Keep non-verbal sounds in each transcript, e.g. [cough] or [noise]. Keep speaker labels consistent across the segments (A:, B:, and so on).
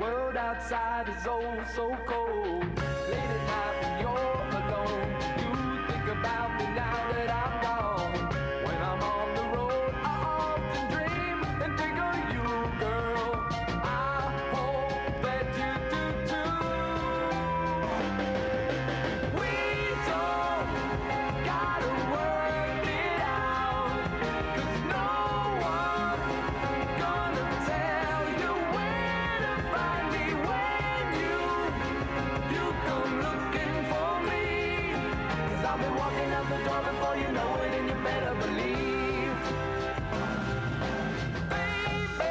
A: world outside is oh so cold. Late at night when you're alone, you think about me now that I'm gone. When I'm on the road, I often dream and think of you, girl. I hope that you do too. We don't gotta work it out, 'cause no one gonna tell you where to find me when you you come looking for me. 'Cause I've been walking out the door before you know it, and you better believe, baby.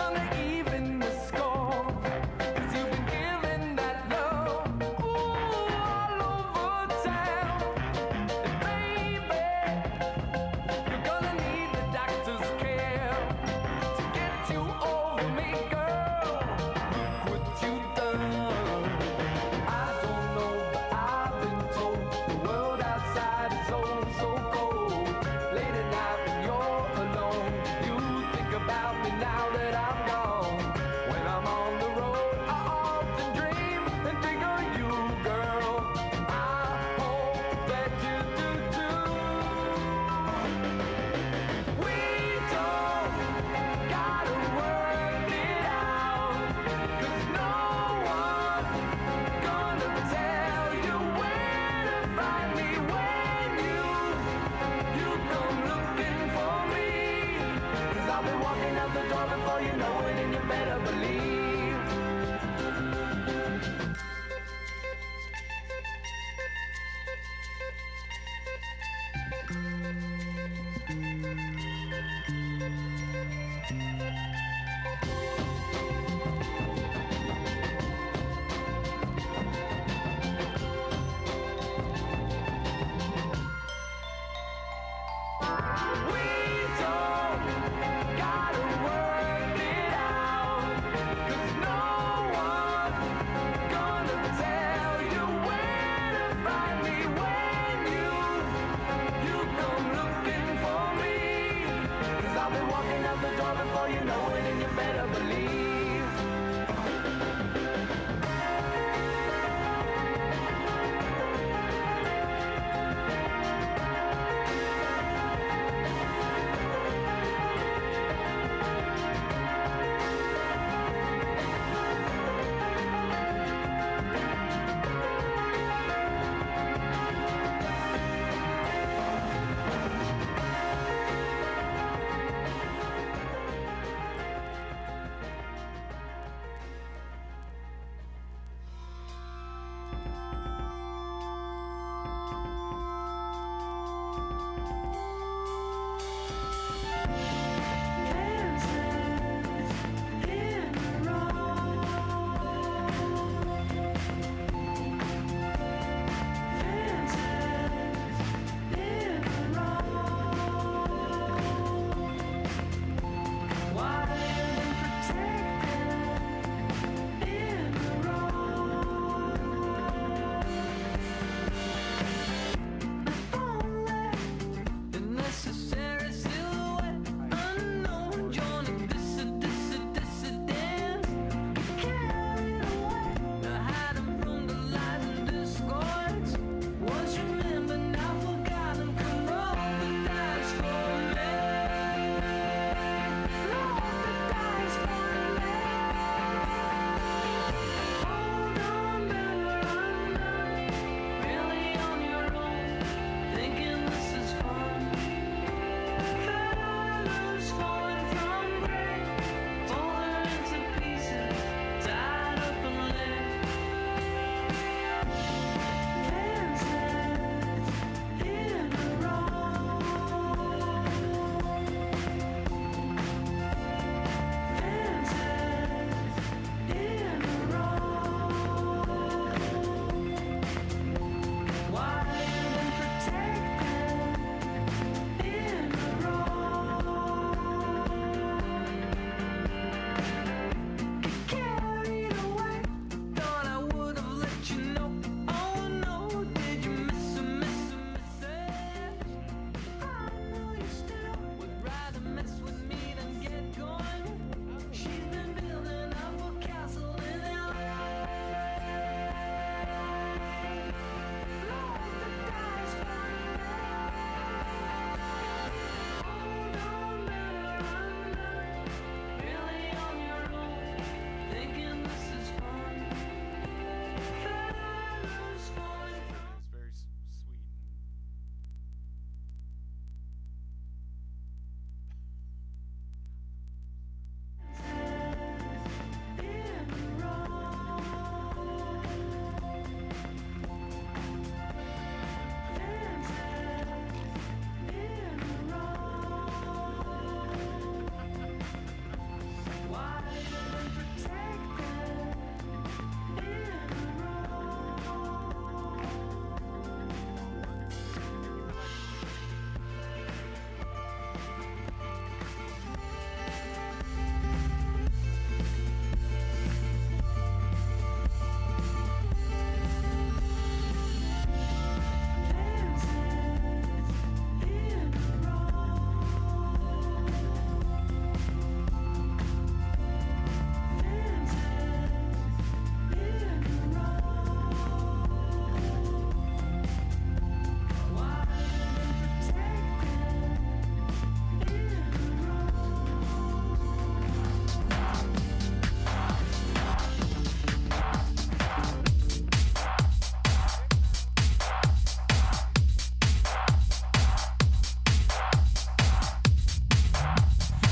A: Gonna even the score, 'cause you've been giving that love ooh all over town, and baby, you're gonna need the doctor's care to get you over me, girl. Look what you done. I don't know, but I've been told the world outside is oh so cold.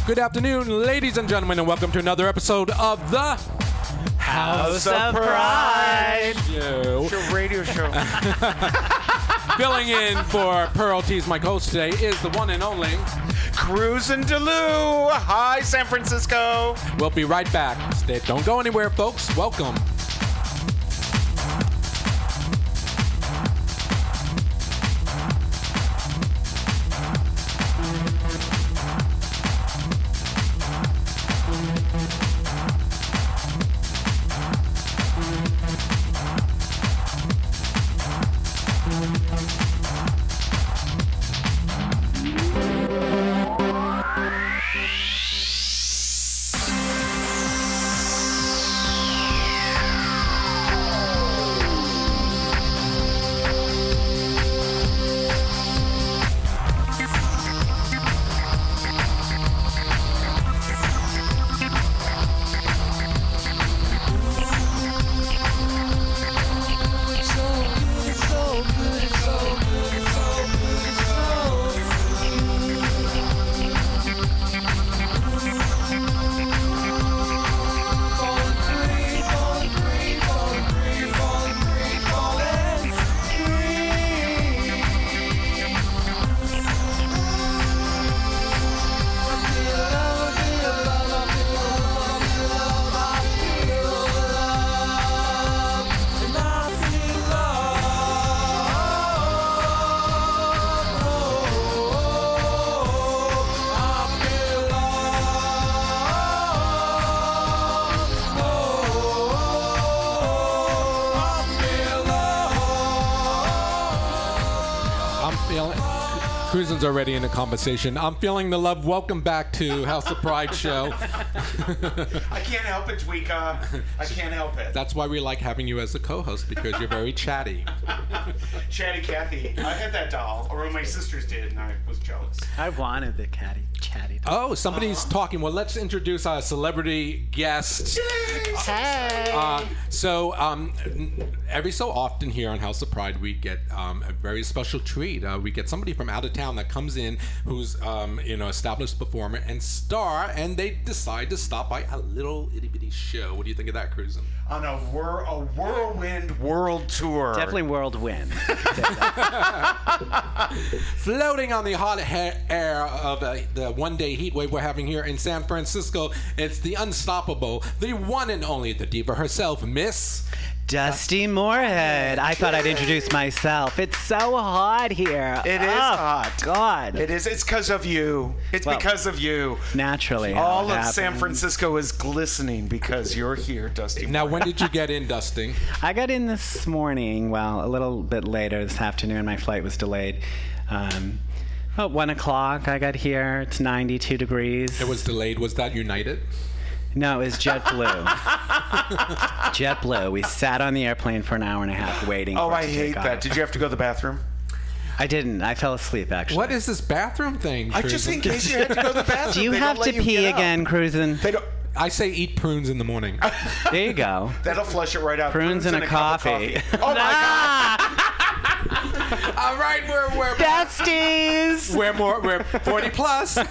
B: Good afternoon, ladies and gentlemen, and welcome to another episode of the
C: House of Pride.
B: Show.
C: Your
D: [laughs]
C: radio show.
B: [laughs] Filling in for Pearl Tees, my host today, is the one and only.
C: Cruising to Lou. Hi, San Francisco.
B: We'll be right back. Stay, don't go anywhere, folks. Welcome. I'm feeling. Cruisin's already in a conversation. I'm feeling the love. Welcome back to House of Pride show. [laughs]
C: I can't help it, Tweeka. I can't
D: [laughs]
C: help it.
B: That's why we like having you as a co-host because you're very chatty.
C: Chatty Cathy. I had that doll, or my sisters did, and I was jealous.
D: I wanted the catty chatty. dog.
B: Oh, somebody's talking. Well, let's introduce our celebrity guest. Uh, so, um, n- every so often here on House of Pride, we get um, a very special treat. Uh, we get somebody from out of town that comes in who's um, you know established performer and star, and they decide to stop by a little itty bitty show. What do you think of that, Cruisin?
C: On a, whir- a whirlwind world tour.
D: Definitely world win.
B: Floating on the hot ha- air of uh, the one day heat wave we're having here in San Francisco, it's the unstoppable, the one and only, the diva herself, Miss.
D: Dusty Moorhead. I thought I'd introduce myself. It's so hot here.
C: It
D: oh,
C: is hot.
D: God.
C: It is. It's because of you. It's
D: Well,
C: because of you.
D: Naturally. how
C: All
D: it
C: of San
D: happens.
C: Francisco is glistening because you're here, Dusty.
B: Now, when did you get in, Dusting?
D: I got in this morning. Well, a little bit later this afternoon. My flight was delayed. Um, about one o'clock, I got here. It's 92 degrees.
B: It was delayed. Was that United?
D: No, it was [laughs] JetBlue. JetBlue. We sat on the airplane for an hour and a half waiting.
C: oh,
D: for it
C: I
D: to
C: hate
D: take off.
C: that. Did you have to go to the bathroom?
D: I didn't. I fell asleep actually.
B: What is this bathroom thing?
C: I just
B: Teresa?
C: in case you had to go to
B: [laughs]
C: the bathroom.
D: Do you
C: they don't
D: have
C: let
D: to
C: you
D: pee
C: get up.
D: again, Cruisin'?
C: They don't.
B: I say eat prunes in the morning.
D: [laughs] There you go.
C: [laughs] That'll flush it right out.
D: Prunes and a
C: cup of
D: coffee.
C: Oh my god!
B: All right, we're we're
D: Besties!
B: we're more we're forty plus.
D: [laughs]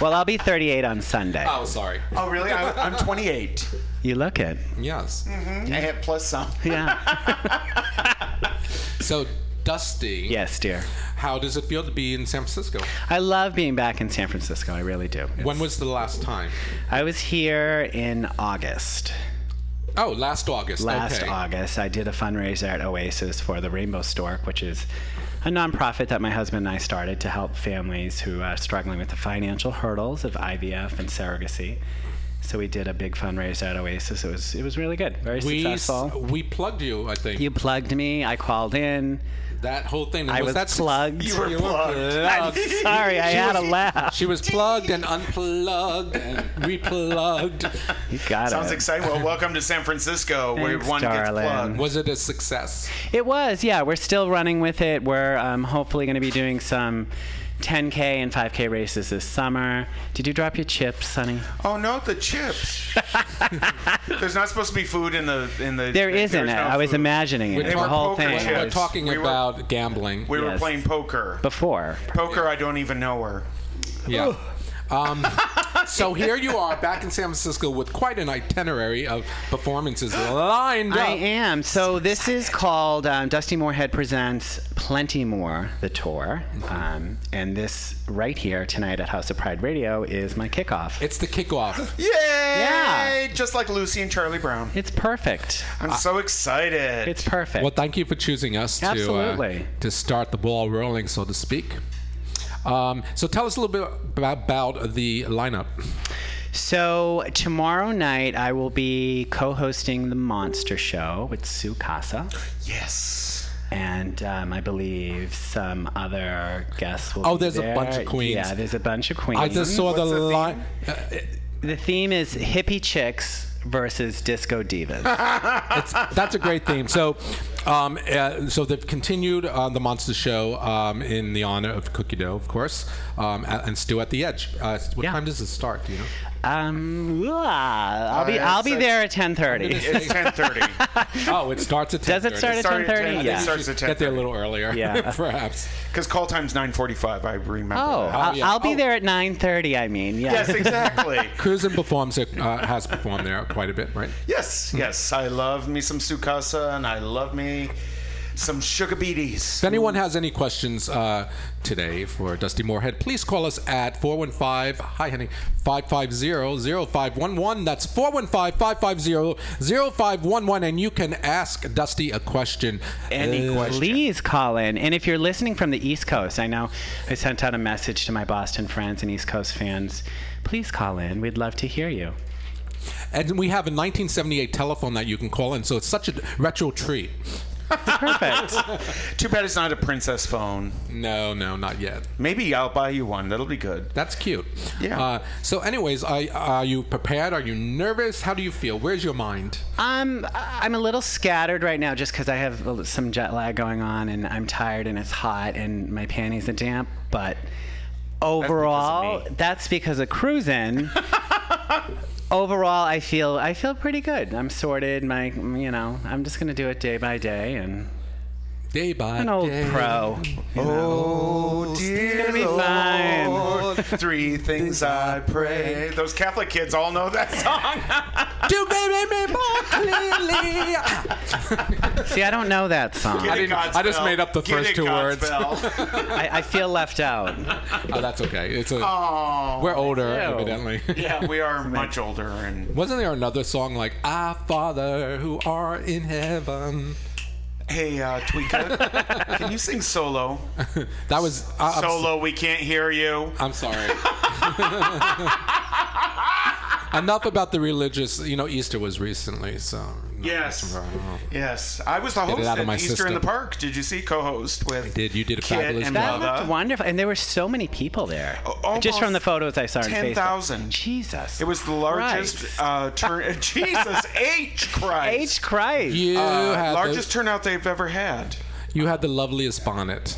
D: Well, I'll be 38 on Sunday.
B: Oh, sorry.
C: Oh really? I, I'm 28.
D: You look it.
B: Yes.
C: I have plus some.
D: Yeah. [laughs]
B: [laughs] So, Dusty,
D: yes, dear.
B: how does it feel to be in San Francisco?
D: I love being back in San Francisco. I really do.
B: When was the last time?
D: I was here in August.
B: Oh, last August.
D: Last
B: okay.
D: August, I did a fundraiser at Oasis for the Rainbow Stork, which is a nonprofit that my husband and I started to help families who are struggling with the financial hurdles of IVF and surrogacy. So we did a big fundraiser at Oasis. It was it was really good, very
B: We s-
D: successful.
B: we plugged you. I think
D: You plugged me. I called in.
B: that whole thing.
D: I was
B: that suc-
D: plugged.
C: You were plugged.
B: plugged.
D: [laughs] Sorry, I had a laugh.
B: She was plugged and unplugged and replugged.
D: [laughs] You got
C: Sounds
D: it.
C: exciting. Well, welcome to San Francisco, where
D: Thanks,
C: one
D: darling.
C: gets plugged.
B: Was it a success?
D: It was, yeah. We're still running with it. We're um, hopefully going to be doing some 10K and 5K races this summer. Did you drop your chips, honey?
C: Oh no,
D: [laughs]
C: the chips. There's not supposed to be food in the in the.
D: There
C: there's
D: isn't.
C: no
D: I was
C: food.
D: imagining it.
B: They
D: The
B: were
D: whole
C: poker
D: thing.
C: chips.
B: We're
D: was
B: talking
C: We were-
B: about gambling.
C: We were
D: Yes.
C: playing poker.
D: before.
C: poker, I don't even know her.
B: yeah. Um, so here you are back in San Francisco with quite an itinerary of performances lined up.
D: I am. So this is called um, Dusty Moorhead Presents Plenty More, the tour. Um, and this right here tonight at House of Pride Radio is my kickoff.
B: It's the kickoff.
C: Yay!
D: Yeah.
C: Just like Lucy and Charlie Brown.
D: It's perfect.
C: I'm so excited.
D: It's perfect.
B: Well, thank you for choosing us to, uh,
D: Absolutely.
B: to start the ball rolling, so to speak. Um, so tell us a little bit about, about the lineup.
D: So tomorrow night I will be co-hosting the Monster Show with Sue Casa,
C: yes.
D: and um, I believe some other guests will.
B: Oh,
D: be
B: there's a
D: there.
B: bunch of queens.
D: Yeah, there's a bunch of queens.
B: I just saw the,
C: What's the theme?
B: line. Uh,
D: the theme is hippie chicks versus disco
B: [laughs]
D: divas.
B: that's a great theme. So, um, uh, so they've continued uh, the Monster Show um, in the honor of Cookie Dough, of course, um, a- and Stu at the Edge. Uh, what
D: Yeah.
B: time does it start? Do you know?
D: Um, ah, I'll be
C: Uh,
D: I'll be
C: so-
D: there at ten thirty. [laughs]
C: It's
B: [laughs]
C: 10:30
B: Oh, it starts at 10
D: Does it start at ten
C: Sorry,
D: thirty?
C: it
D: Yeah.
C: starts at
B: Get there a
C: 10:30.
B: little earlier,
D: Yeah.
B: [laughs] perhaps.
C: because call time's 9:45. I remember.
D: Oh,
C: that.
D: I'll,
B: yeah.
D: I'll be
B: Oh.
D: there at nine thirty. I mean, yeah. [laughs]
C: yes, exactly.
B: Cruisin performs it, uh, has performed there quite a bit, right?
C: yes, yes. I love me some Sukasa, and I love me some sugar beaties.
B: If anyone has any questions uh, today for Dusty Moorhead, please call us at 415 Hi Henny 550-0511. That's 415-550-0511 and you can ask Dusty a question. Uh,
C: Any question?
D: Please call in. And if you're listening from the East Coast, I know I sent out a message to my Boston friends and East Coast fans. Please call in. We'd love to hear you.
B: And we have a 1978 telephone that you can call in, so it's such a retro treat. [laughs]
D: Perfect.
C: Too bad it's not a princess phone.
B: No, no, not yet.
C: Maybe I'll buy you one. That'll be good.
B: That's cute.
C: Yeah.
B: Uh, so, anyways, I, are you prepared? Are you nervous? How do you feel? Where's your mind?
D: um, I- I'm a little scattered right now just because I have a- some jet lag going on and I'm tired and it's hot and my panties are damp. But overall,
C: me.
D: that's because of,
B: [laughs]
D: cruising. overall, I feel I feel pretty good. I'm sorted. My, you know, I'm just gonna do it day by day and
B: Day by
D: an old
B: day.
D: pro.
C: Oh dear
D: gonna be fine. [laughs]
C: Lord, three things I pray. Those Catholic kids all know that song.
B: Do baby me more clearly.
D: See, I don't know that song.
C: Get
D: I,
C: it,
B: didn't- I just
C: Godspell.
B: made up the
C: Get
B: first
C: it,
B: two words.
C: Godspell.
D: [laughs] I feel left out.
B: Oh, that's okay. It's a
C: [laughs] Aw.
B: we're older,
D: Ew.
B: evidently.
C: yeah, we are much older
B: [laughs]
C: and
B: Wasn't there another song like "Our Father who are in heaven"?
C: hey uh Tweeka, can you sing solo?
B: [laughs] That was I, I'm,
C: Solo, we can't hear you.
B: I'm sorry. Enough about the religious. You know, Easter was recently, so
C: [laughs] Yes. Yes. I was the
B: Get it
C: host
B: out of
C: at
B: my
C: Easter
B: system.
C: in the Park. Did you see co-host with
B: Did you did a
C: Kid
B: fabulous
C: and
D: That
B: job?
C: Bob.
D: looked wonderful, and there were so many people there.
C: almost
D: Just from the photos I saw on Facebook.
C: 10,000.
D: Jesus.
C: It was the largest uh, turn. [laughs] Jesus H Christ,
D: H. Christ.
B: You
C: Uh,
B: had
C: largest
B: the,
C: turnout they've ever had.
B: you had the loveliest bonnet.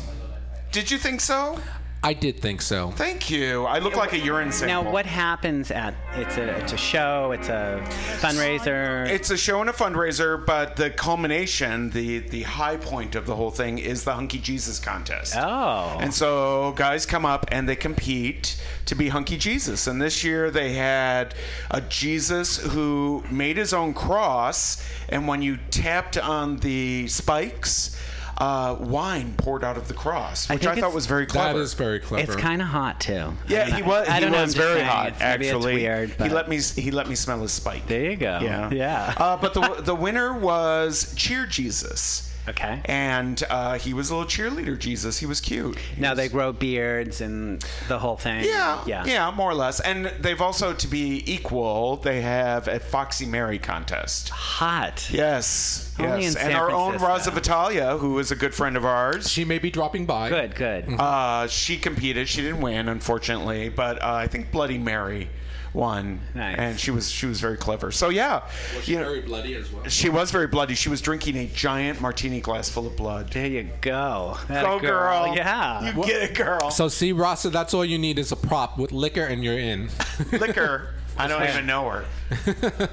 C: Did you think so?
B: I did think so.
C: Thank you. I look like a urine sample.
D: Now, what happens at? It's a it's a show. It's a fundraiser.
C: It's a show and a fundraiser, but the culmination, the the high point of the whole thing, is the Hunky Jesus contest.
D: oh,
C: And so guys come up and they compete to be hunky Jesus. And this year they had a Jesus who made his own cross, and when you tapped on the spikes, uh, wine poured out of the cross, which I,
D: think
C: thought
D: it's-
C: was very
B: That
C: clever.
B: is very clever.
D: it's kind of hot too.
C: yeah, he was.
D: I don't
C: he
D: know.
C: was
D: I'm just
C: very
D: saying,
C: hot.
D: it's- maybe it's
C: actually,
D: weird,
C: he
D: but-
C: let me he let me smell his spike.
D: There you go.
C: Yeah.
D: Yeah.
C: Uh, but the the winner was Cheer Jesus.
D: Okay.
C: And uh, he was a little cheerleader Jesus. He was cute.
D: now they grow beards and the whole thing.
C: Yeah,
D: Yeah.
C: yeah, more or less. And they've also, to be equal, they have a Foxy Mary contest.
D: Hot.
C: Yes,
D: Only
C: yes.
D: in
C: and
D: San
C: our own Raza
D: Francisco.
C: Vitalia, who is a good friend of ours,
B: She may be dropping by.
D: Good. Good.
C: uh, she competed. She didn't win, unfortunately, but uh, I think Bloody Mary won,
D: Nice.
C: and she was she was very clever. So yeah,
B: Was she
C: you know,
B: very bloody as well?
C: she was very bloody. She was drinking a giant martini glass full of blood.
D: There you go. That
C: Go Oh, girl.
D: Yeah.
C: you get it, girl.
B: So [laughs] see, Rasa, that's all you need is a prop with liquor, and you're in.
C: liquor. I don't even know her.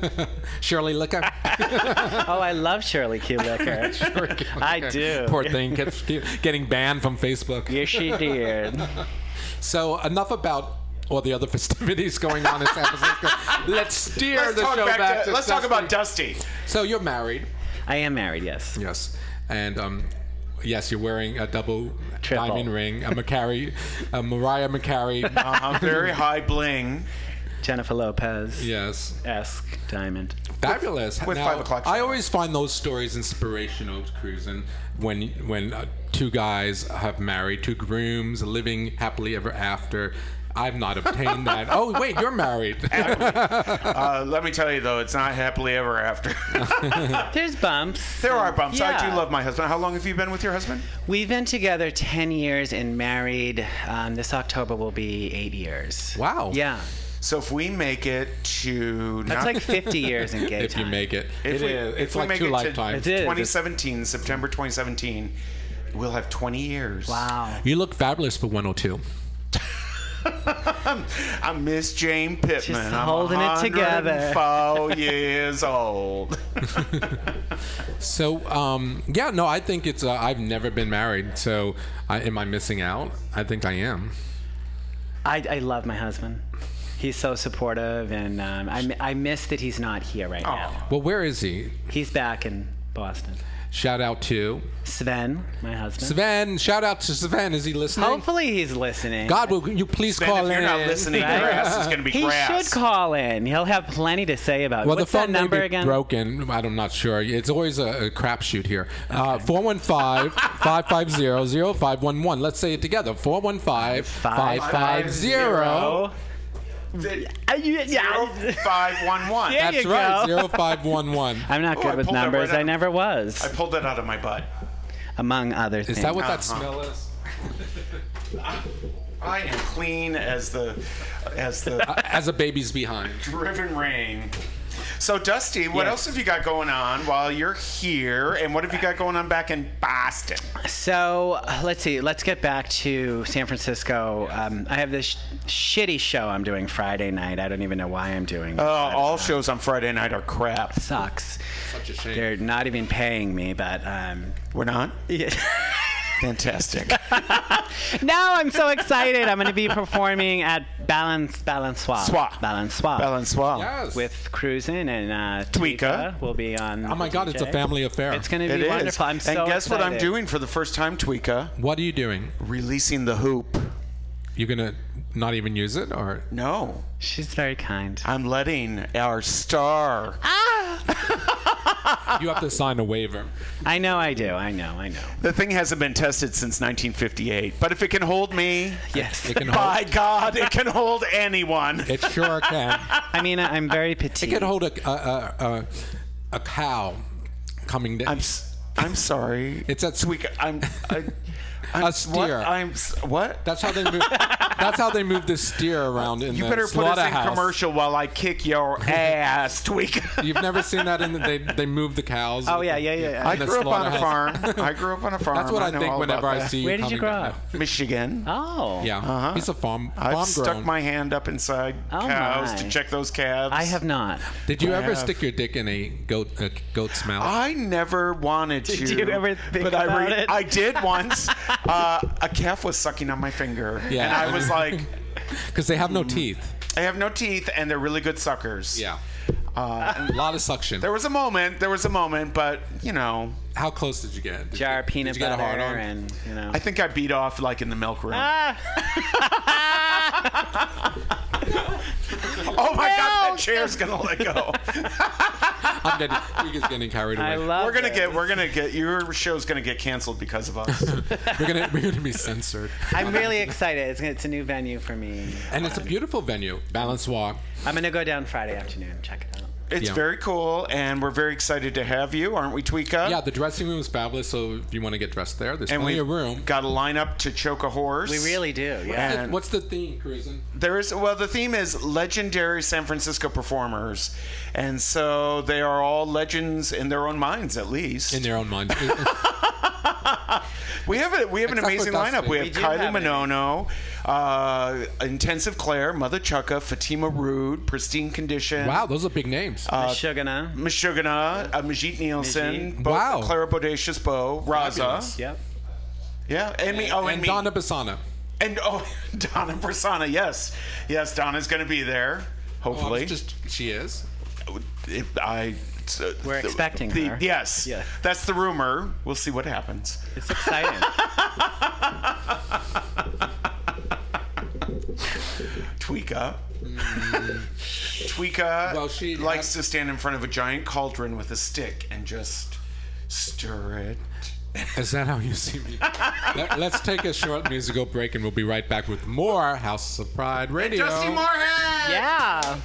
B: Shirley Liquor.
D: [laughs] oh, I love Shirley Q.
B: [laughs]
D: Liquor. I do.
B: Poor thing gets, getting banned from Facebook. [laughs]
D: Yes, she did.
B: So enough about all the other [laughs] festivities going on in San Francisco. Let's steer
C: Let's
B: the
C: talk,
B: show
C: back
B: back,
C: to, let's talk about Dusty.
B: So you're married.
D: I am married, yes.
B: Yes, and um, yes, you're wearing a double
D: Triple.
B: diamond ring, a McCary, a Mariah
C: [laughs]
B: McCary.
C: Uh-huh, very high bling.
D: Jennifer Lopez
B: Yes,
D: esque diamond.
B: fabulous.
C: with
B: Now,
C: five o'clock
B: I
C: shadow.
B: always find those stories inspirational, cruising when when uh, two guys have married, two grooms living happily ever after. I've not obtained
C: [laughs]
B: that. Oh wait, you're married.
C: Uh, let me tell you though, it's not happily ever after.
D: There's bumps.
C: there are bumps. I do
D: Yeah.
C: love my husband. How long have you been with your husband?
D: We've been together 10 years and married. Um, this October will be eight years.
B: Wow.
D: Yeah.
C: So if we make it to
D: That's
C: not-
D: like 50 years in gay
B: [laughs] if you
D: time.
B: make it,
C: If
B: it
C: we-
B: is.
C: if
B: It's
C: we
B: like
C: make
B: two
C: it to-
B: lifetimes.
D: It is.
C: 2017, September 2017, we'll have 20 years.
D: Wow.
B: You look fabulous for 102.
C: I miss Jane Pittman.
D: Just
C: I'm
D: holding it together.
C: 104 [laughs] years old.
B: So, um, yeah, no, I think it's. Uh, I've never been married, so I, am I missing out? I think I am.
D: I, I love my husband. He's so supportive, and um, I, mi- I miss that he's not here right now.
B: Well, where is he?
D: He's back in Boston.
B: Shout out to
D: Sven, my husband.
B: Sven. Shout out to Sven. Is he listening?
D: Hopefully he's listening.
B: God, will you please
C: Then
B: call
C: if you're
B: in?
C: not listening, your
D: Right.
C: ass is going to be
D: He
C: grass.
D: should call in. He'll have plenty to say about it.
B: Well,
D: uh, What's
B: the phone
D: that number
B: may be
D: again?
B: broken. I- I'm not sure. It's always a, a crapshoot here. Uh, 415-550-0511. Let's say it together. 415-550.
D: Uh, you- yeah.
C: 0511.
D: Yeah.
B: That's
D: you
B: right,
D: [laughs] go.
B: 0511.
D: I'm not
C: Oh,
D: good
C: I
D: with
C: pulled that
D: numbers.
C: right
D: I
C: out.
D: never
C: I
D: was,
C: pulled that out of my butt.
D: among other things.
B: Is that what that
C: Uh-huh.
B: smell is?
C: [laughs] I am clean as the as the
B: As [laughs] a baby's behind.
C: driven rain. So Dusty, what
D: Yes.
C: else have you got going on while you're here, and what have you got going on back in Boston?
D: So uh, let's see. Let's get back to San Francisco. Um, I have this sh- shitty show I'm doing Friday night. I don't even know why I'm doing.
C: Uh,
D: it.
C: all shows on Friday night are crap.
D: Sucks.
B: Such a shame.
D: They're not even paying me, but um,
C: We're not.
D: [laughs]
C: Fantastic.
D: now I'm so excited. I'm going to be performing at Balance Balancois.
C: Swa.
D: Balancois.
C: Balancois.
B: Yes.
D: With Cruisin and uh,
C: Tweeka.
D: Tweeka will be on.
B: Oh my God, it's a family affair.
D: It's going to
C: It
D: be
C: is.
D: wonderful. I'm
C: and
D: so
C: guess what I'm
D: excited.
C: doing for the first time, Tweeka?
B: What are you doing?
C: Releasing the hoop.
B: You're gonna not even use it, or
C: No,
D: She's very kind.
C: I'm letting our star.
B: you have to sign a waiver?
D: Ah! I know I do. I know. I know.
C: The thing hasn't been tested since 1958, but if it can hold me,
D: Yes.
B: It can hold.
C: by God, it can hold anyone.
B: It sure can.
C: [laughs]
D: I mean, I'm very
B: It
D: petite.
B: can hold a a a, a, a cow coming down.
C: I'm, s- I'm sorry.
B: it's that sweet.
C: Tweeka. I'm. I, I'm
B: A
C: s-
B: steer.
C: What? I'm s- what?
B: That's how they move. that's how they move this steer around in
C: you
B: the
C: better put us in
B: slaughterhouse.
C: commercial while I kick your ass, Tweeka.
B: [laughs] You've never seen that in the, they they move the cows.
D: Oh, yeah, yeah, yeah, yeah.
C: I
B: in the
C: grew up on a farm.
B: slaughterhouse. [laughs]
C: I grew up on a farm.
B: That's what I,
C: know
B: think
C: all
B: whenever
C: about
B: I
C: that.
B: see you.
D: Where did you
B: coming
D: grow
B: down.
D: up?
C: Michigan. Uh-huh.
D: Oh.
B: Yeah, he's a farm farm
C: I've
B: grown.
C: stuck my hand up inside
D: Oh,
C: cows
D: my.
C: to check those calves.
D: I have not.
B: Did you
C: I
B: ever
C: have.
B: stick your dick in a goat a goat's mouth?
C: I
D: [laughs]
C: never wanted to.
D: you ever think
C: but I
D: about it? [laughs]
C: I did once. uh, a calf was sucking on my finger,
B: Yeah.
C: and I was
B: [laughs]
C: like,
B: Because they have no teeth.
C: "I have no teeth, and they're really good suckers."
B: Yeah,
C: Uh,
B: a
C: and
B: [laughs] lot of suction.
C: there was a moment. There was a moment, but you know,
B: How close did you get? Did
D: Jar
B: you,
D: of peanut
B: did you get
D: butter
B: a hard on?
D: and you know.
C: I think I beat off like in the
D: [laughs]
C: milk room. [laughs] oh my god, that chair's gonna let go.
B: I'm getting, Tweak is getting carried away.
D: I love.
C: we're gonna
D: it.
C: get. We're gonna get. Your show's gonna get canceled because of
B: [laughs]
C: us.
B: we're [laughs] gonna we're gonna be censored.
D: I'm really excited. It's, it's a new venue for me.
B: And it's a beautiful venue, Balance Walk.
D: I'm gonna go down Friday afternoon. and Check it out.
C: It's
B: Yeah.
C: very cool, and we're very excited to have you, aren't we, Tweeka?
B: Yeah, the dressing room is fabulous. So if you want to get dressed there, there's
C: and
B: plenty
C: we
B: of room.
C: got a lineup to choke a horse.
D: We really do. Yeah.
C: And-
B: What's the theme, Cruisin?
C: There is well, the theme is legendary San Francisco performers, and so they are all legends in their own minds, at least.
B: In their own mind.
C: [laughs] we have a, we have an
B: Except for
C: amazing
B: Dusty.
C: lineup. We have
D: We do
C: Kylie
D: have an-
C: Minono, uh, Intensive Claire, Mother Chucka, Fatima Rude, Pristine Condition.
B: wow, those are big names.
D: Sugarna.
C: Uh, Meshuggah, uh, Majit Nielsen,
D: Majid.
C: Bo-
B: Wow.
C: Clara Bodacious Bow, Raza.
B: Fabulous.
D: Yep.
C: Yeah, and me. Oh, and,
B: and
C: me.
B: Donna Bassana.
C: And oh, [laughs] Donna Persona, yes, yes, Donna's going to be there.
B: Oh, I
C: Hopefully,
B: was just she is.
C: If I. so-
D: We're
C: the-
D: expecting
C: the,
D: her.
C: Yes,
D: Yeah.
C: that's the rumor. We'll see what happens.
D: It's exciting.
C: [laughs] Tweeka. Tweeka
B: Mm-hmm. Well, she
C: likes
B: has-
C: to stand in front of a giant cauldron with a stick and just stir it.
B: Is that how you see me? Let, us take a short musical break, and we'll be right back with more House of Pride Radio.
C: Dusty Moorhead!
D: yeah.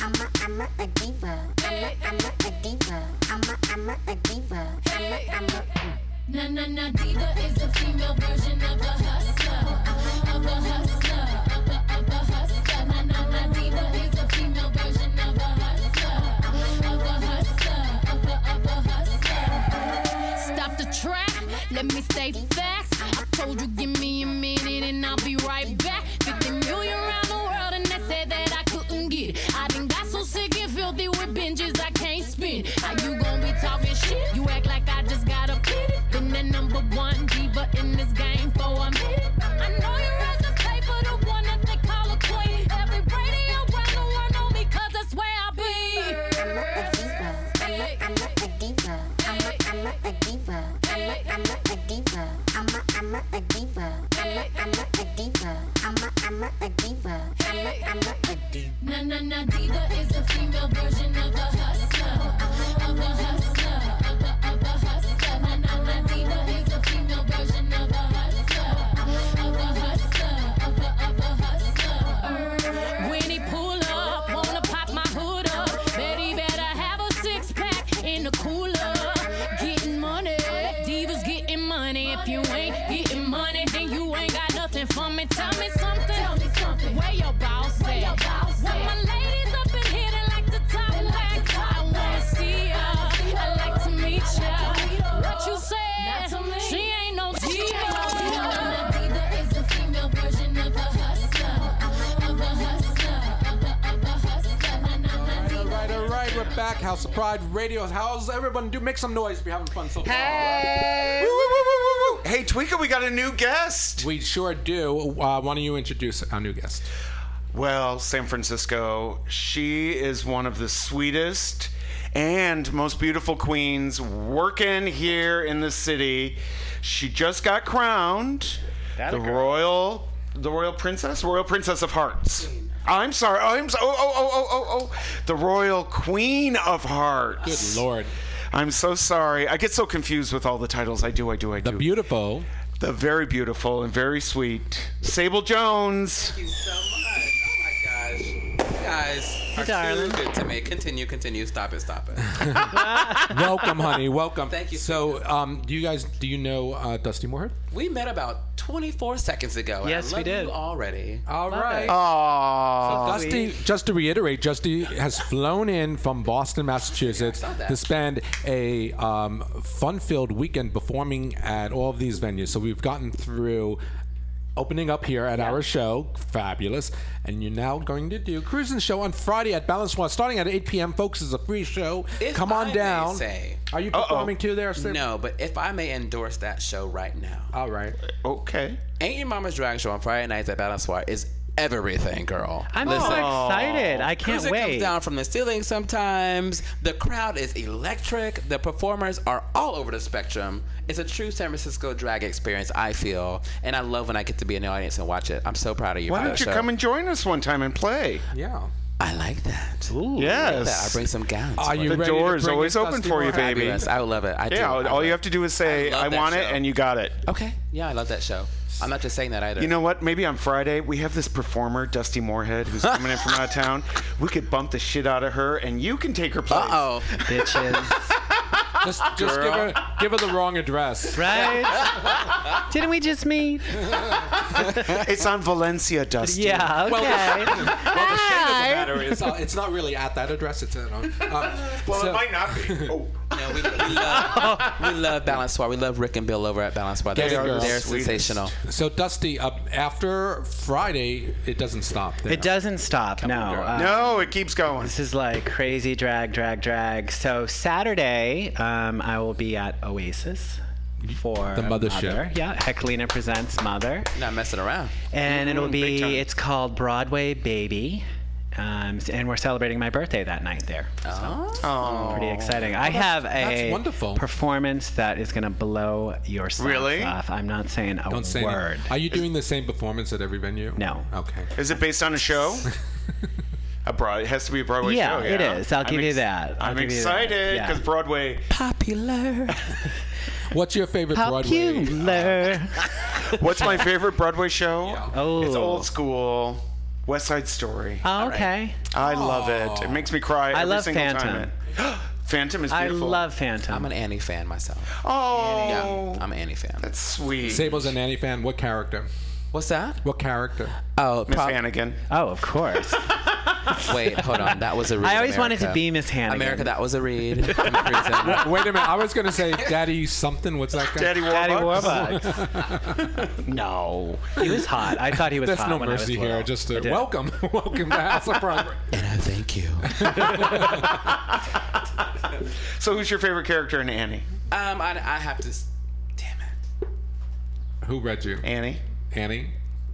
E: I'm a, I'm a, a diva. I'm a, I'm a, a diva. I'm a, I'm a, a diva. I'm a, I'm a, a diva. I'm a, I'm a, a diva. I'm a, I'm a.
F: Na na na diva is a female version of a hustler, of a hustler, of a of a hustler. Na na na diva is a female version of a hustler, of a hustler, of a of a hustler. Stop the track, let me state facts. I told you give me a minute and I'll be right back. 50 million around the world and they said that I couldn't get it. I done got so sick and filthy with binges I can't spin. How you gonna be talking shit? You act like I just got a pity. Been the number one diva in this game for a minute. I know you read the paper, the one that they call a queen. Every radio around the world know me 'cause that's where I be.
E: I'm a, a diva. I'm a, I'm a, a diva. I'm a, I'm a, a diva. I'm a, I'm a, a diva. I'm a, I'm a, a diva. I'm a, I'm a, a diva. I'm a, I'm a, a diva. I'm a, I'm a, a diva.
F: Na na na diva is a female version of a hustler, of a hustler, of a of a hustler. Na na na diva is a female version of a hustler, of a hustler, of a of a hustler. er. When he pull up, wanna pop my hood up. Bet he better have a six pack in the cooler. Getting money, divas getting money. If you ain't getting money, then you ain't got nothing for me. Tell me something. Tell me something. Where your boss at? When my ladies up in here, they like to talk back. I wanna see ya. I like to meet ya. What you said? She ain't no diva. diva is a female version of a hustler, of a hustler, of a of a hustler. Na, na, na,
B: All
F: diva
B: right, all right, we're back. House of Pride Radio. How's everyone? Do make some noise. We're having fun so far.
C: Woo, woo, woo, woo, woo, woo. Hey, Tweeka, we got a new guest.
B: We sure do. Uh, why don't you introduce our new guest?
C: Well, San Francisco, she is one of the sweetest and most beautiful queens working here in the city. She just got crowned
D: That
C: the
D: a girl.
C: royal, the royal princess, royal princess of hearts. I'm sorry. I'm so, oh, oh, oh, oh, oh, oh. The royal queen of
B: Good
C: hearts.
B: Lord,
C: I'm so sorry. I get so confused with all the titles. I do, I do, I do.
B: the beautiful.
C: the very beautiful and very sweet Sable Jones.
G: Thank you so much. Oh my gosh. You guys are
D: darling.
G: too good to me. Continue, continue. Stop it, stop
D: [laughs]
G: it.
B: Welcome, honey. Welcome.
G: Thank you so
B: So, um, do you guys do you know uh, Dusty Moorhead?
G: we met about 24 seconds ago. and
D: Yes,
G: I
D: we
G: love
D: did.
G: You already.
B: All right.
C: Aww.
B: Dusty, just to reiterate, Dusty has flown in from Boston, Massachusetts,
G: Yeah, I saw that.
B: to spend a um, fun-filled weekend performing at all of these venues. So we've gotten through opening up here at our show, fabulous, and you're now going to do cruising show on Friday at Balance One, starting at 8 p.m. Folks, it's a free show.
G: If
B: Come on
G: I may
B: down.
G: say-
B: Are you performing too there? Sid?
G: No, but if I may endorse that show right now,
B: All right.
C: Okay.
G: Ain't Your Mama's Drag Show on Friday nights at Battle Soir is everything, girl.
D: I'm so excited. I can't
G: Music
D: wait.
G: comes down from the ceiling sometimes. The crowd is electric. The performers are all over the spectrum. It's a true San Francisco drag experience, I feel. And I love when I get to be in the audience and watch it. I'm so proud of you.
C: Why
G: for
C: don't
G: that
C: you
G: show.
C: come and join us one time and play?
B: Yeah.
G: I like that.
D: Ooh.
G: I like that. I
C: Yes.
G: bring some gowns.
B: Are you
C: The
B: ready to
C: door is
B: bring
C: always
B: in
C: open
B: Dusty
C: for you,
B: Moorhead?
C: baby.
G: Fabulous. I would love it. I do.
C: Yeah, all-
G: I
C: all
G: love
C: you have to do is say,
G: I
C: I,
G: love that
C: want it,
G: show.
C: and you got it.
G: it. Okay. Yeah, I love that show. I'm not just saying that either.
C: You know what? Maybe on Friday, we have this performer, Dusty Moorhead, who's coming in from
B: [laughs]
C: out of town. We could bump the shit out of her, and you can take her place.
G: Uh oh.
D: Bitches.
B: [laughs] Just, just give her, give her the wrong address.
D: Right? Didn't we just meet?
C: [laughs] It's on Valencia, Dusty.
D: Yeah, okay.
B: Well, the shame of the matter is, uh, it's not really at that address. It's at. Um, well, so,
C: not be. Oh.
G: No, we, we love, we love Balance Bar. We love Rick and Bill over at Balance Bar. Uh, They're,
B: They are the
G: they're
C: sweetest.
G: sensational.
B: so Dusty, uh, after Friday, it doesn't stop. There.
D: It doesn't stop. no.
G: girl.
D: Uh,
C: No, it keeps going.
D: This is like crazy drag, drag, drag. So Saturday, um, I will be at Oasis for
B: The mothership.
D: Mother. Yeah, Heckelina presents Mother.
G: Not messing around.
D: and
B: Mm,
D: it'll
C: big time.
D: be it's called Broadway Baby, um, s- and we're celebrating my birthday that night there.
G: Oh.
D: Pretty exciting. I have a
B: that's wonderful.
D: performance that is going to blow your socks
C: Really?
D: off. I'm not saying a
B: Don't say
D: word.
B: Anything. Are you doing the same performance at every venue?
D: No.
B: Okay.
C: Is it based on
B: [laughs]
C: a show? a broad. It has to be a Broadway
D: Yeah,
C: show.
D: it is. I'll give you that. I'll
C: I'm
D: give you that.
C: excited
D: Yeah.
C: because Broadway.
G: Popular.
B: What's your favorite Broadway?
D: Popular.
C: What's my favorite Broadway show?
D: Oh,
C: It's old school. West Side Story.
D: Oh, okay.
C: I love it. It makes me cry every
D: love
C: single
D: Phantom.
C: time. [gasps] Phantom is
D: I
C: beautiful.
D: love Phantom.
G: I'm an Annie fan myself.
C: Oh,
G: Yeah, I'm an Annie fan.
C: that's sweet.
B: Sable's an Annie fan. What character?
G: What's that?
B: What character?
G: Oh,
C: Miss
G: prob-
C: Hannigan.
D: oh, of
B: [laughs]
D: course.
G: [laughs] Wait, hold on. That was a read.
D: I always wanted to
G: America.
D: be Miss Hannigan.
G: America, that was a read. For no [laughs] reason.
B: Wait a minute. I was going to say Daddy something. What's that guy?
C: Daddy Warbucks.
D: Daddy Warbucks. no, he was hot. I thought he was
B: That's
D: hot
B: no
D: when
B: mercy
D: I was
B: here.
D: little.
B: Just
D: I
B: a
D: did.
B: welcome. [laughs] welcome to House of Broadway.
G: and I thank you.
C: [laughs] So, who's your favorite character in Annie?
G: Um, I, I have to. s- Damn it.
B: Who read you?
C: Annie.
B: Annie?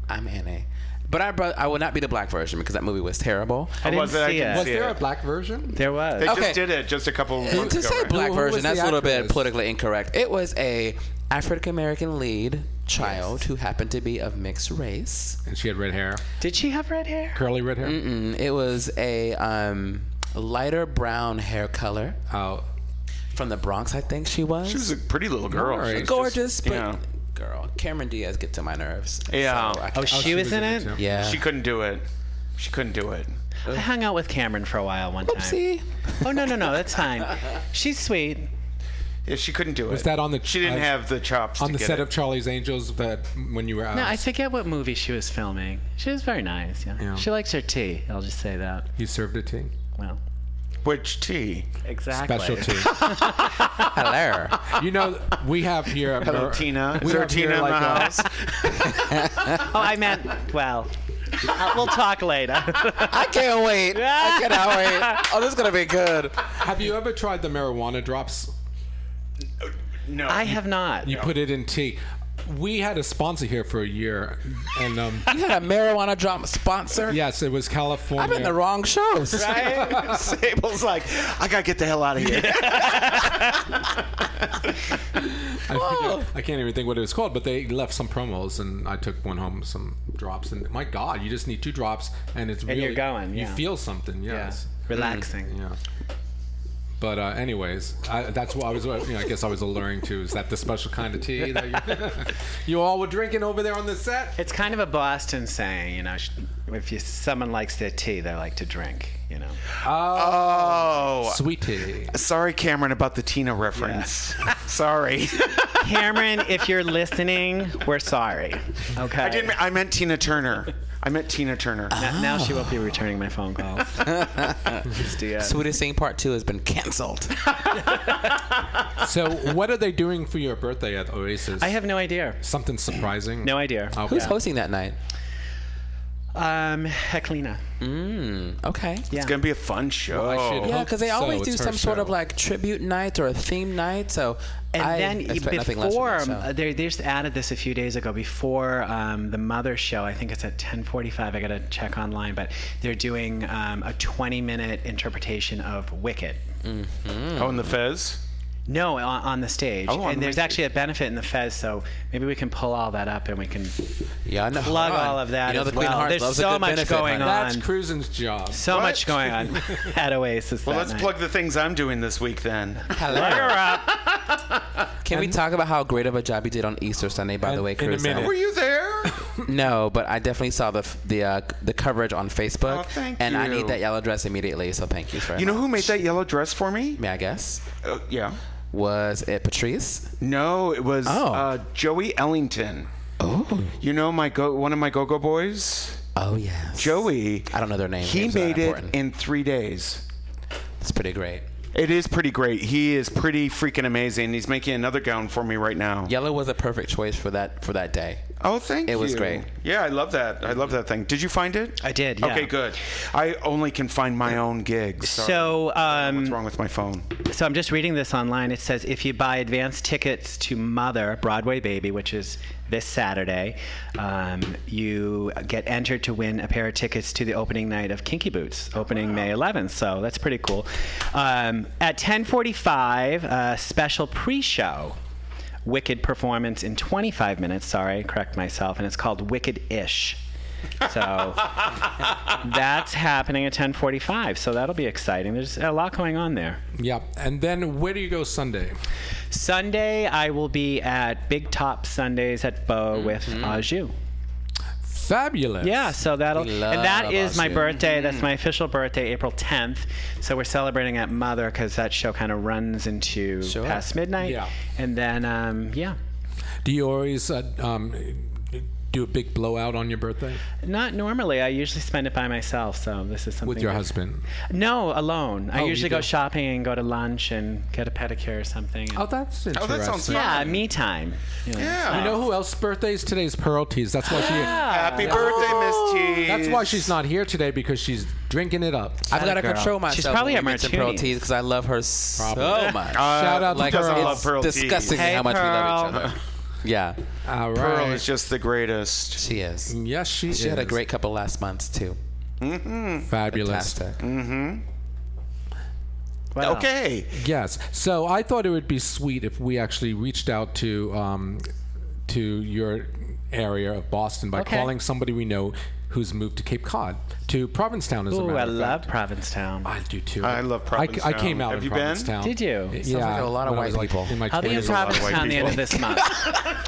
G: I'm Annie. But I, brought, I will not be the black version because that movie was terrible.
D: I didn't
C: Oh, was it? I
D: see
C: didn't
D: it.
B: Was there
C: Yeah.
B: a black version?
D: There was.
C: They
G: Okay.
C: just did it just a couple of months
G: to
C: ago.
G: say
C: right?
G: black
B: Who- who was
G: version, that's
B: the
G: a little bit
B: actress?
G: politically incorrect. It was a African American lead child who happened to be of mixed race.
B: And she had red hair.
D: Did she have red hair?
B: Curly red hair?
G: Mm, It was a um, lighter brown hair color
B: Oh.
G: from the Bronx, I think she was.
C: She was a pretty little girl.
B: All right.
C: She was
G: gorgeous,
C: just-
G: but
C: yeah.
G: girl, Cameron Diaz get to my nerves.
C: Yeah.
G: So I
D: Oh,
G: can't-
D: she, was, in it.
B: too.
G: yeah.
C: She couldn't do it. She couldn't do it.
D: I hung out with Cameron for a while one time.
G: Oopsie.
D: Oh no no no, that's fine. She's sweet.
C: Yeah, she couldn't do it.
B: Was that on the?
C: She didn't
B: uh,
C: have the chops.
B: on
C: to
B: the
C: get
B: set
C: it.
B: of Charlie's Angels that when you were out.
D: No, I forget what movie she was filming. She was very nice. Yeah.
B: Yeah.
D: She likes her tea. I'll just say that.
B: you served a tea,
D: Well,
C: Which tea?
D: exactly. [laughs]
B: special tea.
G: Hello.
B: you know, we have here. a
C: Hello,
B: mer-
C: Tina.
B: We
C: Is there
B: have here
C: Tina in the
B: like a-
C: house?
D: [laughs] Oh, I meant well. uh, we'll talk later.
G: I can't wait. I cannot wait. Oh, this is gonna be good.
B: Have you ever tried the marijuana drops?
C: no.
D: I have not.
B: You put it in tea. We had a sponsor here for a year, and
D: [laughs]
B: um,
G: You had a marijuana drama sponsor.
B: yes, it was California.
G: I'm in the wrong shows.
B: [laughs]
C: [laughs] Sable's like, I gotta get the hell out of
G: [laughs]
C: here.
B: I, forget- I can't even think what it was called, but they left some promos, and I took one home, some drops, and my God, you just need two drops, and it's
D: you're
B: really
D: going,
B: You
D: yeah.
B: feel something,
D: Yeah.
B: yes. Mm,
D: Relaxing.
B: Yeah. But uh, anyways, I, that's what I was. You know, I guess I was alluring to is that the special kind of tea
D: [laughs]
H: [laughs]
B: that you, you all were drinking over there on the set.
D: It's kind of a Boston saying, you know. sh- If you, someone likes their tea, they like to drink. You know.
C: Oh.
B: Sweet tea.
C: Sorry, Cameron, about the Tina reference. [laughs] Sorry.
D: Cameron, if you're listening, we're sorry. Okay.
C: I didn't. I meant Tina Turner. I meant Tina Turner.
D: Now, now she
C: [laughs]
B: Ah.
D: won't be returning my phone calls. uh, Miss Diaz.
G: Sweetest Thing Part Two has been canceled.
B: So, what are they doing for your birthday at Oasis?
D: I have no idea.
B: something surprising. Oh,
D: No idea.
B: Okay.
G: Who's hosting that night?
D: Um, Heclina. Mm.
G: Okay.
C: It's gonna be a fun show.
B: I should
G: Yeah,
B: hope
G: because they
B: so.
G: always do
B: It's her
G: some sort of
B: show.
G: like tribute night or a theme night. So
D: And
G: I
D: then e-
G: expect nothing less from
D: before
G: that show.
D: uh, they, they just added this a few days ago. Before um, the mother show, I think it's at 10:45. I gotta check online, but they're doing um, a 20-minute interpretation of Wicked.
C: Oh, and the Fez.
D: Mm-hmm. No, on, on the stage,
C: Oh, on
D: and
C: the
D: there's
C: stage.
D: actually a benefit in the Fez, so maybe we can pull all that up and we can
G: yeah, I know.
D: plug
G: Hold on.
D: all of that
G: You know
D: as
G: the Queen of
D: well.
G: Hearts
D: There's
G: loves a
D: so
G: good
D: much
G: benefit,
D: going
G: honey.
D: on.
B: That's Cruisen's job.
D: so
C: What?
D: much going on
C: [laughs]
D: at Oasis.
C: Well,
D: that
C: let's
D: night.
C: plug the things I'm doing this week then.
G: Hello. Can we talk about how great of a job you did on Easter Sunday? By the way,
B: in a
G: Chris.
B: minute.
C: Were you there?
G: No, but I definitely saw the f- the uh, the coverage on Facebook,
C: Oh, thank
G: and I
C: you.
G: need that yellow dress immediately. So thank you for
C: You know who made that yellow dress for me?
G: me. I guess
C: Uh, yeah.
G: was it Patrice?
C: No, it was
G: Oh.
C: uh, Joey Ellington.
G: Oh,
C: You know my go one of my Go Go Boys,
G: oh yes.
C: Joey.
G: I don't know their name.
C: He
G: Names are not
C: made it
G: important.
C: in three days.
G: It's pretty great.
C: It is pretty great. He is pretty freaking amazing. He's making another gown for me right now.
G: Yellow was a perfect choice for that for that day.
C: Oh, thank you.
G: It was great.
C: Yeah, I love that. I love that thing. Did you find it?
D: I did, yeah.
C: Okay, good. I only can find my own gigs. Sorry.
D: So, um,
C: Uh, what's wrong with my phone?
D: so I'm just reading this online. It says if you buy advance tickets to Mother Broadway Baby, which is this Saturday, um, you get entered to win a pair of tickets to the opening night of Kinky Boots, opening May 11th. So that's pretty cool. Um, at 10:45, a special pre-show. Wicked performance in 25 minutes. Sorry, correct myself, and it's called Wicked Ish.
B: [laughs]
D: So that's happening at 10:45. So that'll be exciting. There's a lot going on there.
B: Yep. And then where do you go Sunday?
D: Sunday, I will be at Big Top Sundays at Bo
G: Mm-hmm.
D: with Aju.
B: Fabulous.
D: Yeah, so that'll
G: We
D: and
G: love
D: that is my
G: Aju. Mm.
D: birthday. That's my official birthday, April 10th. So we're celebrating at Mother because that show kind of runs into
G: Sure.
D: past midnight.
B: Yeah.
D: and then um, yeah,
B: Do you always uh, um, do a big blowout on your birthday
D: not normally. I usually spend it by myself. So this is something
B: with your
D: that-
B: husband?
D: No, alone. I
B: Oh, you
D: usually go
B: do?
D: shopping and go to lunch and get a pedicure or something.
B: Oh, that's
C: Oh,
B: interesting.
C: that sounds fun.
D: yeah, me time. You know,
C: Yeah.
B: You know who else's birthday is today's Pearl Tease. That's why she.
C: Happy birthday,
D: Oh,
C: Miss T.
B: That's why she's not here today because she's drinking it up.
G: I've got to control myself.
D: She's probably
G: when
D: a
G: we get to Pearl
D: martini.
G: Tees because I love her so
B: Probably.
G: much.
B: Uh, Shout out
G: like
B: to Pearl.
C: doesn't love
G: it's
C: Pearl Tees?
G: disgusting
D: Hey,
G: how much we love
D: Pearl.
G: each other. Yeah,
B: All right. Mm,
C: Pearl is just the greatest.
G: she is.
B: yes, she,
G: She had a great couple last months too.
C: Mm-hmm.
B: fabulous.
G: Fantastic.
D: Wow.
C: Okay.
B: Yes. So I thought it would be sweet if we actually reached out to um, to your area of Boston by
D: Okay.
B: calling somebody we know who's moved to Cape Cod to Provincetown. As a
D: Ooh,
B: matter
D: I
B: of
D: love
B: fact.
D: Provincetown.
B: I do too.
C: I love
B: I c- I,
C: Provincetown.
B: came out
C: Have
B: in
C: you been?
B: Provincetown.
D: Did you?
B: Yeah,
D: Sounds
G: like a lot of
B: when I was,
G: white
B: like,
G: people.
B: in my
D: I'll be in
B: 20s.
C: lot of white
D: Provincetown the end of this month.
B: [laughs]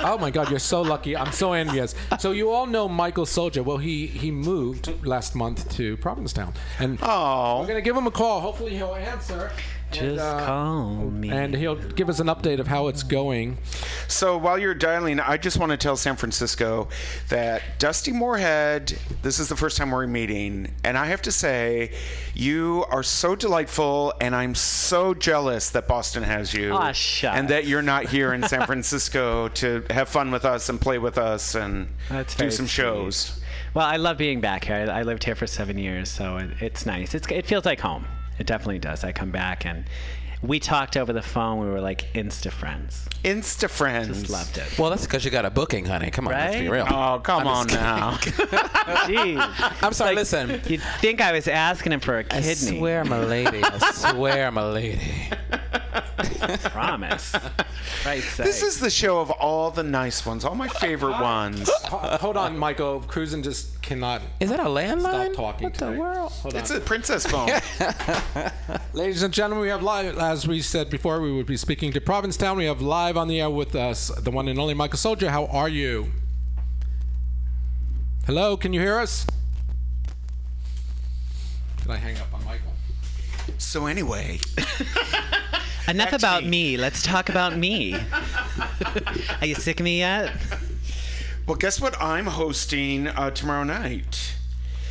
B: Oh my God, you're so lucky. I'm so envious. So you all know Michael Soldier. Well, he he moved last month to Provincetown, and we're
C: Oh,
B: gonna give him a call. Hopefully he'll answer. and,
D: Just
B: uh,
D: call me.
B: and he'll give us an update of how it's going.
C: so while you're dialing, I just want to tell San Francisco that Dusty Moorhead, this is the first time we're meeting, and I have to say, you are so delightful, and I'm so jealous that Boston has you,
D: Aw, shucks.
C: and that you're not here in
D: [laughs]
C: San Francisco to have fun with us and play with us and
D: That's
C: do
D: very
C: some
D: sweet.
C: shows.
D: Well, I love being back here. I, I lived here for seven years, so it, it's nice. It's, it feels like home. It definitely does. I come back and we talked over the phone. We were like Insta friends.
C: Insta friends.
D: Just loved it.
G: Well, that's because you got a booking, honey. Come on, let's be
D: Right?
G: real.
C: Oh, come
G: [laughs]
B: [laughs]
C: on now.
D: Jeez.
G: I'm sorry. listen,
D: [laughs] You'd think I was asking him for a
G: I
D: kidney.
G: swear I'm a lady. I swear I'm a lady.
D: [laughs] Promise.
G: [laughs]
D: Christ's
C: This
D: sake.
C: is the show of all the nice ones, all my favorite ones.
B: [laughs] Ho- Hold on, Michael. Cruisin just cannot
G: Is that a landline?
B: stop talking
G: What
B: today.
G: the world?
B: Hold
C: It's
B: on.
C: a princess phone.
B: Ladies and gentlemen, we have live, as we said before, we would be speaking to Provincetown. We have live on the air with us the one and only Michael Soldier. How are you? Hello, can you hear us? Did I hang up on Michael?
C: so anyway,
D: Enough
C: That's
D: about
C: me.
D: me. Let's talk about
G: [laughs]
D: me. Are you sick of me yet?
C: [laughs] well, guess what? I'm hosting uh, tomorrow night.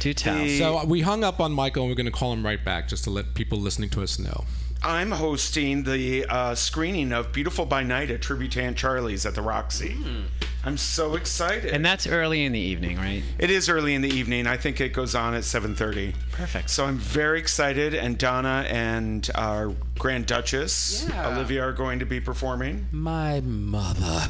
D: Do tell.
B: So uh, we hung up on Michael and we're going to call him right back just to let people listening to us know.
C: I'm hosting the uh, screening of "Beautiful by Night" at Tribute to Aunt Charlie's at the Roxy.
B: Hmm.
C: I'm so excited.
D: and that's early in the evening, right?
C: It is early in the evening. I think it goes on at 7:30.
D: Perfect.
C: So I'm very excited, and Donna and our Grand Duchess Olivia are going to be performing.
G: My mother.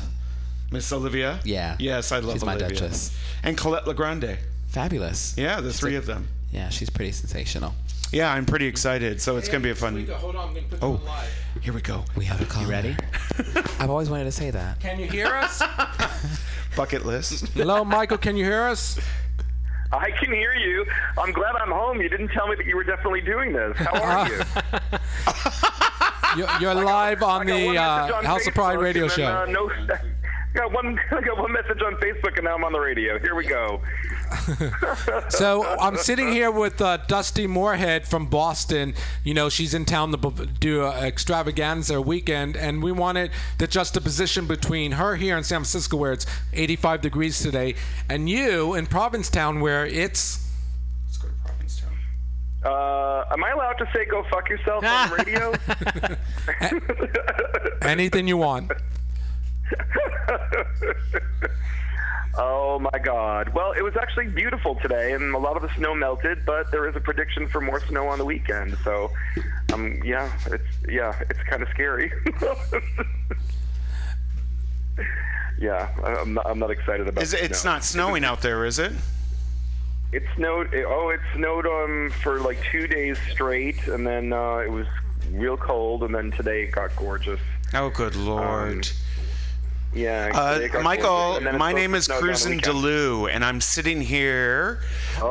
C: Miss Olivia.
G: Yeah.
C: Yes, I love
G: She's my
C: Olivia.
G: Duchess.
C: And Colette Legrande.
G: Fabulous.
C: Yeah, the three
G: a-
C: of them.
G: Yeah, she's pretty sensational.
C: Yeah, I'm pretty excited. So Oh, it's gonna be a fun.
B: Hold on, I'm going to put
C: Oh. on live. Here we go.
G: We have a call. You ready? [laughs] I've always wanted to say that.
B: Can you hear us?
C: [laughs] Bucket list.
B: Hello, Michael, can you hear
C: [laughs]
B: us?
I: I can hear you. I'm glad I'm home. You didn't tell me that you were definitely doing this. How
B: Ah,
I: are you?
B: You're, you're live on
I: I got
B: the
I: one message
B: uh,
I: on
B: House of Pride
I: Facebook
B: radio
I: and
B: show.
I: then, uh, no, [laughs] I got one. [laughs] I got one message on Facebook, and now I'm on the radio. Here
B: [laughs]
I: we go.
B: So I'm sitting here with uh, Dusty Moorhead from Boston. You know, she's in town to b- do an extravaganza weekend, and we wanted the juxtaposition between her here in San Francisco, where it's 85 degrees today, and you in Provincetown, where it's.
C: Let's go to Provincetown.
I: Uh, am I allowed to say "go fuck yourself" on radio?
B: [laughs] Eh, Anything you want.
I: [laughs] Oh my God. Well, it was actually beautiful today, and a lot of the snow melted, but there is a prediction for more snow on the weekend. So, um, yeah, it's yeah, it's kind of scary. [laughs] yeah, I- I'm not, I'm not excited about.
C: Is it, it's
I: snow.
C: not snowing out there, is it?
I: It snowed. It, oh, it snowed um for like two days straight, and then uh, it was real cold, and then today it got gorgeous.
C: Oh, good lord.
I: Um, Yeah. today
C: Uh,
I: it got gorgeous,
C: Michael,
I: and then it's
C: my name
I: supposed to
C: is
I: snow down the
C: Cruisin'
I: weekend.
C: DeLu, and I'm sitting here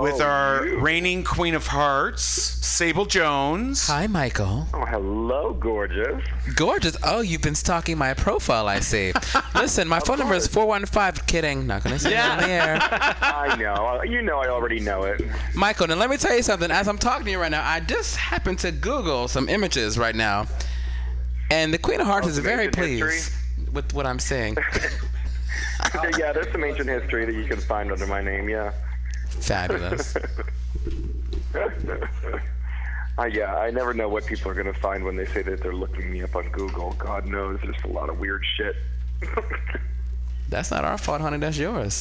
C: with
I: Oh,
C: our
I: you.
C: reigning Queen of Hearts, Sable Jones.
G: Hi, Michael.
I: Oh, hello, gorgeous.
G: Gorgeous. Oh, you've been stalking my profile, I
I: [laughs]
G: see. Listen, my phone number is 415. Kidding. Not going to say that on the air.
I: [laughs] I know. You know, I already know
G: [laughs]
I: it.
G: Michael, now let me tell you something. As I'm talking to you right now, I just happened to Google some images right now. And the Queen of Hearts is
I: some
G: very
I: ancient
G: pleased
I: Oh, history?
G: with what I'm
I: [laughs]
G: saying.
I: yeah, there's some ancient history that you can find under my name. Yeah.
G: Fabulous.
I: [laughs] I, yeah, I never know what people are going to find when they say that they're looking me up on Google. God knows, there's a lot of weird shit.
G: That's not our fault, honey. That's yours.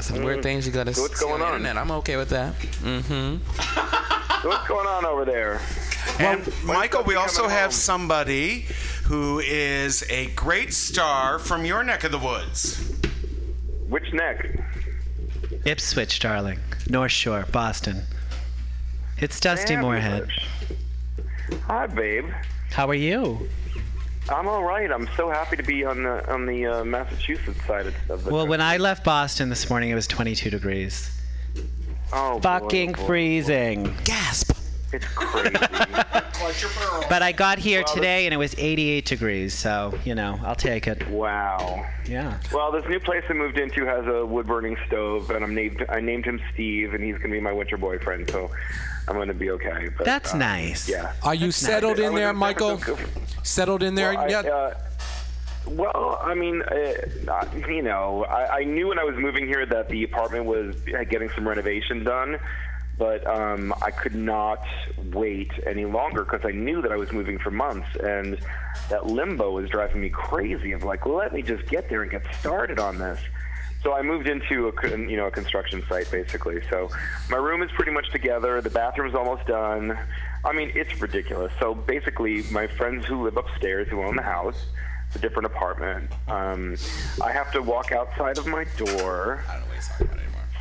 G: Some weird things you gotta
I: Mm. what's
G: see
I: going
G: the
I: on?
G: internet. I'm okay with that. Mm-hmm.
I: So what's going on over there?
C: And Michael, we
I: Coming
C: also have
I: home.
C: somebody who is a great star from your neck of the woods.
I: Which neck? [laughs]
D: Ipswich, darling. North Shore, Boston. It's Dusty Moorhead.
I: Fabulous. Hi, babe.
D: How are you?
I: I'm all right. I'm so happy to be on the on the uh, Massachusetts side of, of the.
D: Well, when I left Boston this morning, it was 22 degrees.
I: oh, boy,
D: Fucking
I: oh, boy.
D: freezing.
G: Gasp.
I: It's crazy.
D: But I got here today and it was 88 degrees, so, you know, I'll take it.
I: wow.
D: Yeah.
I: Well, this new place I moved into has a wood burning stove, and I'm named I named him Steve, and he's gonna be my winter boyfriend, so I'm gonna be okay. But,
D: That's
I: uh,
D: nice.
I: Yeah.
B: Are you settled
I: I
B: in
I: was
B: there,
I: San
B: Michael?
I: Francisco.
B: Settled in there
I: Well, I,
B: yet?
I: uh, well, I mean, uh, uh, you know, I, I knew when I was moving here that the apartment was uh, getting some renovation done, but um, I could not wait any longer because I knew that I was moving for months, and that limbo was driving me crazy. Of like, let me just get there and get started on this. So I moved into a con- you know a construction site basically. So my room is pretty much together. The bathroom's almost done. I mean, it's ridiculous. So basically, my friends who live upstairs, who own the house, it's a different apartment. Um, I have to walk outside of my door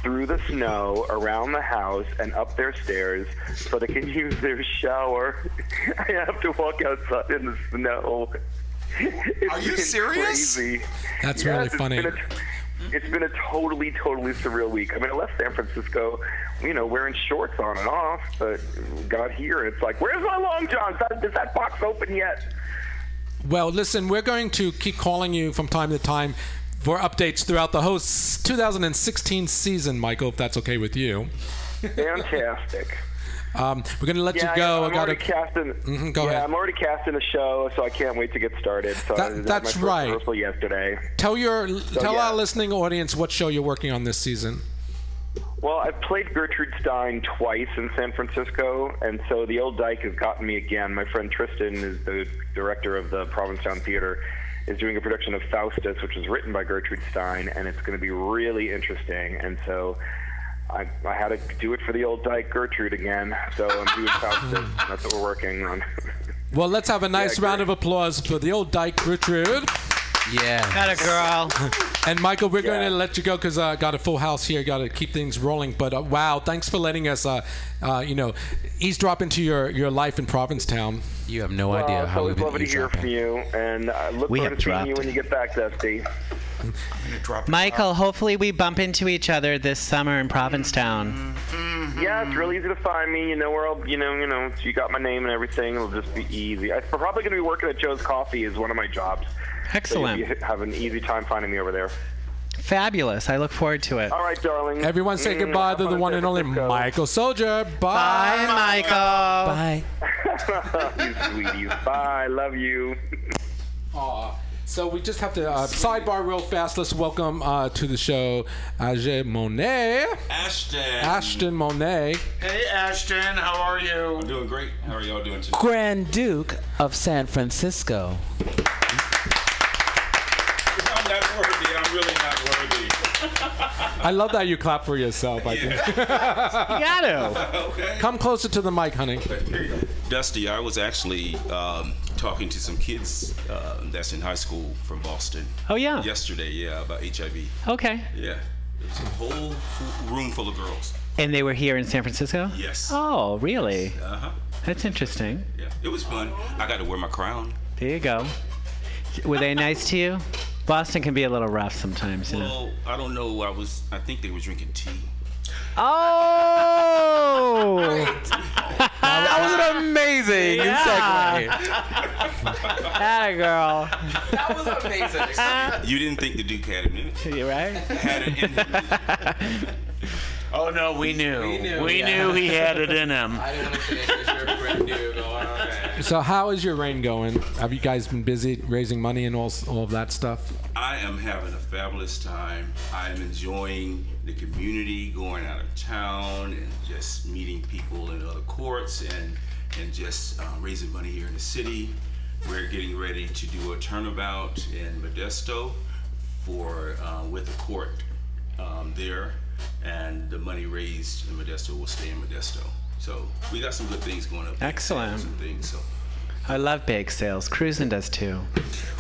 I: through the snow, around the house, and up their stairs so they can [laughs] use their shower. [laughs] I have to walk outside in the snow. Are
C: you serious?
I: Crazy.
B: That's
I: Yes,
B: really
I: it's
B: funny.
I: been a- Mm-hmm. it's been a totally, totally surreal week. I mean, I left San Francisco, you know, wearing shorts on and off, but got here and it's like, where's my long johns? Is that box open yet?
B: [laughs] Well, listen, we're going to keep calling you from time to time for updates throughout the host 2016 season, Michael, if that's okay with you.
I: Fantastic.
B: Um, we're going to let
I: Yeah,
B: you go.
I: I, I'm
B: gotta-
I: already casting.
B: Mhm, go
I: yeah,
B: ahead.
I: I'm already casting the show, so I can't wait to get started. So
B: That-
I: I did
B: that's
I: my first
B: right.
I: Rehearsal yesterday.
B: tell your tell
I: yeah.
B: our listening audience what show you're working on this season.
I: Well, I've played Gertrude Stein twice in San Francisco, and so the old dyke has gotten me again. My friend Tristan is the director of the Provincetown Theater, is doing a production of Faustus, which was written by Gertrude Stein, and it's going to be really interesting. And so I, I had to do it for the old dyke Gertrude again. So I'm
G: [laughs]
I: doing Faustus. That's what we're working on.
B: Well, let's have a nice
I: great.
B: round of applause for the old dyke Gertrude.
G: Yeah.
D: Got a girl.
B: And Michael, we're going
I: Yeah.
B: to let you go because I uh, got a full house here. Got to keep things rolling. But uh, wow, thanks for letting us, uh, uh, you know, eavesdrop into your, your life in Provincetown.
G: You have no
I: Well,
G: idea
I: it's
G: how we've
I: always
G: been
I: lovely to hear from
G: eavesdropping.
I: you, and I look
D: We
I: forward
D: have
I: to seeing you
D: dropped
I: when you get back, Dusty.
D: Michael, hopefully we bump into each other this summer in
I: Mm-hmm.
D: Provincetown.
I: Yeah, it's really easy to find me. You know where I'll, you know, you know, you got my name and everything. It'll just be easy. I'm probably going to be working at Joe's Coffee is one of my jobs. So
D: Excellent.
I: you have an easy time finding me over there.
D: Fabulous. I look forward to it.
I: All right, darling.
B: Everyone say
I: Mm,
B: goodbye
I: have
B: to
I: fun
B: the
I: in
B: one
I: San
B: and only
I: Francisco.
B: Michael Soldier. Bye.
D: Bye, Michael.
G: Bye.
I: you sweeties. Bye. Love you.
B: Aw. So we just have to uh, sidebar real fast. Let's welcome uh, to the show Ajay Monet,
J: Ashton.
B: Ashton Monet.
C: Hey, Ashton, how are you?
J: I'm doing great. How are y'all doing today?
G: Grand Duke of San Francisco.
J: I'm not worthy. I'm really not worthy.
B: I love that you clap for yourself. I think. [laughs]
D: got to.
J: okay.
B: Come closer to the mic, honey.
J: Dusty, I was actually um, talking to some kids uh, that's in high school from Boston
D: Oh, yeah.
J: yesterday. Yeah, about HIV.
D: Okay.
J: Yeah, there's a whole fu- room full of girls.
D: And they were here in San Francisco?
J: Yes.
D: Oh, really?
J: Uh
C: Uh-huh.
J: huh.
D: That's interesting.
J: Yeah, it was fun. I got to wear my crown.
D: There you go. Were they nice to you? Boston can be a little rough sometimes, you know.
J: Well, I don't know. I was. I think they were drinking tea.
D: Oh!
C: [laughs] That was an amazing
D: Yeah. that
C: [laughs]
D: girl.
G: [laughs]
D: [laughs]
G: That was amazing.
J: You didn't think the Duke had it in
C: [laughs]
J: it.
D: You right?
J: Had it in him.
C: Oh no, we knew. We
G: knew,
C: knew,
G: yeah.
C: he had it in
J: [laughs]
C: him.
G: I didn't want to finish this year brand new going on there.
B: So, how is your rain going? Have you guys been busy raising money and all all of that stuff?
J: I am having a fabulous time. I am enjoying the community, going out of town, and just meeting people in other courts, and and just uh, raising money here in the city. We're getting ready to do a turnabout in Modesto for uh, with the court um, there, and the money raised in Modesto will stay in Modesto. So we got some good things going up.
D: Excellent.
J: Some things. So
D: I love bake sales. Cruisin does too.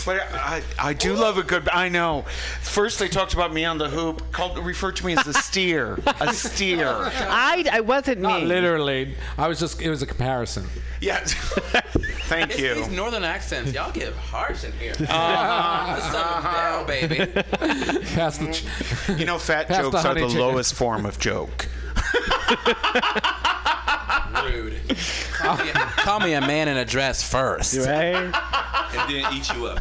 C: But I, I do love a good. I know. First they talked about me on the hoop. Called referred to me as a steer. A
J: [laughs]
C: steer.
D: I, I wasn't me.
B: Not literally. I was just. It was a comparison.
G: [laughs]
C: Yes. Thank you.
G: These northern accents, y'all give harsh in here. Uh-huh. down, baby.
B: Pass the. ch-
C: You know, fat
B: Pass the
C: jokes are
B: honey
C: the
B: chicken.
C: lowest form of joke.
G: Rude. Call me, a, call [laughs] me a man in a dress first.
D: Right?
J: and then eat you up.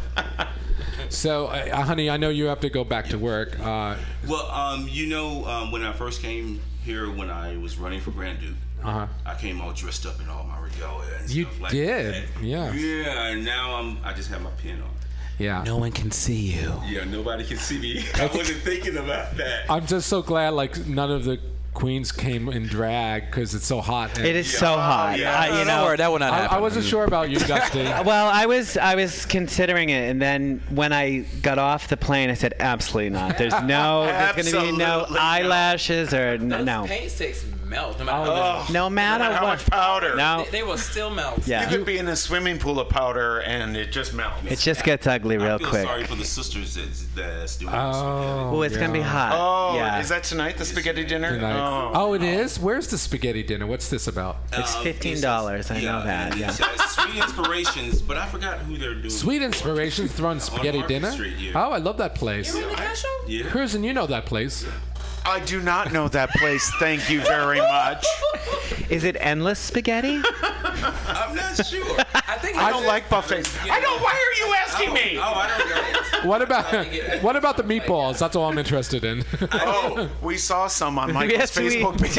B: So, uh, honey, I know you have to go back to work. Uh,
J: Well, um, you know, um, when I first came here, when I was running for Grand Duke,
B: Uh-huh.
J: I came all dressed up in all my regalia and
B: You
J: stuff like
B: did,
J: that.
B: yeah.
J: Yeah, and now I'm. I just have my pin on.
B: yeah.
G: No one can see you.
J: Yeah, nobody can see me. [laughs] I wasn't thinking about that.
B: I'm just so glad like none of the queens came in drag because it's so hot. and-
D: It is so hot.
J: yeah.
D: I, you
G: Don't
D: know,
G: worry, that will not
B: I,
G: happen.
B: I wasn't sure about
J: [laughs]
B: you, Dusty.
D: Uh, Well, I was I was considering it, and then when I got off the plane, I said, "Absolutely not. There's no, there's going to be no
C: Absolutely not.
D: eyelashes or n-
G: Those
D: no, Oh,
G: paint sticks melt no matter
D: no,
G: how
D: matter
C: How much
D: what.
C: powder?
D: No,
G: they, they will still melt.
C: You
D: yeah,
C: could be in a swimming pool of powder and it just melts.
D: it just gets ugly
J: I
D: real
J: feel
D: quick.
J: sorry for the sisters that's, that's doing
B: Oh,
D: Oh, it's going to be hot.
C: oh,
D: yeah.
C: is that tonight, the spaghetti dinner?
B: Tonight.
C: Oh.
B: Oh, it is. Where's the spaghetti dinner? What's this about?
J: this.
D: it's $15, I know that,
J: and
D: yeah.
J: Um, it's, uh, Sweet Inspirations, but I forgot who they're doing.
B: Sweet
J: it for. [laughs]
B: Inspirations throwing spaghetti
J: Market
B: dinner.
J: Street, yeah.
B: Oh, I love that place.
J: Yeah.
B: Cruisin, you know that place.
C: I do not know that place. Thank you very much.
D: [laughs] Is it endless spaghetti?
J: [laughs] I'm not sure.
G: I think
C: I don't like buffets. I don't. Why are you asking me?
J: Oh, I don't know.
B: What
J: [laughs]
B: about [laughs] what about the meatballs? That's all I'm interested in.
C: Oh, we saw some on Michael's
D: [laughs] yes,
C: Facebook
D: we
C: page.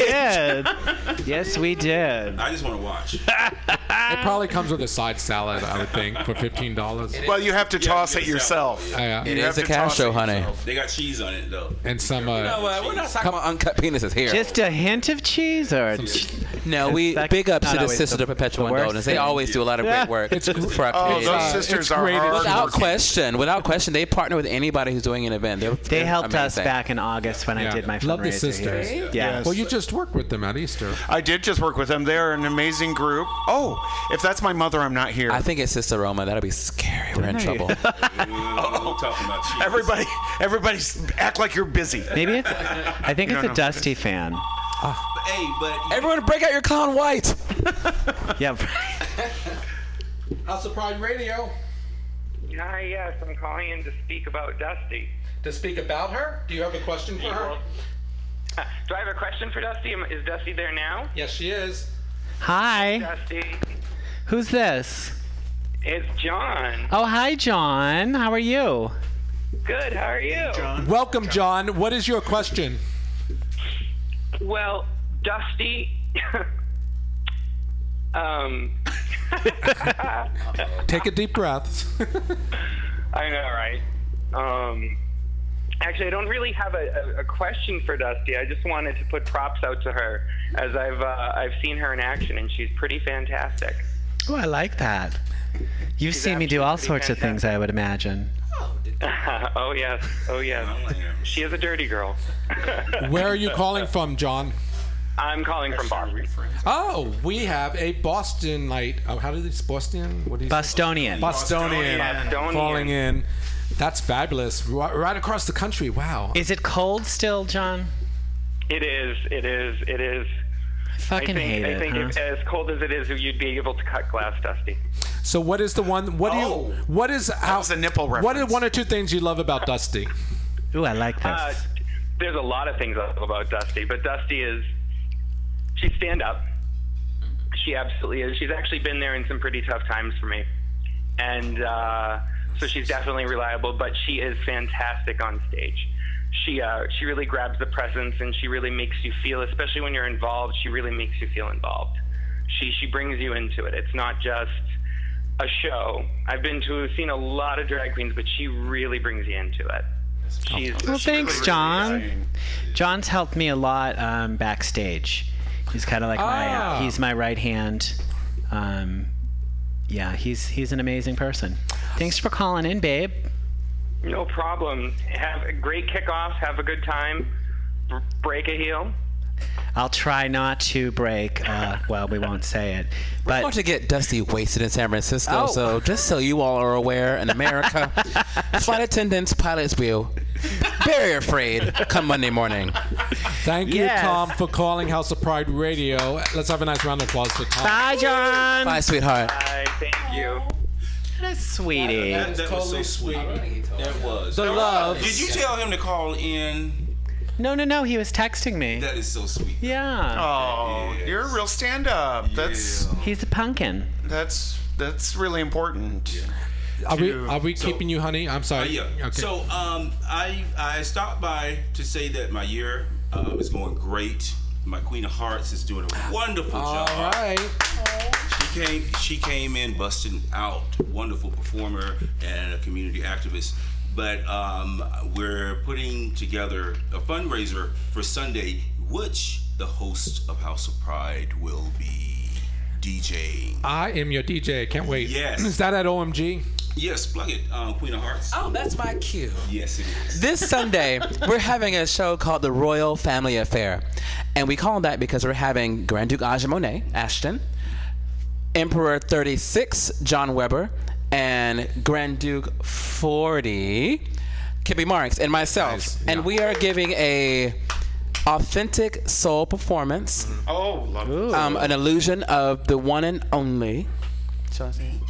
D: did.
C: [laughs]
D: yes, we did.
J: I just want to
B: [laughs]
J: watch.
B: it probably comes with a side salad, I would think, for fifteen dollars.
C: Well, you have to toss
J: you
C: it
J: get a salad.
C: yourself.
B: Oh, Yeah.
G: It
C: You
G: is
C: have
G: a
C: to toss
G: cash show,
C: it
G: honey.
C: yourself.
J: They got cheese on it though.
B: And some.
G: No,
B: Uh,
G: uh, we're not talking about uncut penises here.
D: Just a hint of cheese, or
G: no, we
D: That's
G: big ups
D: not
G: to the
D: always
G: sisters
D: the-
G: of Perpetual
D: the worst
G: Indulgence. They
D: thing.
G: always do a lot of
D: Yeah.
G: great work
B: It's gr-
G: for our
C: Oh,
G: community.
C: those
B: uh,
C: sisters
B: it's
C: are
B: great.
C: hard.
G: Without question, without question, they partner with anybody who's doing an event. They're,
D: they
G: they're
D: helped us
G: amazing.
D: back in August when
B: Yeah.
D: I did my fundraiser.
B: Love the sisters.
D: Here.
C: Yes.
B: well, you just worked with them at Easter.
C: I did just work with them. They are an amazing group. Oh, if that's my mother, I'm not here.
G: I think it's Sister Roma. That'll be scary. We're in
D: Hey. [laughs]
G: trouble.
J: Oh, talking about cheese.
C: Everybody, everybody, s- act like you're busy.
D: [laughs] Maybe it's. I think it's a
C: don't know.
D: Dusty fan.
G: Ah.
J: Hey, but
G: Everyone, break out your Con White.
D: Yeah.
B: House of Pride Radio.
K: Hi, Ah, yes, I'm calling in to speak about Dusty.
B: To speak about her, do you have a question for her?
K: Uh, Do I have a question for Dusty? Am- Is Dusty there now?
B: Yes, she is.
D: Hi.
K: Dusty,
D: Who's this?
K: it's John.
D: Oh, hi, John. How are you?
K: Good, how are you? John.
B: Welcome, John. What is your question?
K: Well, Dusty. [laughs]
D: [laughs]
K: um,
B: Take a deep breath. [laughs]
K: I know, right? Um, actually, I don't really have a, a, a question for Dusty. I just wanted to put props out to her, as I've uh, I've seen her in action, and she's pretty fantastic. [laughs]
D: Oh, I like that. You've seen me do all
K: absolutely
D: sorts of things, I would imagine.
K: oh yes, oh yes. She is a dirty girl.
B: [laughs] Where are you calling from, John?
K: I'm calling from Boston.
B: Oh, we have a Boston night. Oh, how did it's Boston? What do you say?
D: Bostonian.
B: Bostonian,
K: Bostonian.
B: falling in. That's fabulous. Right, right across the country. Wow.
D: Is it cold still, John?
K: It is, it is, it is.
D: I fucking
K: I think,
D: hate
K: I
D: it.
K: think
D: huh?
K: if, as cold as it is, you'd be able to cut glass, Dusty.
B: So what is the one? What do
C: Oh.
B: you? What is how?
C: was a nipple
B: What are
C: reference.
B: one or two things you love about Dusty?
D: Ooh, I like this.
K: Uh, there's a lot of things I love about Dusty, but Dusty is she's stand up. She absolutely is. She's actually been there in some pretty tough times for me, and uh, so she's definitely reliable. But she is fantastic on stage. She uh, she really grabs the presence and she really makes you feel, especially when you're involved. She really makes you feel involved. She she brings you into it. It's not just a show. I've been to seen a lot of drag queens, but she really brings you into it. She's,
D: well,
K: she
D: thanks, John. John's helped me a lot um, backstage. He's kind of like my
B: Ah.
D: uh, he's my right hand. Um, yeah, he's he's an amazing person. Thanks for calling in, babe.
K: No problem. Have a great kickoff. Have a good time. Br- break a heel.
D: I'll try not to break. Uh, well, we won't say it,
G: I want
D: but
G: to get Dusty wasted in San Francisco,
D: Oh.
G: so just so you all are aware, in America, flight attendants, pilots wheel, very afraid come Monday morning.
B: Thank you,
D: Yes.
B: Tom, for calling House of Pride Radio. Let's have a nice round of applause for Tom.
D: bye, John.
G: Bye, sweetheart.
K: I thank you.
D: What a sweetie.
J: That, that was so sweet. That was.
B: The love.
J: Did you tell him to call in?
D: No, no, no. He was texting me.
J: That is so sweet.
D: Yeah,
C: Oh, you're a real stand-up. That's
D: he's a pumpkin.
C: that's that's really important.
B: Are we,
C: to-
B: are we
J: so-
B: keeping you, honey? I'm
J: Uh,
B: sorry.
J: yeah.
B: Okay.
J: So um, I I stopped by to say that my year um, is going great. My Queen of Hearts is doing a wonderful
B: All
J: job.
B: right.
J: She came she came in busting out, wonderful performer and a community activist. But um, we're putting together a fundraiser for Sunday, which the host of House of Pride will be DJing.
B: I am your DJ. Can't wait.
J: Yes.
B: Is that at OMG?
J: Yes, plug it, um, Queen of Hearts.
G: Oh, that's my cue.
J: Yes, it is.
G: This Sunday,
J: [laughs]
G: we're having a show called The Royal Family Affair. And we call it that because we're having Grand Duke Ajamonte, Ashton, Emperor 36, John Weber, and Grand Duke 40, Kippy Marks, and myself. And we are giving a authentic soul performance,
C: Oh, love
G: um, an illusion of the one and only shall I say it?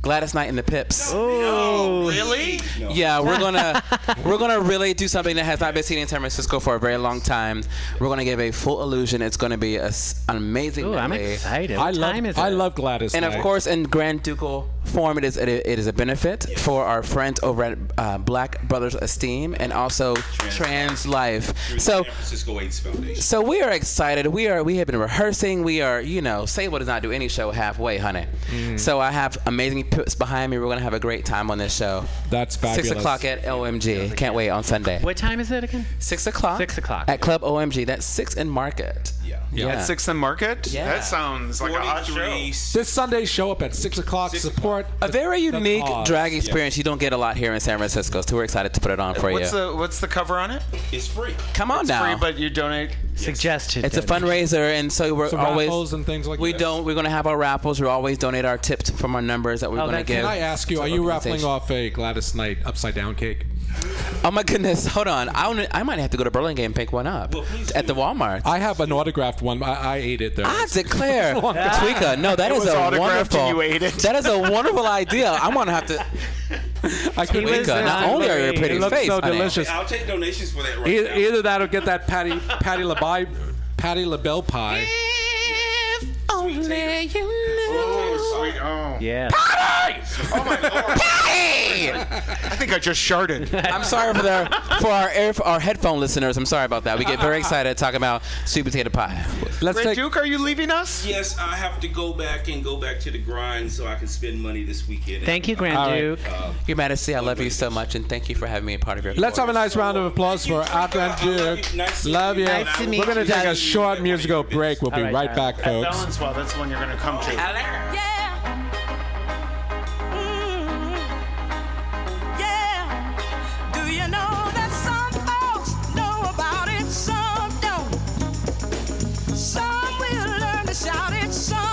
G: Gladys Knight and the Pips.
J: Oh, really? No.
G: Yeah, we're
D: [laughs]
G: gonna we're gonna really do something that has not been seen in San Francisco for a very long time. We're gonna give a full illusion. It's gonna be a s an amazing.
D: Ooh, I'm
G: medley.
D: excited.
B: I
D: What
B: love.
D: time is
B: I
D: it?
B: love Gladys.
G: And of
B: Knight.
G: course, in Grand Ducal form, it is it, it is a benefit for our friends over at uh, Black Brothers Esteem and also Trans, Life. So.
J: San Francisco AIDS Foundation.
G: So we are excited. We are we have been rehearsing. We are, you know, Sable does not do any show halfway, honey. So I have amazing pips behind me. We're gonna have a great time on this show.
B: that's fabulous.
G: Six o'clock at OMG. Can't wait on Sunday.
D: What time is it again?
G: Six o'clock.
D: Six o'clock.
G: At Club OMG. That's six in Market.
J: Yeah.
B: Yeah.
C: At Sixth and Market?
G: Yeah.
C: That sounds like a hot show.
J: 43
B: This Sunday, show up at six o'clock. support
G: A very unique
B: odd.
G: drag experience you don't get a lot here in San Francisco, so we're excited to put it on for
C: Uh, What's
G: you.
C: the what's the cover on it?
J: It's free.
G: Come on
C: Free,
G: now.
C: but you donate.
D: Suggested.
G: it's a fundraiser, and so we're
B: some
G: always
B: raffles and things like
G: we
B: that.
G: don't we're gonna have our raffles. We always donate our tips from our numbers that we're
D: Oh,
G: gonna
D: that's-
G: give.
B: Can I ask you?
G: to
B: Are you raffling
G: organizations.
B: off a Gladys Knight upside down cake?
G: Oh my goodness! Hold on. I wanna, I might have to go to Burlingame and pick one up
J: Well, please
G: at the
J: do.
G: Walmart. I,
B: I have an autographed one. I, I ate it there. [laughs]
G: declare, Tweeka. No, that is
C: was
G: a
C: autographed and
G: wonderful.
C: you ate it.
G: That is
C: [laughs]
G: a wonderful [laughs] idea. I'm gonna have to.
B: I couldn't
G: Tweeka,
B: eat that.
G: not only are you a pretty
B: It looks
G: face,
B: so
G: honey.
B: delicious.
J: I'll take donations for that right
B: E-
J: now.
B: Either that or get that Patty Patty LaBelle Patty
G: [laughs]
B: LaBelle pie.
C: Oh, sweet. Oh.
D: Yeah.
C: oh [laughs] my lord. I think I just sharted.
G: I'm sorry for the for our air, for our headphone listeners. I'm sorry about that. We get
C: [laughs]
G: very excited talking about sweet potato pie.
B: Let's
C: Red
B: take.
C: Duke, are you leaving us?
J: Yes, I have to go back and go back to the grind so I can spend money this weekend.
D: Thank you, Grand
B: All right.
D: Duke.
G: Your Majesty, I love you so much, and thank you for having me a part of your.
B: Let's have a nice round of applause for
J: Thank you,
B: Akron
J: Tweeka. I love
B: Duke.
J: you. Nice to
B: Love
J: meet
B: you.
J: you.
D: Nice to meet
B: We're gonna
D: you.
B: take a
D: Nice to
B: short
J: meet you.
B: musical break. We'll
D: All
B: be
D: right,
G: uh,
D: uh,
B: right
D: darling.
B: back, folks.
C: well, that's the one you're going to come to.
A: Yeah. Mm. Yeah. [laughs] Oh, oh, oh.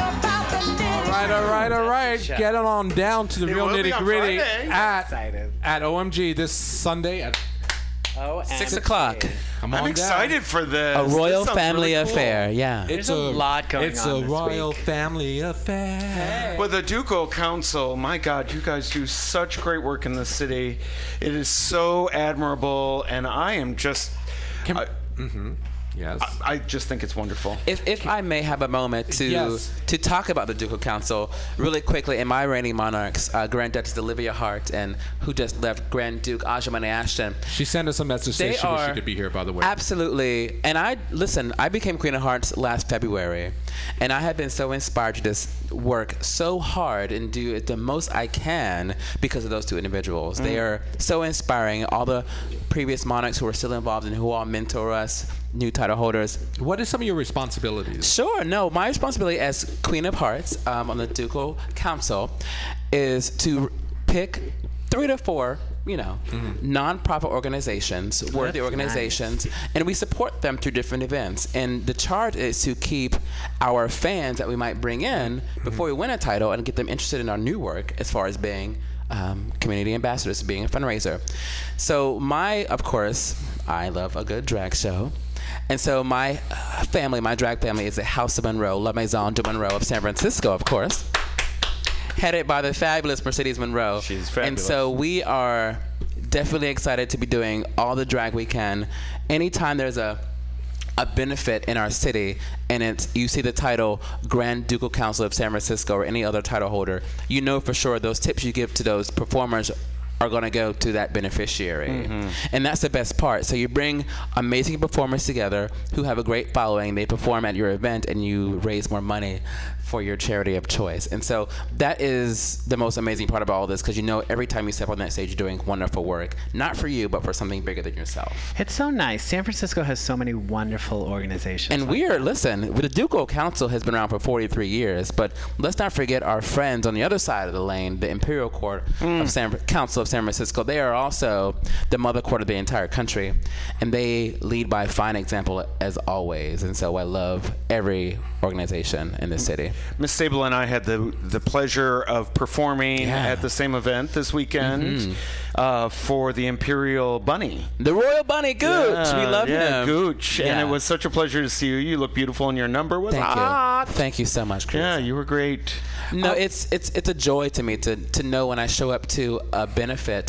B: right, all right, all right. Get it on down to the real
C: will be
B: nitty
C: on
B: gritty
C: Friday.
B: at
D: Excited.
B: at OMG this Sunday at
D: Oh,
G: Six o'clock.
B: come on
C: I'm
B: down.
C: excited for this.
G: A
C: This
G: royal
C: sounds
G: family
C: really cool.
G: affair. Yeah.
B: It's
D: There's a lot going
B: it's
D: on
B: a
D: this
B: royal family affair.
C: Well, the Ducal Council, my God, you guys do such great work in the city. It is so admirable, and I am just,
B: Can-
C: I,
B: Yes.
C: I just think it's wonderful.
G: Mm-hmm. if, if I may have a moment to
B: Yes.
G: to talk about the Ducal Council really quickly, and my reigning monarchs, uh, Grand Duchess Olivia Hart, and who just left Grand Duke Ajamane Ashton.
B: she sent us a message
G: They
B: saying she wished
G: are
B: she could be here, by the way.
G: Absolutely. And I listen, I became Queen of Hearts last February, and I have been so inspired to just work so hard and do it the most I can because of those two individuals. They are so inspiring. All the previous monarchs who are still involved and who all mentor us, new title holders,
B: what are some of your responsibilities?
G: Sure. No, my responsibility as Queen of Hearts um, on the Ducal Council is to pick three to four, you know,
B: Mm-hmm.
G: nonprofit organizations, worthy organizations, and we support them through different events. And the charge is to keep our fans that we might bring in
D: Mm-hmm.
G: before we win a title and get them interested in our new work as far as being. Um, community ambassadors being a fundraiser. So, my, of course, I love a good drag show. And so my uh, family, my drag family, is the House of Monroe, La Maison de Monroe of San Francisco, of course, headed by the fabulous Mercedes Monroe.
D: She's
G: And
D: fabulous.
G: so we are definitely excited to be doing all the drag we can. Anytime there's a a benefit in our city, and it's you see the title Grand Ducal Council of San Francisco or any other title holder, you know for sure those tips you give to those performers are going to go to that beneficiary. Mm-hmm. And that's the best part. So you bring amazing performers together who have a great following. They perform at your event and you raise more money for your charity of choice. And so that is the most amazing part about all this because you know every time you step on that stage, you're doing wonderful work. Not for you, but for something bigger than yourself.
D: It's so nice. San Francisco has so many wonderful organizations.
G: And
D: like
G: we are, listen, the Ducal Council has been around for 43 years, but let's not forget our friends on the other side of the lane, the Imperial Court of San, Council of San Francisco. They are also the mother court of the entire country, and they lead by fine example as always. And so I love every organization in this city.
C: Miss Sable and I had the the pleasure of performing at the same event this weekend uh, for the Imperial Bunny.
G: Mm-hmm. The Royal Bunny Gooch, we
C: Uh,
G: love
C: yeah,
G: him.
C: Gooch, and
G: Yeah.
C: it was such a pleasure to see you. You look beautiful, and your number was
G: Thank
C: hot.
G: you. Thank you so much, Chris.
C: Yeah, you were great.
G: No, it's it's it's a joy to me to to know when I show up to a benefit,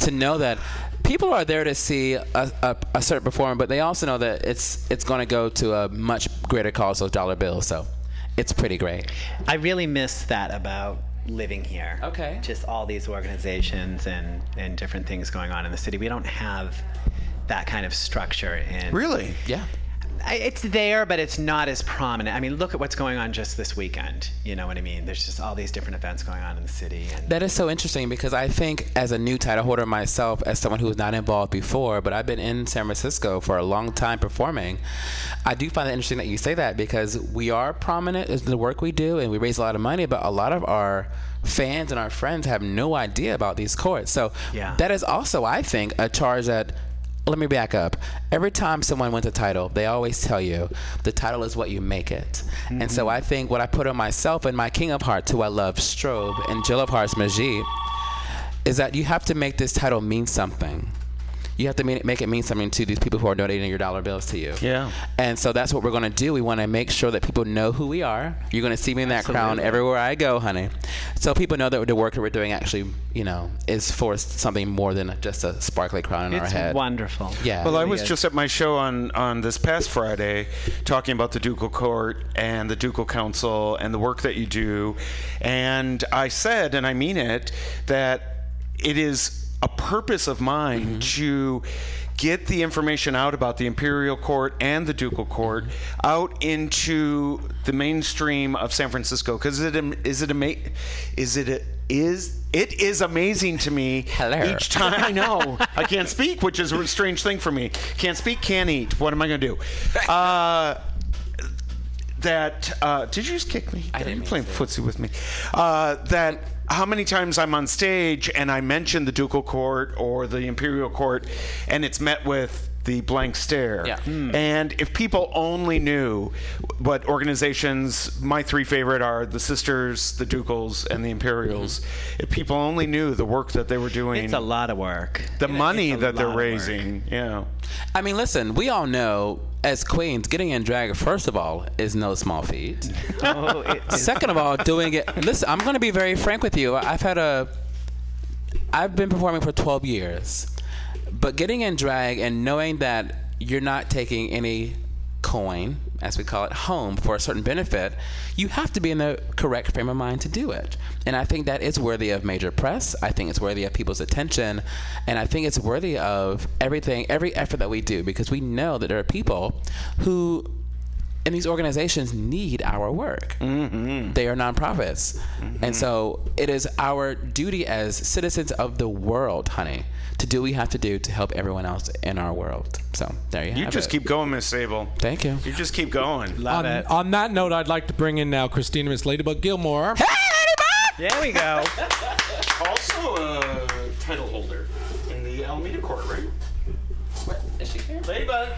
G: to know that people are there to see a, a, a certain performer, but they also know that it's it's going to go to a much greater cause of dollar bills. So, it's pretty great.
D: I really miss that about living here.
G: Okay.
D: Just all these organizations and, and different things going on in the city. We don't have that kind of structure in
C: Really?
G: Yeah.
D: I- it's there but it's not as prominent i mean look at what's going on just this weekend you know what i mean there's just all these different events going on in the city and
G: That is so interesting because I think, as a new title holder myself, as someone who was not involved before, but I've been in San Francisco for a long time performing, I do find it interesting that you say that because we are prominent in the work we do and we raise a lot of money, but a lot of our fans and our friends have no idea about these courts. So
D: Yeah.
G: that is also, I think, a charge that let me back up. Every time someone wins a title, they always tell you the title is what you make it. And so I think what I put on myself and my King of Hearts, who I love, Strobe, and Jill of Hearts, Majid, is that you have to make this title mean something. You have to mean, make it mean something to these people who are donating your dollar bills to you.
C: Yeah.
G: And so that's what we're going to do. We want to make sure that people know who we are. You're going to see me in that crown everywhere I go, honey. So people know that the work that we're doing actually, you know, is for something more than just a sparkly crown in our
D: it's
G: head.
D: wonderful
G: Yeah.
C: Well, I was just at my show on, on this past Friday talking about the Ducal Court and the Ducal Council and the work that you do. And I said, and I mean it, that it is a purpose of mine
G: Mm-hmm.
C: to get the information out about the Imperial Court and the Ducal Court out into the mainstream of San Francisco because it am- is it ama- is it a, is it is amazing to me
G: Hello.
C: each time I know I can't speak, which is a strange thing for me. Can't speak, can't eat. What am I going to do? Uh, that uh, did you just kick me? I
G: didn't
C: you playing footsie with me. Uh, that how many times I'm on stage and I mention the Ducal Court or the Imperial Court, and it's met with the blank stare.
G: Yeah. Hmm.
C: And if people only knew what organizations, my three favorite are the Sisters, the Ducals, and the Imperials.
G: Mm-hmm.
C: If people only knew the work that they were doing,
D: It's a lot of work.
C: the money
D: it's a lot
C: that they're
D: of work.
C: raising, yeah.
G: I mean, listen, we all know as queens, getting in drag, first of all, is no small feat. [laughs]
D: Oh, it is.
G: Second of all, doing it. Listen, I'm going to be very frank with you. I've had a. I've been performing for 12 years, but getting in drag and knowing that you're not taking any coin, as we call it, home for a certain benefit, you have to be in the correct frame of mind to do it. And I think that is worthy of major press. I think it's worthy of people's attention, and I think it's worthy of everything, every effort that we do, because we know that there are people who and these organizations need our work.
C: Mm-hmm.
G: They are nonprofits. And so it is our duty as citizens of the world, honey, to do what we have to do to help everyone else in our world. So there you, have
C: You just
G: it. [laughs]
C: keep going, Miss Sable.
G: Thank you. Um,
C: You just keep going.
D: Love
B: On,
D: it.
B: on that note, I'd like to bring in now Christina Miss Ladybug Gilmore.
D: There we go.
L: Also a title holder in the Alameda court, right?
G: What? Is she here?
L: Ladybug.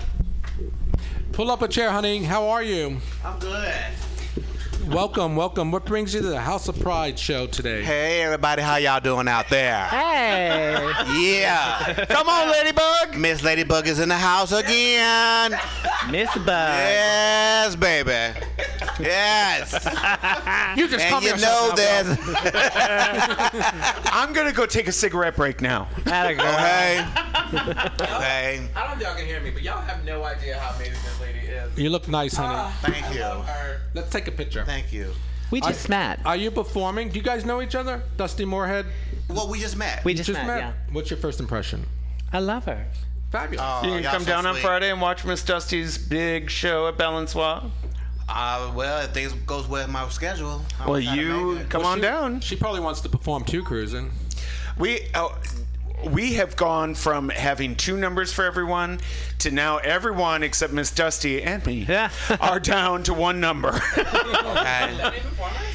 B: Pull up a chair, honey. How are you?
L: I'm good.
B: Welcome, welcome. What brings you to the House of Pride show today?
L: Hey everybody, how y'all doing out there?
D: Hey.
L: [laughs] Yeah. Come on, Ladybug. Miss Ladybug is in the house again.
D: Miss Bug.
L: Yes, baby. Yes.
B: You just call
L: And
B: me
L: you
B: a
L: know
B: shut-up.
L: that.
C: I'm gonna go take a cigarette break now. Oh,
D: Atta girl.
G: [laughs]
L: Okay. Okay.
G: I don't know if y'all can hear me, but y'all have no idea how amazing this lady is. Ah,
B: You look nice, honey.
L: Thank you.
B: [laughs] Let's take a picture.
L: Thank you.
D: We just met.
B: Are you performing? Do you guys know each other? Dusty Moorhead?
L: Well, we just met.
D: we just,
B: Just
D: met.
B: met.
D: Yeah.
B: What's your first impression?
D: I love her.
B: Fabulous.
L: Oh,
C: You can come down on Friday and watch Miss Dusty's big show at Balancois.
L: Uh, well, if things goes well with my schedule. I'm
C: Well,
L: trying to
C: you
L: make it.
C: come
B: Well,
C: on
B: she-
C: down.
B: She probably wants to perform too, cruising.
C: We uh, we have gone from having two numbers for everyone to now everyone except Miss Dusty and me
D: Yeah.
C: [laughs] are down to one number.
L: Okay.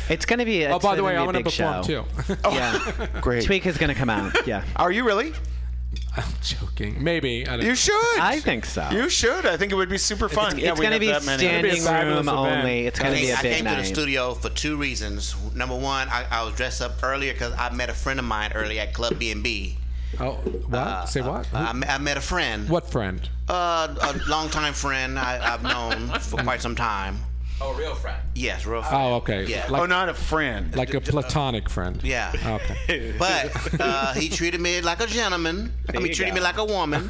D: It's gonna be.
B: Oh, by the way, I want to
D: to
B: perform
D: show.
C: [laughs]
B: too.
D: [laughs] Yeah.
C: Oh, Great.
D: Tweak is gonna come out. Yeah.
C: Are you really?
B: I'm joking. Maybe. I don't
C: You should.
D: I think so.
C: You should. I think it would be super fun.
D: It's,
C: yeah, we
D: gonna
C: have
D: be
C: that many. It'd
D: standing
C: a fabulous
D: room
C: event.
D: only. It's
L: I
D: gonna be
L: came,
D: a
L: I
D: big
L: came to the
D: night.
L: studio for two reasons. Number one, I, I was dressed up earlier because I met a friend of mine early at Club B and B.
B: Oh, what? Say what? Who-
L: Uh, I met a friend.
B: what friend?
L: Uh, a longtime friend I, I've known for quite some time.
G: Oh, real friend.
L: Yes, real.
B: Oh, okay.
L: Yeah.
B: Like,
C: Oh, not a friend.
B: like a platonic friend.
L: uh, Yeah.
B: [laughs] Okay.
L: Oh, But uh, he treated me like a gentleman. I mean,
D: you
L: treated
D: go.
L: me like a
B: [laughs]
L: woman.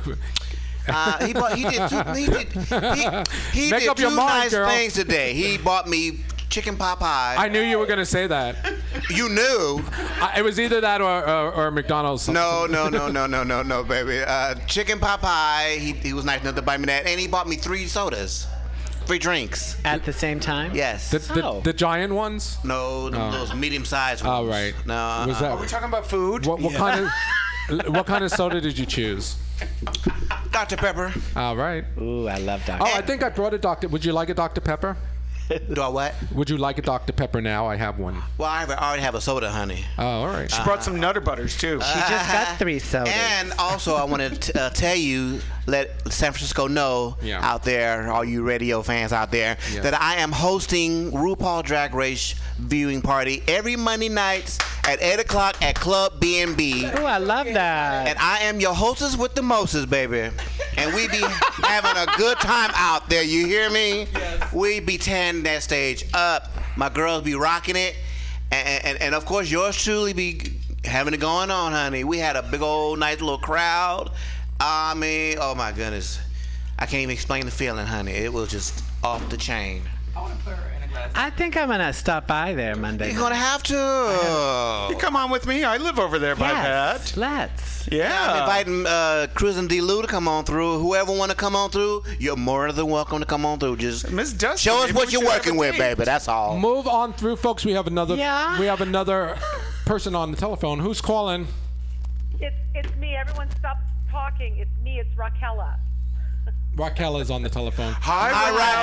L: Uh, he bought. He did. Two, he did. He, he
B: Make
L: did
B: up
L: two
B: your mind,
L: nice
B: girl.
L: things today. He bought me chicken pot pie.
B: I knew you were going to say that.
L: [laughs] you knew.
B: I, it was either that or, or, or McDonald's.
L: No, no, no, no, no, no, no, baby. Uh, chicken pot pie. He, he was nice enough to buy me that, and he bought me three sodas, three drinks.
D: At the same time.
L: Yes.
B: The, the,
D: Oh.
B: the giant ones?
L: no, them- those medium-sized ones.
B: All right.
L: No.
B: Was
L: uh-uh.
B: that,
C: Are we talking about food?
B: what, what kind of what kind of soda did you choose?
L: [laughs] Dr. Pepper.
B: All right.
D: Ooh, I love Dr.
B: Oh, I think I brought a Dr. Would you like a Dr. Pepper?
L: Do I what?
B: Would you like a Dr. Pepper now? I have one.
L: Well, I already have a soda, honey. Uh-huh.
B: Oh, all right.
D: Ah.
C: She brought some Nutter Butters too.
D: She just got three sodas.
L: And also, I want to t- uh, tell you, let San Francisco know
B: Yeah.
L: out there, all you radio fans out there,
B: Yeah.
L: that I am hosting RuPaul Drag Race viewing party every Monday nights at 8 o'clock at Club B&B.
D: Ooh, I love that.
L: And I am your hostess with the mostest, baby. And
D: [laughs]
L: we be having a good time out there. You hear me? Yes. We be tanning that stage up. My girls be rocking it. And, and, and of course, yours truly be having it going on, honey. We had a big old, nice little crowd. I mean, oh my goodness. I can't even explain the feeling, honey. It was just off the chain.
D: I think I'm gonna stop by there Monday.
L: You're going to have to.
C: Come on with me. I live over there by
D: yes,
C: that.
D: let's.
C: Yeah.
L: I'm inviting uh, Chris and D. Lou to come on through. Whoever want to come on through, you're more than welcome to come on through. Just
C: Miss Dusty.
L: Show us
C: maybe
L: what
C: we
L: you're
C: should have
L: working
C: a
L: with,
C: date.
L: baby. That's all.
B: Move on through, folks. We have another.
D: Yeah.
B: We have another person on the telephone. Who's calling?
M: It's, it's me. Everyone stop talking. It's me. It's Raquella.
B: Raquel is on the telephone.
C: Hi,
L: All right,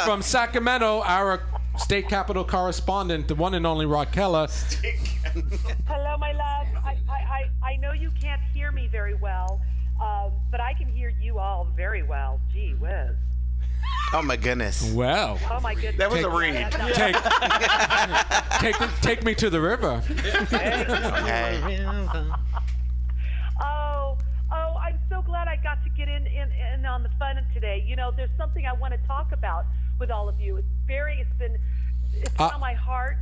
C: Raquel.
L: Kayla.
B: From Sacramento, our state capital correspondent, the one and only Raquel.
M: Hello, my love. I, I, I, I know you can't hear me very well, uh, Um, but I can hear you all very well. Gee whiz.
L: Oh my goodness.
B: Wow.
M: Oh my goodness.
L: That was a read.
M: Yeah, no.
B: Take, take, [laughs] take me to the river.
M: Oh, oh, I'm so glad I got to get in, in, in on the fun of today. You know, there's something I want to talk about with all of you. It's very, it's been, it's been
B: Uh,
M: on my heart.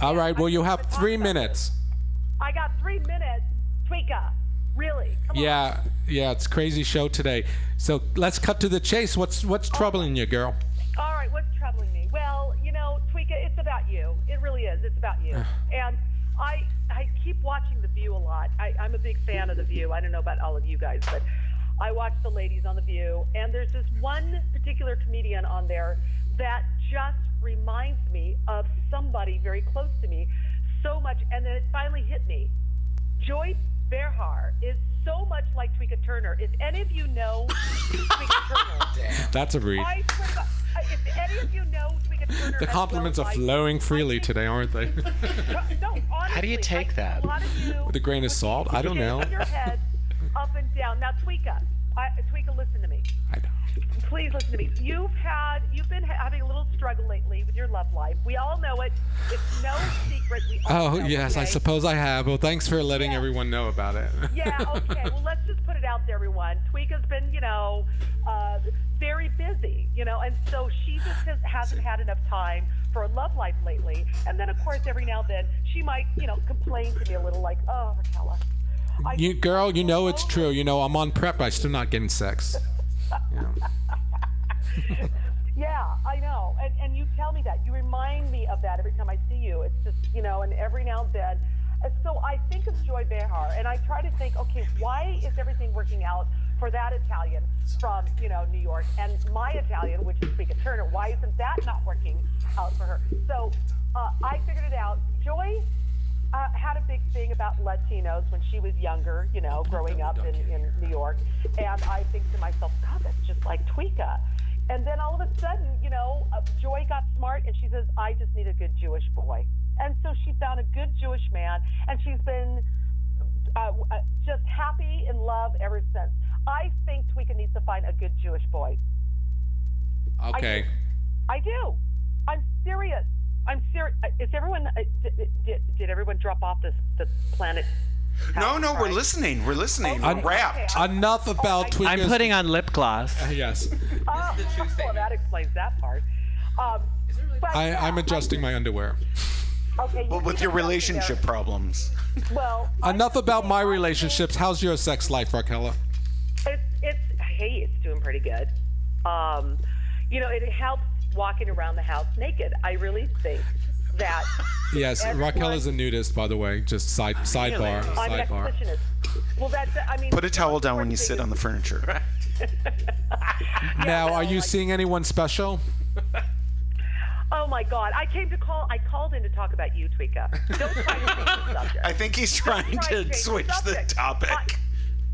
B: All right. Well, you have three minutes.
M: I got three minutes. Tweeka, really? Come
B: Yeah, yeah. It's crazy show today. So let's cut to the chase. What's what's troubling you, girl?
M: All right, what's troubling me? Well, you know, Tweeka, it's about you. It really is. It's about you. and I I keep watching The View a lot. I, I'm a big fan of The View. I don't know about all of you guys, but I watch the ladies on The View. And there's this one particular comedian on there that just reminds me of somebody very close to me so much. And then it finally hit me. Joyce Behar is so much like Tweeka Turner. If any of you
B: [laughs]
M: know Tweeka Turner,
B: That's a read.
M: I swear to God, I- if any of you know Tweeka Turner,
B: The
M: as
B: compliments
M: well
B: are
M: as I
B: flowing freely today, aren't they?
M: do, no, honestly,
D: How do you take that?
M: a lot of you
B: With a grain of salt. I don't know.
M: shake your head up and down. Now, Tweeka, I, Tweeka, listen to me.
B: I know.
M: Please listen to me. You've had, you've been ha- having a little struggle lately with your love life. We all know it. It's no secret. We all
B: Oh
M: know,
B: yes, I
M: okay?
B: suppose I have. Well, thanks for letting everyone know about it.
M: Yeah,
B: [laughs]
M: okay. well, let's just put it out there, everyone. Tweeka's been, you know, uh, very busy, you know, and so she just has, hasn't had enough time for a love life lately. And then, of course, every now and then she might, you know, complain to me a little, like, oh, Raquel, I
B: You girl, you know it's true. You know I'm on prep. I'm still not getting sex.
M: [laughs] Yeah, I know. And, and you tell me that. You remind me of that every time I see you. It's just, you know, and every now and then. And So I think of Joy Behar and I try to think, okay, why is everything working out for that Italian from, you know, New York and my Italian, which is Speaker Turner? Why isn't that not working out for her? So uh, I figured it out. Joy uh, had a big thing about Latinos when she was younger, you know, growing up in, in New York. And I think to myself, God, that's just like Tweeka. And then all of a sudden, you know, uh, Joy got smart and she says, I just need a good Jewish boy. And so she found a good Jewish man and she's been uh, uh, just happy in love ever since. I think Tweeka needs to find a good Jewish boy.
B: Okay.
M: I do. I'm serious. I'm serious. Is everyone? uh, Did, did, did everyone drop off this the planet?
C: No, no, we're listening. We're listening.
B: En-
C: We're wrapped.
B: Enough about Uh, Tweakers.
D: I'm putting on lip gloss.
B: Yes.
M: Oh, well, that explains that part. Um, but
B: I,
M: yeah,
B: I'm adjusting my underwear.
M: okay, you
C: Well, with
M: keep
C: your
M: adjusting
C: relationship
M: there.
C: problems.
M: Well,
B: Enough about my relationships. How's your sex life, Raquella?
M: it's it's hey, it's doing pretty good. Um, you know, it helps walking around the house naked. I really think that.
B: [laughs] Yes,
M: Everyone-
B: Raquel is a nudist, by the way. Just side sidebar,
M: I'm an
B: sidebar.
M: exhibitionist. Well, that's. I mean,
C: Put a towel down when you sit on the furniture.
B: Now, are you seeing anyone special?
M: [laughs] Oh my God! I came to call. I called in to talk about you, Tweeka. Don't try to change the subject.
C: I think he's trying
M: Try
C: to
M: change
C: switch the
M: subject.
C: topic.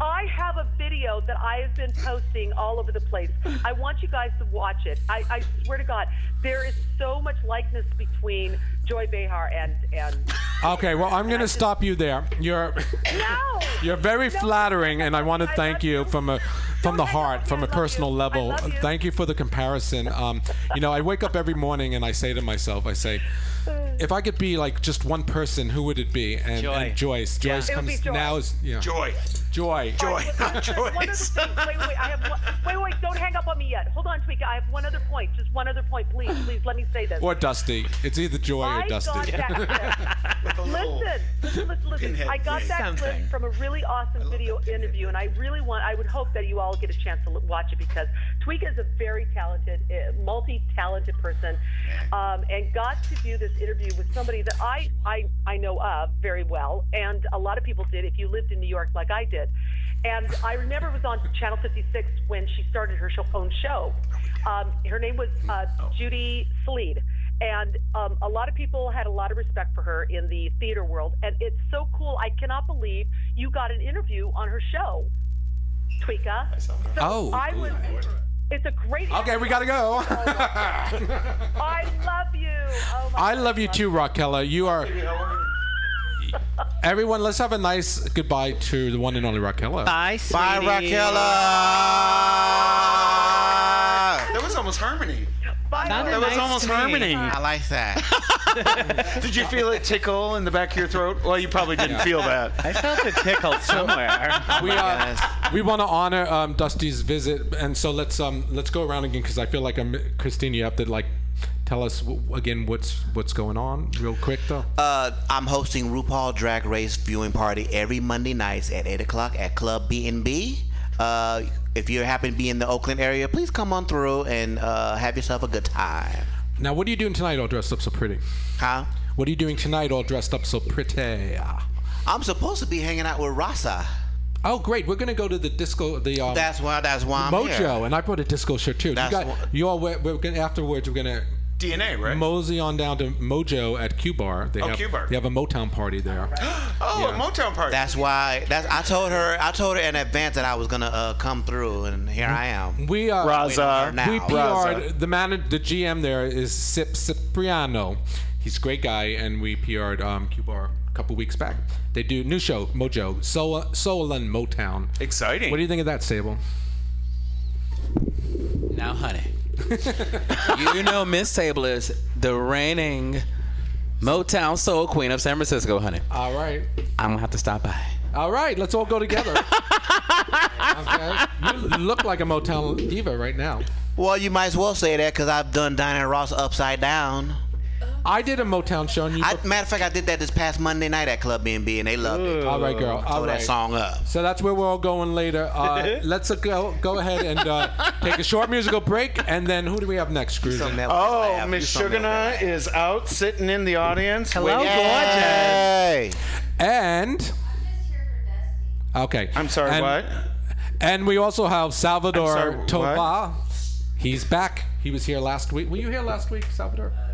M: I, I have a video that I have been posting all over the place. I want you guys to watch it. I, I swear to God, there is so much likeness between Joy Behar and and.
B: Okay, well, I'm going to stop you there. You're
M: No.
B: [laughs] you're very
M: No,
B: flattering, and I want to
M: I
B: thank
M: love
B: you from a from the
M: Don't hang up.
B: heart, from
M: I
B: a
M: love
B: personal
M: you. I
B: level.
M: love you.
B: Thank you for the comparison. Um, you know, I wake up every morning and I say to myself, I say, if I could be like just one person, who would it be? And,
D: Joy.
B: and Joyce.
D: Yeah.
B: Joyce
M: It would be
B: comes
M: Joy.
B: now. Is yeah.
C: Joy.
B: Joy.
C: Joy, [laughs] not
M: Listen, one other
C: Joyce.
M: thing. Wait, wait, wait. I have one, wait, wait. Don't hang up on me yet. Hold on, Tweeka. I have one other point. Just one other point, please, please. Let me say this.
B: Or Dusty. It's either Joy
M: I
B: or Dusty. [laughs]
M: got that clip. listen, listen, listen, listen.
C: pinhead
M: I got
C: thing.
M: that
D: Something.
M: clip from a really awesome video interview, and I really want, I would hope that you all get a chance to l- watch it because Tweeka is a very talented, uh, multi-talented person, um, and got to do this interview with somebody that I, I, I know of very well, and a lot of people did if you lived in New York like I did. And I remember it was on Channel 56 when she started her show, own show. Um, her name was uh,
B: Oh.
M: Judy Sleed. And um, a lot of people had a lot of respect for her in the theater world. And it's so cool. I cannot believe you got an interview on her show, Tweeka. So
B: Oh.
M: I was. It's a great.
B: Okay, we gotta go.
M: [laughs] I love you. Oh my
B: I love you too, Raquella. You are everyone, let's have a nice goodbye to the one and only Raquel.
D: Bye,
L: Bye,
D: sweetie.
C: Uh,
L: Raquel.
C: That was almost harmony.
M: Bye,
D: Sounded
C: That
M: Lori.
C: was
D: nice
C: almost
D: to me.
C: harmony.
L: I like that.
C: [laughs] Did you feel it tickle in the back of your throat? Well, you probably didn't feel that.
D: I felt a tickle somewhere.
B: [laughs]
D: Oh
B: we uh, we want to honor um, Dusty's visit, and so let's um let's go around again because I feel like I'm Christine. You have to like tell us w- again what's what's going on real quick though.
L: Uh, I'm hosting RuPaul Drag Race viewing party every Monday nights at eight o'clock at Club B and B. Uh, If you happen to be in the Oakland area, please come on through and uh, have yourself a good time.
B: now, what are you doing tonight? All dressed up so pretty.
L: Huh?
B: What are you doing tonight? All dressed up so pretty.
L: I'm supposed to be hanging out with Rasa.
B: Oh, great! We're gonna go to the disco. The um,
L: That's why. That's why I'm
B: Mojo,
L: here.
B: and I brought a disco shirt too. You,
L: That's
B: got,
L: what-
B: you all. We're, we're gonna afterwards. We're gonna
C: DNA, right?
B: mosey on down to Mojo at Q Bar. They
C: Oh,
B: have,
C: Q Bar.
B: They have a Motown party there.
C: oh, a Motown party.
L: That's why. That's. I told her. I told her in advance that I was gonna uh, come through, and here I am.
B: We uh,
C: Raza.
L: Now.
B: We
C: Raza.
B: PR'd the man, the GM there is Sip Cipriano. He's a great guy, and we PR'd um, Q Bar a couple weeks back. They do new show Mojo Soul Soul and Motown.
C: Exciting.
B: What do you think of that, Sable?
G: Now, honey, [laughs] you know Miss Table is the reigning Motown Soul Queen of San Francisco, honey.
B: All right,
G: I'm gonna have to stop by.
B: all right. Let's all
G: [laughs]
B: go together. okay. You look like a Motown diva right now.
L: Well, you might as well say that because I've done Diana Ross upside down.
B: I did a Motown show, and you.
L: I,
B: look-
L: matter of fact, I did that this past Monday night at Club B and B, and they loved it.
B: all right, girl. All
L: Throw
B: right.
L: that song up.
B: So that's where we're all going later.
L: [laughs]
B: Uh, let's uh, go go ahead and uh, take a short musical break, and then who do we have next, Cruisin'?
L: Something else to
C: Oh,
L: laugh.
C: Miss
L: Do something else
C: Sugarna is out sitting in the audience.
D: Hello,
C: waiting-
D: gorgeous.
L: Hey.
B: And okay,
C: I'm sorry,
B: And,
C: what?
B: And we also have Salvador
C: I'm sorry, what?
B: Toba. He's back. He was here last week. Were you here last week, Salvador? Uh,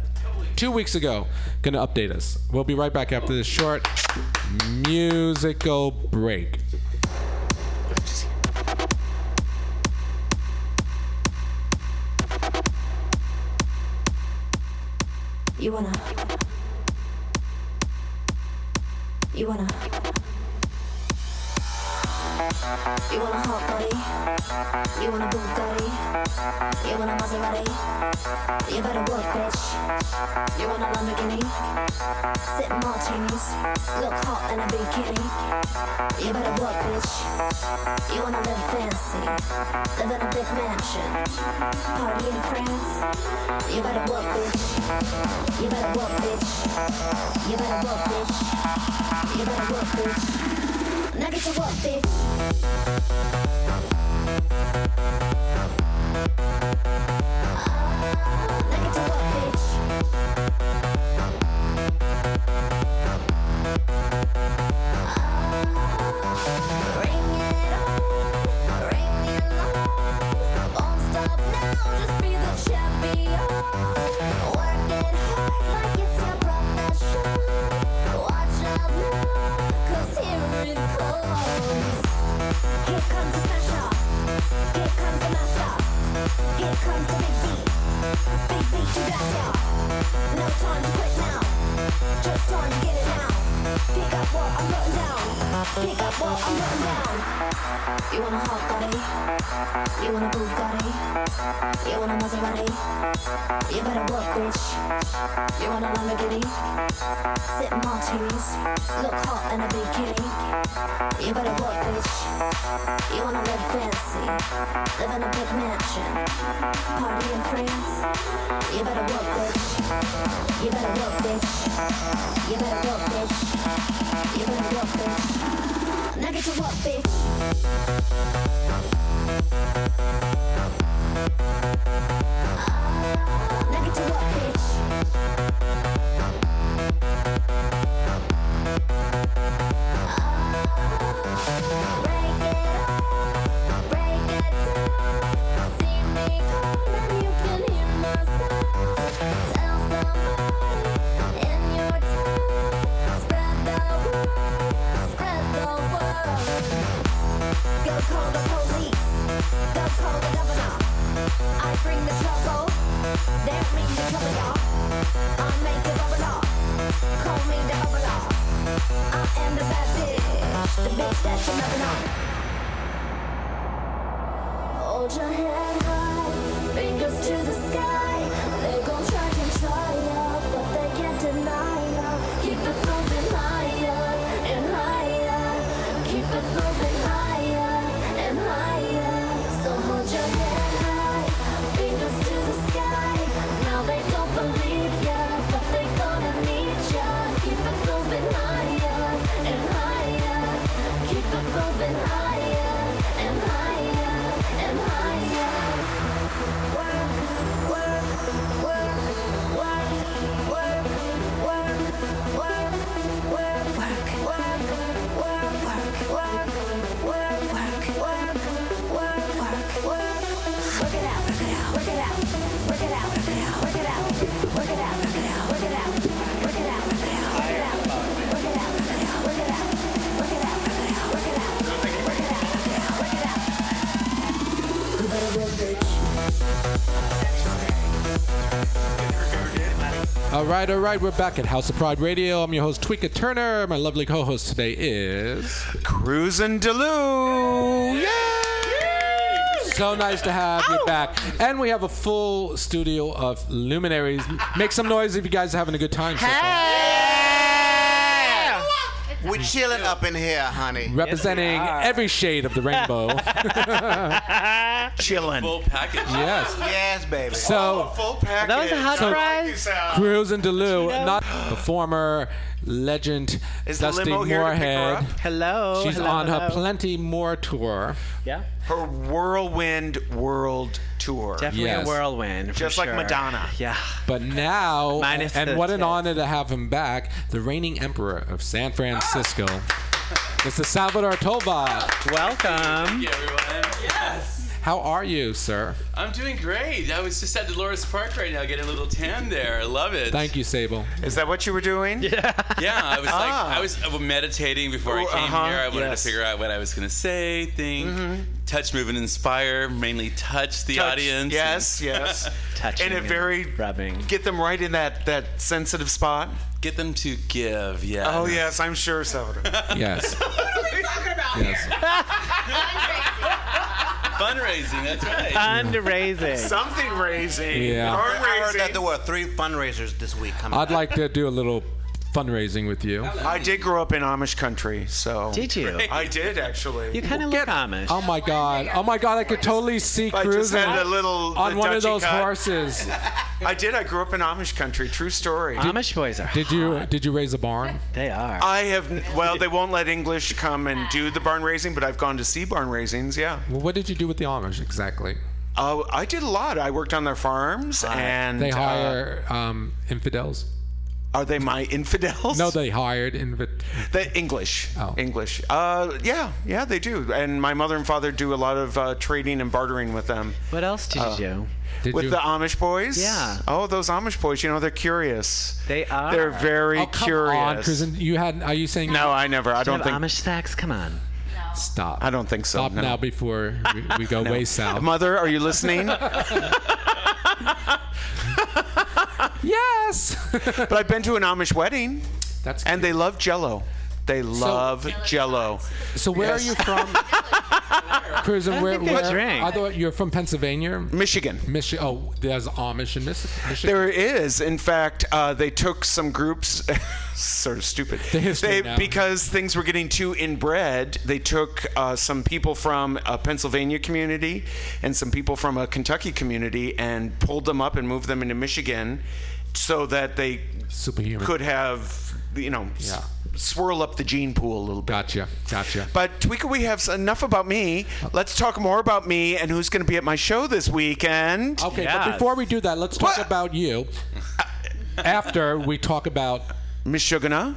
B: Two weeks ago. Gonna update us. We'll be right back after this short musical break.
E: You wanna. You wanna. You wanna hot body. You wanna Bugatti. You wanna Maserati. You better work, bitch. You wanna Lamborghini. Sip martinis. Look hot in a bikini. You better work, bitch. You wanna live fancy. Live in a big mansion. Party in France. You better work, bitch. You better work, bitch. You better work, bitch. You better work, bitch. Now get to work, bitch. Now get to work, bitch. Ring it on, ring me along. Won't stop now, just be the champion. Work it hard like it's your profession. Watch out now, 'cause here it comes. Here comes the smasher. Here comes the master. Here comes the big beat. Big beat to that yeah. No time to quit now. Just time to get it now. Pick up what I'm putting down. Pick up what I'm putting down. You want a hot body? You want a Bugatti? You want a Maserati? You better work, bitch. You want a Lamborghini? Sip martinis. Look hot in a bikini. You better work, bitch. You wanna live fancy. Live in a big mansion. Party in France. You better work, bitch. You better work, bitch. You better work, bitch. You better work, bitch. Now get to work, bitch. Now get to work, bitch. Break it up, break it down. See me coming, you can hear my sound. Tell somebody in your town. Spread the word, spread the word. Go call the police, go call the governor. I bring the trouble, That means the trouble law. I make the bubble law. Call me the bubble law. I am the bad bitch. The bitch that's in Lebanon. Hold your head high, fingers to the sky. They gon' try and try ya, but they can't deny ya. Keep it moving higher and higher. Keep it moving higher and higher. So hold your head high, fingers to the sky. Now they don't believe ya, but they gonna need ya. Keep it moving higher and higher. Keep it moving
B: [laughs]
E: higher and higher and higher. Work, work, work, work, work, work, work, work, work, work, work, work, work, work, work, work, work, work, work. Work it out, work it out, work it out, work it out, work it out, work it out, work it out, work it out, work it out, work it out, work it out.
B: All right, all right, we're back at House of Pride Radio. I'm your host, Tweeka Turner. My lovely co host today is.
C: Cruisin' Delu!
B: So nice to have you back. And we have a full studio of luminaries. Make some noise if you guys are having a good time so far.
L: We're chilling up in here, honey.
B: Representing every shade of the
C: [laughs]
N: [laughs]
B: rainbow.
C: Chilling.
J: Full package.
B: yes.
L: Yes, baby.
B: So,
C: Oh, Full package.
D: That was a hot
B: So-
D: prize.
B: Cruz and DeLu, not the former legend
C: Is the
B: Dusty
C: limo here to pick her
B: Moorhead.
C: up?
D: Hello.
B: She's
D: hello,
B: on her
D: hello.
B: Plenty More tour.
D: Yeah.
C: Her whirlwind world tour.
D: Definitely
B: Yes.
D: a whirlwind. for
C: Just like
D: sure.
C: Madonna.
D: Yeah.
B: But now,
D: Minus
B: and
D: the
B: what an
D: tits.
B: honor to have him back, the reigning emperor of San Francisco, Mr. Salvador Toba.
C: Um,
D: Welcome.
N: Yeah, everyone. Yes.
B: How are you, sir?
N: I'm doing great. I was just at Dolores Park right now getting a little tan there. I love it.
B: Thank you, Sable.
C: Is that what you were doing?
N: Yeah, I was like,
C: Ah.
N: I was meditating before I
C: Oh,
N: came
C: uh-huh,
N: here. I wanted
C: yes. Mm-hmm.
N: to figure out what I was going to say, think, touch, move, and inspire. Mainly touch the
C: Touch-
N: audience. [laughs]
C: Yes, yes.
D: [laughs] Touching.
C: In a
D: and
C: very
D: rubbing.
C: get them right in that that sensitive spot.
N: and Get them to give. Yeah.
C: Oh yes, I'm sure so.
N: [laughs]
B: Yes.
N: Fundraising. That's right.
D: Fund raising.
C: Something raising.
B: Yeah.
L: I
C: Arm
L: heard that
C: raising.
L: there were three fundraisers this week coming
B: I'd
L: up.
B: like to do a little fundraising with you.
C: I did grow up in Amish country, so
D: Did you?
C: [laughs] I did actually.
D: You kind of look Amish.
B: Oh my God! Oh my God! I could totally see
C: I
B: Cruz
C: just
B: on,
C: had a little
B: on
C: the
B: one of
C: Dutchy
B: those
C: cut.
B: horses.
C: I did. I grew up in Amish country. True story.
D: Amish boys are.
B: Did you did you raise a barn?
D: They are.
C: I have well, they won't let English come and do the barn raising, but I've gone to see barn raisings. Yeah.
B: Well, what did you do with the Amish exactly?
C: Oh, I did a lot. I worked on their farms, and
B: They
C: uh,
B: hire um, infidels.
C: are they my infidels?
B: No, they hired invid.
C: The English.
B: Oh.
C: English. Uh, yeah, yeah, they do. And my mother and father do a lot of uh, trading and bartering with them. Uh,
D: what else did you do?
B: Did
C: with
B: you?
C: the Amish boys?
D: Yeah.
C: Oh, those Amish boys, you know, they're curious.
D: They are.
C: [laughs] They're very
B: oh, come
C: curious.
B: on, Cruz. and You had? Are you saying
C: no, I never. I
D: Do you
C: don't
D: have
C: think.
D: Amish sex? Come on.
B: Stop.
C: I don't think so.
B: Stop
C: no.
D: [laughs]
B: now before we, we go way south.
C: Mother, are you listening? but
B: yes.
C: I've been to an Amish wedding,
B: That's
C: and they love Jello. They love Jello.
B: so. Where are you from? Cruz, and where?
D: think they
B: where
D: drink.
B: I thought you're from Pennsylvania.
C: Michigan.
B: Michi- oh, there's Amish in Mis- Michigan.
C: [laughs] There is, in fact, uh, they took some groups. [laughs] sort of stupid.
B: The history now.
C: Because things were getting too inbred, they took uh, some people from a Pennsylvania community and some people from a Kentucky community and pulled them up and moved them into Michigan, so that they
B: Superhuman.
C: could have, you know, s-
B: Yeah.
C: swirl up the gene pool a little bit.
B: Gotcha. Gotcha.
C: But Tweeka, we have s- enough about me. Let's talk more about me and who's going to be at my show this weekend.
B: Okay, but
D: Yes.
B: before we do that, let's talk
C: What?
B: about
C: [laughs]
B: you. After we talk about
C: Miss Shugana,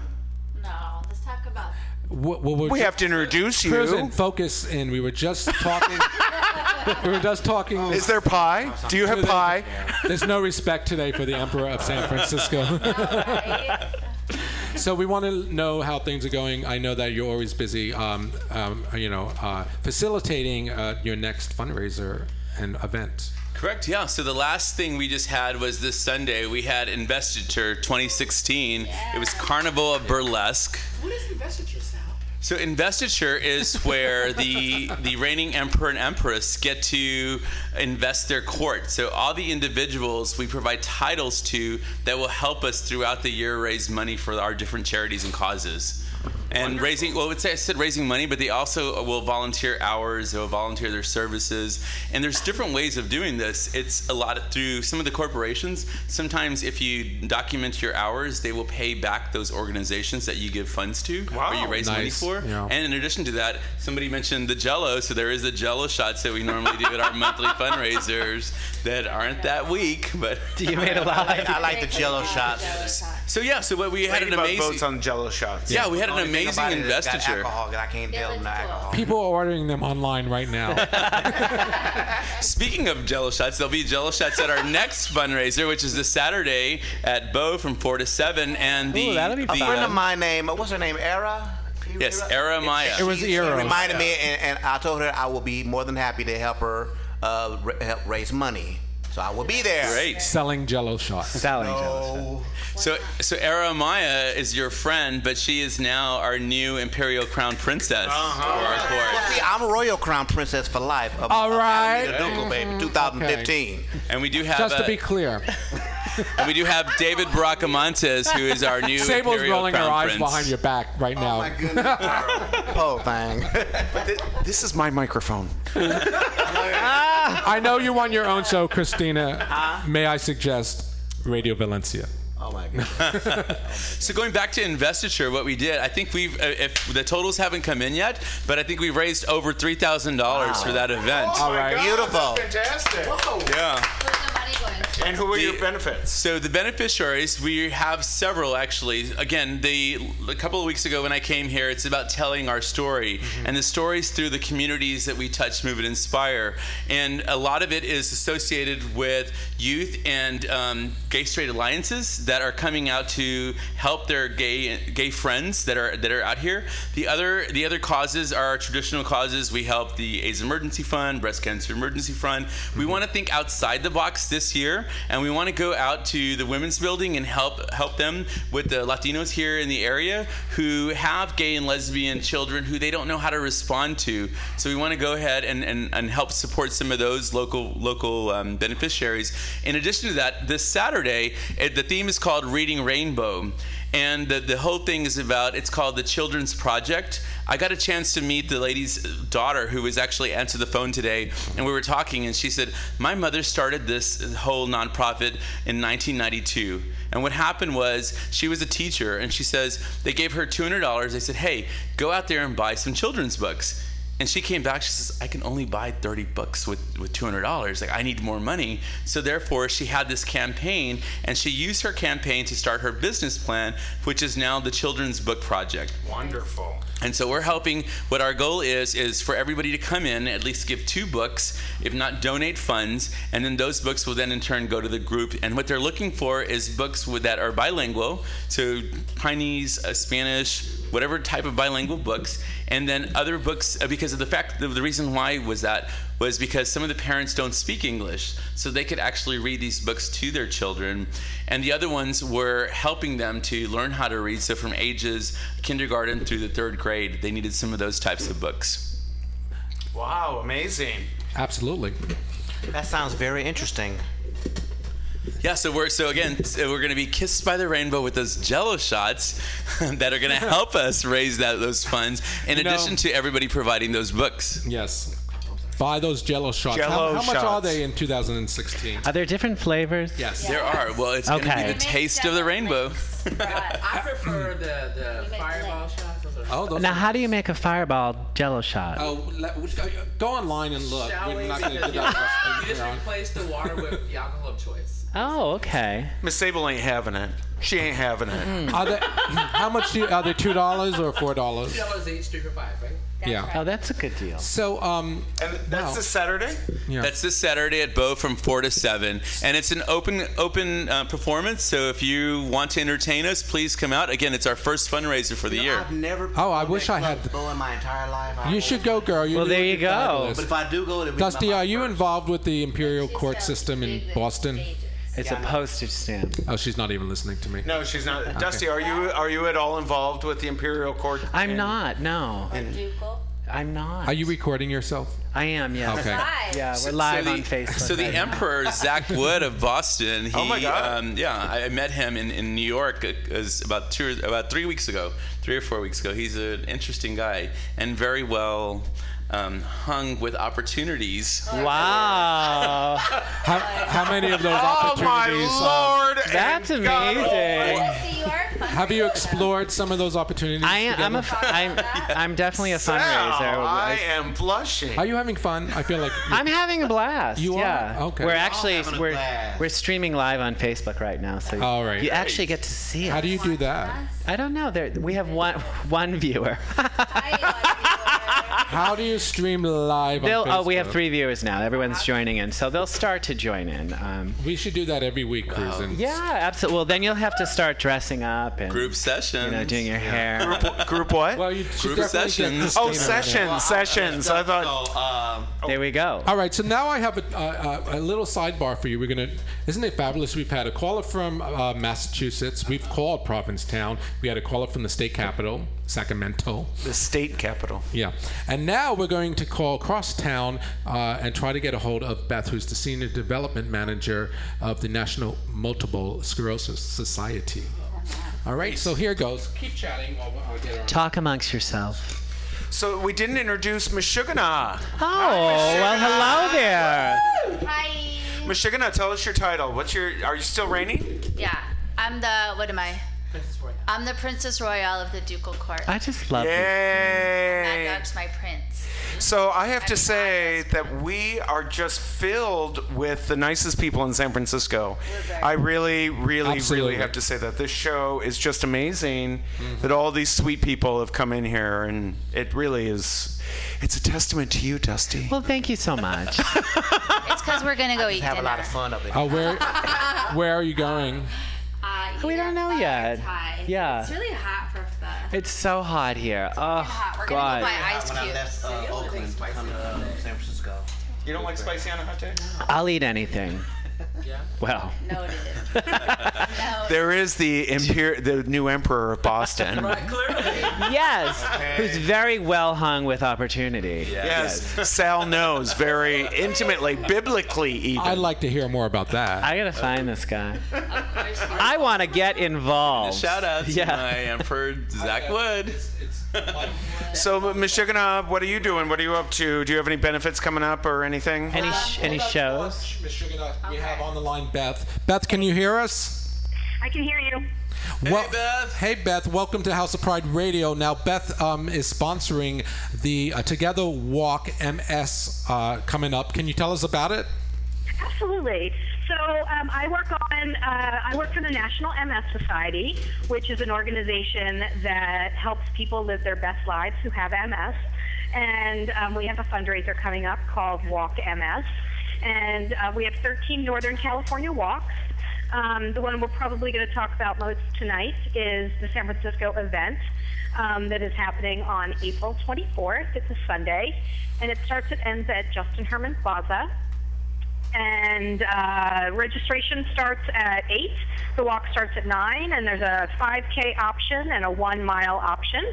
F: No, let's talk about.
B: what, what we're
C: we
B: ju-
C: have to introduce you.
B: prison focus in. We were just
F: [laughs]
B: talking. we were just talking.
C: Is there pie? Do you have
B: There's-
C: pie?
B: There's no respect today for the emperor of San
F: [laughs]
B: Francisco. so we want to know how things are going. I know that you're always busy, um, um, you know, uh, facilitating uh, your next fundraiser and event.
N: Correct. Yeah. So the last thing we just had was this Sunday. We had Investiture 2016. It was Carnival of Burlesque.
O: What is investiture sound?
N: So investiture is where the the reigning emperor and empress get to invest their court. So all the individuals we provide titles to that will help us throughout the year raise money for our different charities and causes. And raising, well, I would say I said raising money, but they also will volunteer hours, they'll volunteer their services. And there's different ways of doing this. It's a lot through some of the corporations. Sometimes if you document your hours, they will pay back those organizations that you give funds to or
J: Wow.
N: you raise money
J: Nice.
N: for.
J: Yeah.
N: And in addition to that, somebody mentioned the Jello, so there is the Jello shots that we normally do at our monthly fundraisers that aren't that weak,
D: [laughs]
N: but
D: you made a lie.
L: I like the Jello shots.
N: So yeah, so what we had an
C: Ladybug
N: amazing
C: votes on Jello shots.
N: Yeah, we had an
L: Only thing
N: amazing
L: about it is it's got
N: investiture.
L: alcohol, 'cause I can't deal with no
C: Oh.
L: alcohol.
B: People are ordering them online right now.
N: Speaking of jello shots, there'll be jello shots
L: [laughs]
N: at our next fundraiser, which is this Saturday at Bo from 4 to 7. And the,
L: Ooh, that'll be
N: the,
L: fun. A friend of
N: um,
L: mine named, what's her name, Era?
N: Yes, Era Maya.
L: She- she reminded me, and, and I told her I will be more than happy to help her uh, ra- help raise money. So I will be there.
B: Selling jello shots.
D: Selling
L: jello
N: So, so Era Maya is your friend, but she is now our new Imperial Crown Princess.
L: Uh-huh.
G: Uh-huh.
L: Well, see, I'm Royal Crown Princess for life. Of,
N: All
L: of
N: right.
L: Alameda Ducal, baby,
N: Mhm.
L: 2015.
N: And we do have
B: Mm-hmm. Just to
N: uh,
B: be clear,
N: [laughs] and we do have David Bracamontes, who is our
B: [laughs]
N: new
B: Sable's
N: Imperial
B: rolling her
N: Crown
B: eyes
N: Prince.
B: behind your back
C: Oh,
B: right now.
N: [laughs]
L: Whole thing.
C: This is my microphone.
B: I know you want your own show, Christina. May I suggest Radio Valencia?
L: [laughs] Oh my
N: [laughs] so going back to investiture, what we did, I think we've uh, if the totals haven't come in yet, but I think we've raised over three thousand dollars for that event.
C: Oh my God, that's fantastic.
N: Yeah.
C: And who are your benefits?
N: So the beneficiaries, we have several actually. Again, the a couple of weeks ago when I came here, it's about telling our story and the stories through the communities that we touch, move, and inspire. And a lot of it is associated with youth and um, gay straight alliances that are coming out to help their gay gay friends that are that are out here. The other the other causes are traditional causes. We help the AIDS Emergency Fund, Breast Cancer Emergency Fund. We want to think outside the box this year, and we want to go out to the Women's Building and help help them with the Latinos here in the area who have gay and lesbian children who they don't know how to respond to. So we want to go ahead and, and, and help support some of those local local um, beneficiaries. In addition to that, this Saturday, it, the theme is called Reading Rainbow. And the, the whole thing is about, it's called the Children's Project. I got a chance to meet the lady's daughter who was actually answered the phone today, and we were talking, and she said, My mother started this whole nonprofit in 1992. And what happened was, she was a teacher, and she says, They gave her $200. They said, Hey, go out there and buy some children's books. And she came back. She says, "I can only buy 30 books with with 200 dollars. Like I need more money." So therefore, she had this campaign, and she used her campaign to start her business plan, which is now the Children's Book Project.
C: Wonderful.
N: And so we're helping. What our goal is is for everybody to come in, at least give two books, if not donate funds, and then those books will then in turn go to the group. And what they're looking for is books with that are bilingual, so Chinese, uh, Spanish, whatever type of bilingual books, and then other books uh, because of the fact the, the reason why was that was because some of the parents don't speak English, so they could actually read these books to their children. And the other ones were helping them to learn how to read. So from ages kindergarten through the third grade, they needed some of those types of books.
C: Wow, amazing.
B: Absolutely.
L: That sounds very interesting.
N: Yeah, so we're so again so we're going to be kissed by the rainbow with those Jello shots [laughs]
B: [laughs]
N: that are going to help us raise that those funds. In
B: You know-
N: addition to everybody providing those books.
B: Yes. Buy those Jello shots.
N: Jell-O
B: how, how much are
N: shots.
B: they in 2016?
D: Are there different flavors?
B: Yes.
N: There are. Well, it's going to
D: Okay.
N: be the taste of the rainbow. [laughs]
O: I prefer the, the fireball shots. Those are
B: Oh, those
D: Now, how do you make a fireball jello shot?
B: Oh, let- we- uh, go online and look.
O: Shall
B: We're
O: we?
B: not
G: [laughs]
B: going to do
O: [laughs] you just
B: that.
O: replace the water with the alcohol of choice.
D: Oh, okay.
C: Miss Sable ain't having it. She ain't having it.
B: Are they, how much do you, are they? Two dollars or four
O: [laughs]
B: dollars?
O: Two dollars each, three for five, right?
B: yeah.
D: Oh, that's a good deal.
B: So, um,
C: and that's this Saturday.
N: That's this Saturday at Bow from four to seven, and it's an open open uh, performance. So if you want to entertain us, please come out. Again, it's our first fundraiser for the year.
L: I've never
B: Oh, I wish I had.
L: blow in my entire life.
B: You should go, girl. You
N: Well,
B: do
N: there
B: look
N: you go.
B: fabulous.
L: But if I do go, it'll be
B: Dusty,
L: my
B: are you involved with the imperial court system in Boston?
D: It's a postage stamp.
B: Oh, she's not even listening to me.
C: No, she's not.
B: Okay.
C: Dusty, are you are you at all involved with the imperial court?
D: I'm not. No. I'm not.
B: Are you recording yourself?
D: I am. Yes.
B: Okay. Live.
D: Yeah, we're
N: So- so
D: live
N: the-
D: on Facebook.
N: So the
D: right now.
N: Emperor Zach Wood of Boston. He,
D: Oh my God.
N: Um, yeah, I I met him in, in New York uh, as about two or- about three weeks ago, three or four weeks ago. He's an interesting guy and very well um, hung with opportunities.
D: Wow.
B: how, how many of those
N: Oh, my
B: opportunities? uh,
N: Lord
D: That's
B: and God
D: amazing.
B: Almighty. have you explored some of those opportunities?
D: I am. I'm a.
B: together?
D: f- I'm. I'm definitely a fundraiser.
C: I am blushing.
B: Are you having fun? I feel like
D: I'm having a blast.
B: You are?
D: yeah.
B: Okay.
D: We're
B: We're all
D: actually
B: having a
D: we're
B: blast.
D: we're streaming live on Facebook right now, so
B: All right.
D: you
B: Great.
D: actually get to see us.
B: How do you do that?
D: I don't know. There we have one one viewer.
B: How do you stream live on
D: They'll, oh, we have
B: Facebook?
D: three viewers now. Everyone's joining in, so they'll start to join in. Um,
B: we should do that every week, Cruisin.
D: Yeah, absolutely. Well, then you'll have to start dressing up and
N: [laughs] Group sessions.
D: You know, doing your hair.
C: Group, what?
B: Well, you
N: Group sessions.
C: Oh, sessions, sessions. I thought.
P: um, oh.
D: there we go.
B: All right, so now I have a, a, a little sidebar for you. We're gonna, isn't it fabulous? We've had a caller from uh, Massachusetts. We've called Provincetown. We had a caller from the state capital, Sacramento.
C: The state capital.
B: Yeah, and now we're going to call Crosstown uh, and try to get a hold of Beth, who's the senior development manager of the National Multiple Sclerosis Society. All right, so here goes. Keep chatting while I get on.
D: Talk amongst yourself.
C: So we didn't introduce Meshuggah.
D: Oh, well, hello there.
P: Hi.
C: Meshuggah, tell us your title. What's your? Are you still reigning?
P: Yeah. I'm the what am I? Princess Royal. I'm the Princess Royal of the Ducal Court.
D: I just love.
C: Yay!
P: Mad Dog's my prince.
C: So I have to say that we are just filled with the nicest people in San Francisco. I really, really,
B: Absolutely.
C: really have to say that this show is just amazing.
D: Mm-hmm.
C: That all these sweet people have come in here, and it really is. It's a testament to you, Dusty.
D: Well, thank you so
C: [laughs]
D: much.
P: It's because we're [laughs] gonna go eat dinner.
C: fun up
B: Oh, where, where are you going?
P: Uh,
D: we don't know yet.
P: Hi.
D: Yeah.
P: It's really hot for the.
D: It's so hot here. Oh,
P: hot. We're gonna
D: God.
P: go buy ice
L: When I
P: cubes.
L: left uh, Oakland to come to uh, San Francisco.
C: You don't like spicy on a hot day?
D: I'll eat anything.
L: Yeah.
D: Well,
P: Noted.
C: [laughs]
D: [laughs]
C: There is the emperor, the new emperor
P: [laughs]
C: of Boston.
D: yes, who's very well hung with opportunity.
C: Yes, Sal knows very intimately, biblically even.
B: I'd like to hear more about that.
D: I gotta find this guy. I want to get involved.
N: Shout out to
D: Yeah.
N: my
C: um, [laughs]
N: Emperor Zach Wood.
C: So, Meshuggah, what are you doing? What are you up to? Do you have any benefits coming up or anything?
B: Uh,
D: Any sh- any shows?
B: Meshuggah, We have on the line Beth. Beth, can you hear us?
Q: I can hear you.
B: hey Beth. Hey Beth. Welcome to House of Pride Radio. Now Beth um, is sponsoring the uh, Together Walk MS uh, coming up. Can you tell us about it?
Q: Absolutely. So um, I work on uh, I work for the National MS Society, which is an organization that helps people live their best lives who have MS. And um, we have a fundraiser coming up called Walk MS, and uh, we have 13 Northern California walks. Um, the one we're probably going to talk about most tonight is the San Francisco event um, that is happening on April 24th. It's a Sunday, and it starts and ends at Justin Herman Plaza and uh, registration starts at 8. The walk starts at 9, and there's a 5K option and a one mile option.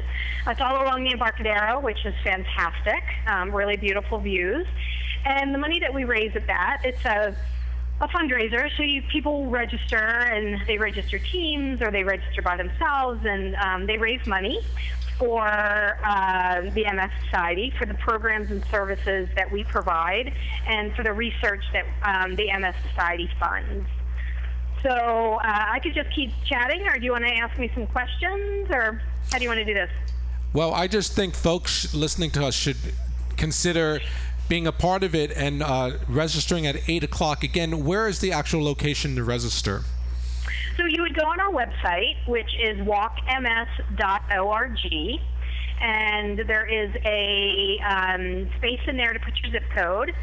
Q: It's all along the Embarcadero, which is fantastic, um, really beautiful views. And the money that we raise at that, it's a a fundraiser. So you, people register and they register teams or they register by themselves and um, they raise money for uh, the MS Society for the programs and services that we provide and for the research that um, the MS Society funds. So uh, I could just keep chatting, or do you want to ask me some questions, or how do you want to do this?
B: Well, I just think folks listening to us should consider being a part of it and uh, registering at eight o'clock. Again, where is the actual location to register?
Q: So you would go on our website, which is walkms.org, and there is a um, space in there to put your zip code,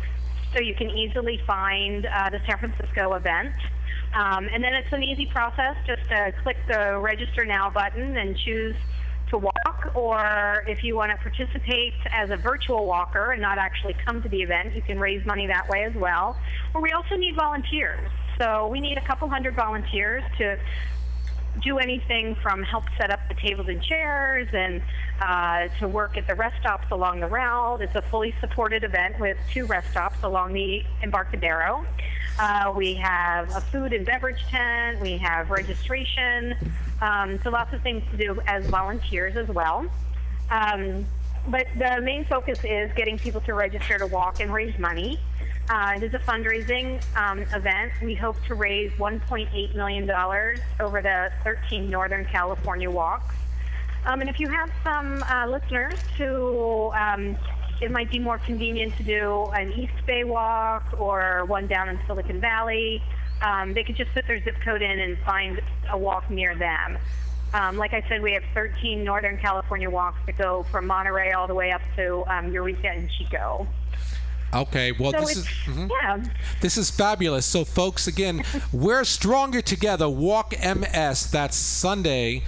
Q: so you can easily find uh, the San Francisco event. Um, and then it's an easy process. Just uh, click the register now button and choose to walk, or if you want to participate as a virtual walker and not actually come to the event, you can raise money that way as well. But we also need volunteers. So we need a couple hundred volunteers to do anything from help set up the tables and chairs and uh, to work at the rest stops along the route. It's a fully supported event with two rest stops along the Embarcadero. Uh, we have a food and beverage tent, we have registration, um, so lots of things to do as volunteers as well. Um, but the main focus is getting people to register to walk and raise money. Uh, it is a fundraising um, event. We hope to raise $1.8 million over the 13 Northern California walks. Um, and if you have some uh, listeners who um, it might be more convenient to do an East Bay walk or one down in Silicon Valley, um, they could just put their zip code in and find a walk near them. Um, like I said, we have 13 Northern California walks that go from Monterey all the way up to um, Eureka and Chico.
B: Okay, well
Q: So
B: this is
Q: it's-
B: mhm.
Q: Yeah.
B: this is fabulous. So folks, again, we're stronger together. Walk MS. That's Sunday,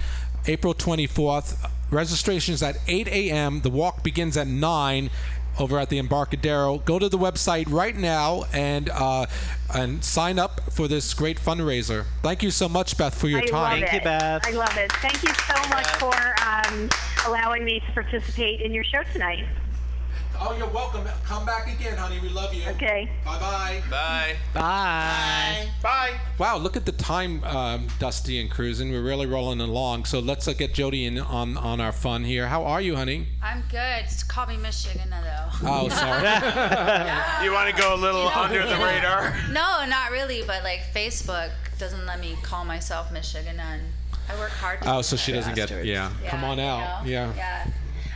B: April twenty fourth. Registration is at eight a.m. The walk begins at nine. Over at the Embarcadero, go to the website right now and uh, and sign up for this great fundraiser. Thank you so much, Beth, for your
Q: I
B: time.
Q: Love it. I love it. Thank you so much for um, allowing me to participate in your show tonight.
B: Oh, you're welcome. Come back again, honey. We love you.
Q: Okay.
B: Bye-bye.
N: Bye.
B: Bye.
C: Bye.
B: Wow, look at the time, um, Dusty and Cruising. We're really rolling along. So let's uh, get Jody in on, on our fun here. How are you, honey?
P: I'm good. Just call me Michigan [laughs] though.
B: Oh, sorry.
C: [laughs] you want to go a little under the radar?
P: No, not really. But like Facebook doesn't let me call myself Michigan. I work hard. To
B: Oh,
P: do
B: so
P: that.
B: she doesn't get it. Yeah.
P: Yeah,
B: Come on
P: you
B: out.
P: know?
B: Yeah.
P: Yeah.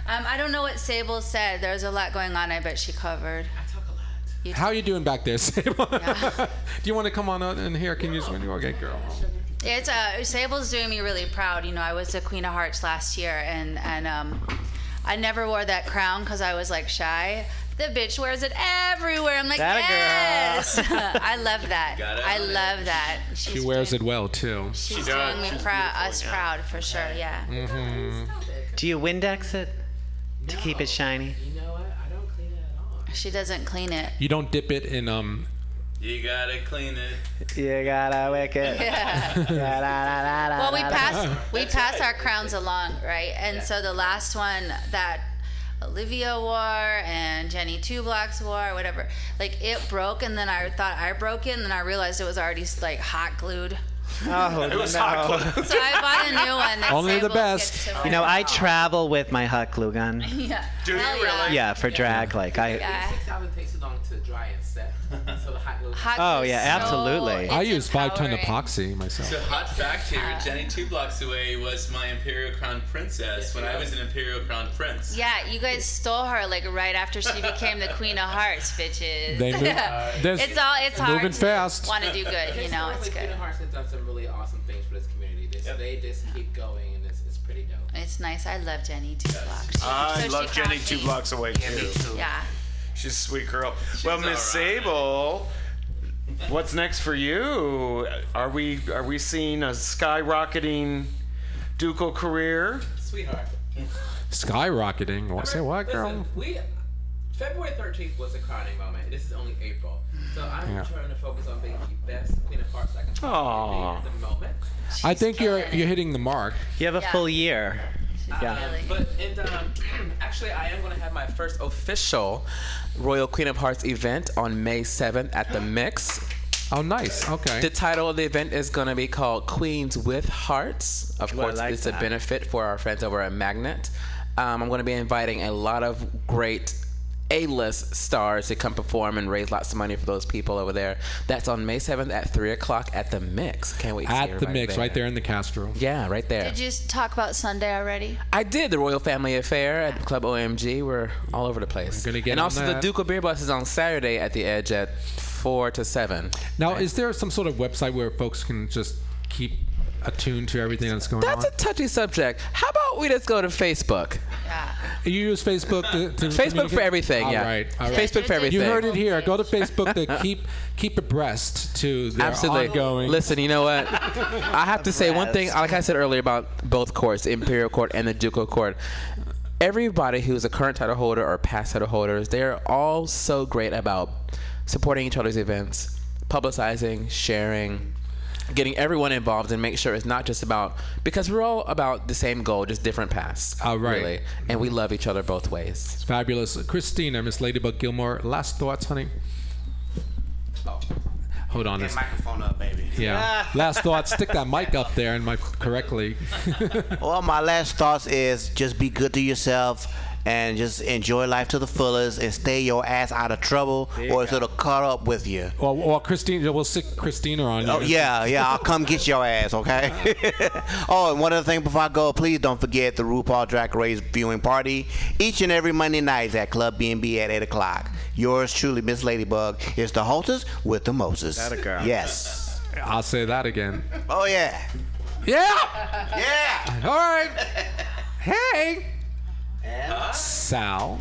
P: Um, I don't know what Sable said. There's a lot going on. I bet she covered. I talk a lot. You
B: How are you doing back there, Sable? [laughs] Do you want to come on out in here? Can you just okay, girl?
P: It's uh, Sable's doing me really proud. You know, I was the Queen of Hearts last year, and and um, I never wore that crown because I was like shy. The bitch wears it everywhere. I'm like,
B: That a girl.
P: yes,
B: [laughs]
P: I love that.
B: Got it
P: I
B: on
P: love that. She's,
B: She wears it well too.
P: she's doing me proud, us proud for sure. Yeah.
D: Mm-hmm. Do you Windex it to keep it shiny?
P: She doesn't clean it.
B: You don't dip it in um.
N: You gotta clean it.
D: You gotta wick it.
P: Yeah.
D: well,
P: well, we [laughs] pass we pass our crowns along, right? And so the last one that Olivia wore and Jenny Two Blocks wore, whatever, like it broke, and then I thought I broke it, and then I realized it was already like hot glued.
D: Oh,
P: It was
D: no.
P: [laughs] So I bought a new one. That
D: Only the
P: Sable gets
D: best.
P: to
D: You know,
P: wear.
D: I travel with my hot glue gun.
P: [laughs] yeah.
G: Do you
P: Hell
G: really?
D: Yeah, for drag. Like I.
P: Yeah.
G: Six hours takes it long to dry and [laughs] set. So the hot glue.
P: Hot
D: Oh yeah, absolutely.
B: I use five ton epoxy myself.
N: So hot fact here, Jenny two blocks away was my Imperial Crown Princess when I was an Imperial Crown Prince.
P: Yeah, you guys stole her like right after she became the Queen of Hearts, bitches. [laughs]
N: They move-
B: there's-
P: it's all it's hard.
B: moving fast.
P: Want to do good, you know? It's
G: Historically,
P: good.
G: Kingdom Hearts has done some really awesome things for this community. They, so they just keep going, and it's, it's pretty dope.
P: It's nice. I love Jenny two blocks.
C: I
P: So
C: love
P: she
C: Jenny
P: found
C: two
P: me.
C: blocks away too.
P: Yeah.
C: She's a sweet girl. well, Miss Sable, what's next for you? Are we are we seeing a skyrocketing ducal career?
G: Sweetheart.
B: Skyrocketing. [laughs] What say what, girl?
G: Listen, we February 13th was a crowning moment. This is only April. So I'm
B: Yeah.
G: trying to focus on being the best Queen of Hearts I can
B: Aw.
G: possibly be at the moment.
B: I think you're you're hitting the mark.
D: You have a
G: Yeah. full
D: year.
G: Um, but and um, [clears throat] actually, I am going to have my first official Royal Queen of Hearts event on May 7th at the Mix.
B: Oh, nice. Okay.
G: The title of the event is going to be called Queens with Hearts. Of
D: Ooh, I
G: course,
D: like
G: it's
D: that.
G: a benefit for our friends over at Magnet. Um, I'm going to be inviting a lot of great A-list stars to come perform and raise lots of money for those people over there. That's on May 7th at 3 o'clock at the Mix. Can't wait to see
B: At the
G: everybody
B: mix, right there in the Castro.
G: Yeah, right there.
P: Did you talk about Sunday already?
G: I did the Royal Family Affair at Club OMG. We're all over the place. and
B: on
G: also
B: that.
G: the Ducal Beer Bus is on Saturday at the Edge at four to seven.
B: Now, is there some sort of website where folks can just keep attuned to everything that's going
G: That's
B: on?
G: a touchy subject. How about we just go to Facebook?
B: You use Facebook to, to
G: Facebook for
B: communicate?
G: everything.
B: All
G: yeah.
B: right, all right.
G: Facebook for everything.
B: You heard it here. Go to Facebook to
G: [laughs]
B: keep keep abreast to their
G: Absolutely.
B: ongoing.
G: Listen, you know what? I have to say one thing. Like I said earlier about both courts, the Imperial Court and the Ducal Court. Everybody who's a current title holder or past title holders, they're all so great about supporting each other's events, publicizing, sharing, getting everyone involved, and make sure it's not just about because we're all about the same goal, just different paths.
B: Uh,
G: All right. Really, and we love each other both ways.
B: It's fabulous. Christina, Miss Ladybug Gilmore, last thoughts, honey? Hold on.
L: Get
B: it's-
L: microphone up, baby. [laughs]
B: Yeah. last thoughts. Stick that mic up there and my correctly.
L: [laughs] well, my last thoughts is just be good to yourself and just enjoy life to the fullest and stay your ass out of trouble
B: There you
L: or it's it'll caught up with you.
B: Or, or Christina, we'll stick Christina on you.
L: Oh yeah, yeah. I'll come get your ass, okay? [laughs] oh, and one other thing before I go, please don't forget the RuPaul Drag Race viewing party each and every Monday nights at Club B&B at eight o'clock. Yours truly, Miss Ladybug, is the hostess with the Moses.
B: That a girl.
L: Yes.
B: I'll say that again.
L: Oh yeah.
B: Yeah.
L: Yeah.
B: All right. Hey. Sal.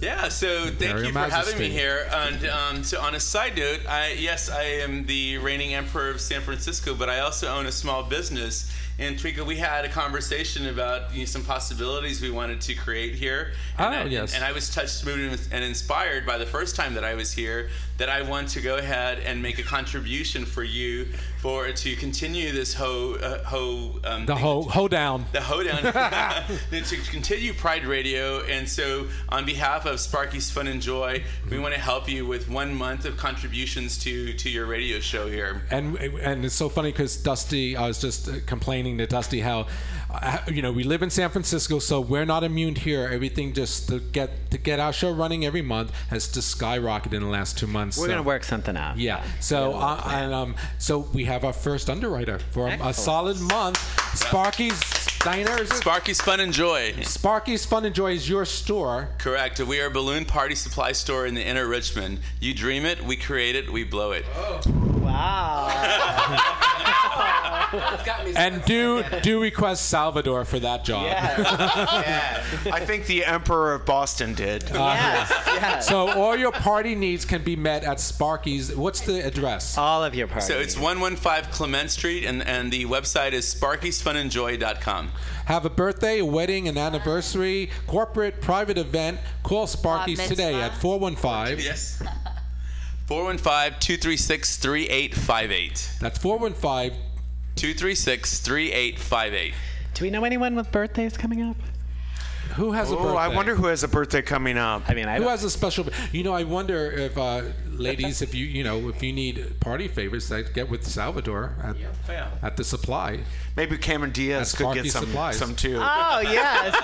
N: Yeah, so thank
B: Very
N: you for having me
B: majesty.
N: here. And um, so, on a side note, I yes, I am the reigning emperor of San Francisco, but I also own a small business. And Trika, we had a conversation about you know, some possibilities we wanted to create here. And
B: Oh,
N: I,
B: yes.
N: And I was touched, moved, and inspired by the first time that I was here that I want to go ahead and make a contribution for you for to continue this ho uh, ho um,
B: The
N: thing
B: ho ho down.
N: the
B: [laughs]
N: hoedown [laughs] then to continue pride radio and so on behalf of sparky's fun and joy we want to help you with one month of contributions to to your radio show here
B: And and it's so funny because Dusty, I was just uh, complaining to Dusty how, uh, you know, we live in San Francisco, so we're not immune here. Everything just to get to get our show running every month has to skyrocket in the last two months.
D: We're
B: so-
D: gonna work something out.
B: Yeah. So uh, and um, so we have our first underwriter for a
N: Excellent.
B: solid month. Sparky's Diners.
N: sparky's fun and joy
B: Sparky's Fun and Joy is your store.
N: correct we are a balloon party supply store in the inner richmond you dream it we create it we blow it
B: Oh. And do do request Salvador for that job.
C: I think the Emperor of Boston did.
B: So all your party needs can be met at Sparky's. What's the address?
D: All of your parties.
N: so it's 115 clement street and and the website is sparkysfunandjoy.com
B: Have a birthday, a wedding, an anniversary, corporate, private event. Call Sparky's
N: mitzvah.
B: today at 415.
N: [laughs] Yes. 415 236 3858.
B: That's 415
N: 236 3858.
D: Do we know anyone with birthdays coming up?
B: Who has a
D: Oh,
B: birthday?
D: I wonder
C: who has a birthday coming up.
D: I mean, I
B: Who
D: don't-
B: has a special? You know, I wonder if uh, ladies, if you you know, if you need party favors, that get with Salvador at,
N: yeah.
B: at the supply.
C: Maybe Cameron Diaz
B: At
C: could get
B: Sparky's
C: some
B: supplies.
C: some too.
D: Oh yes.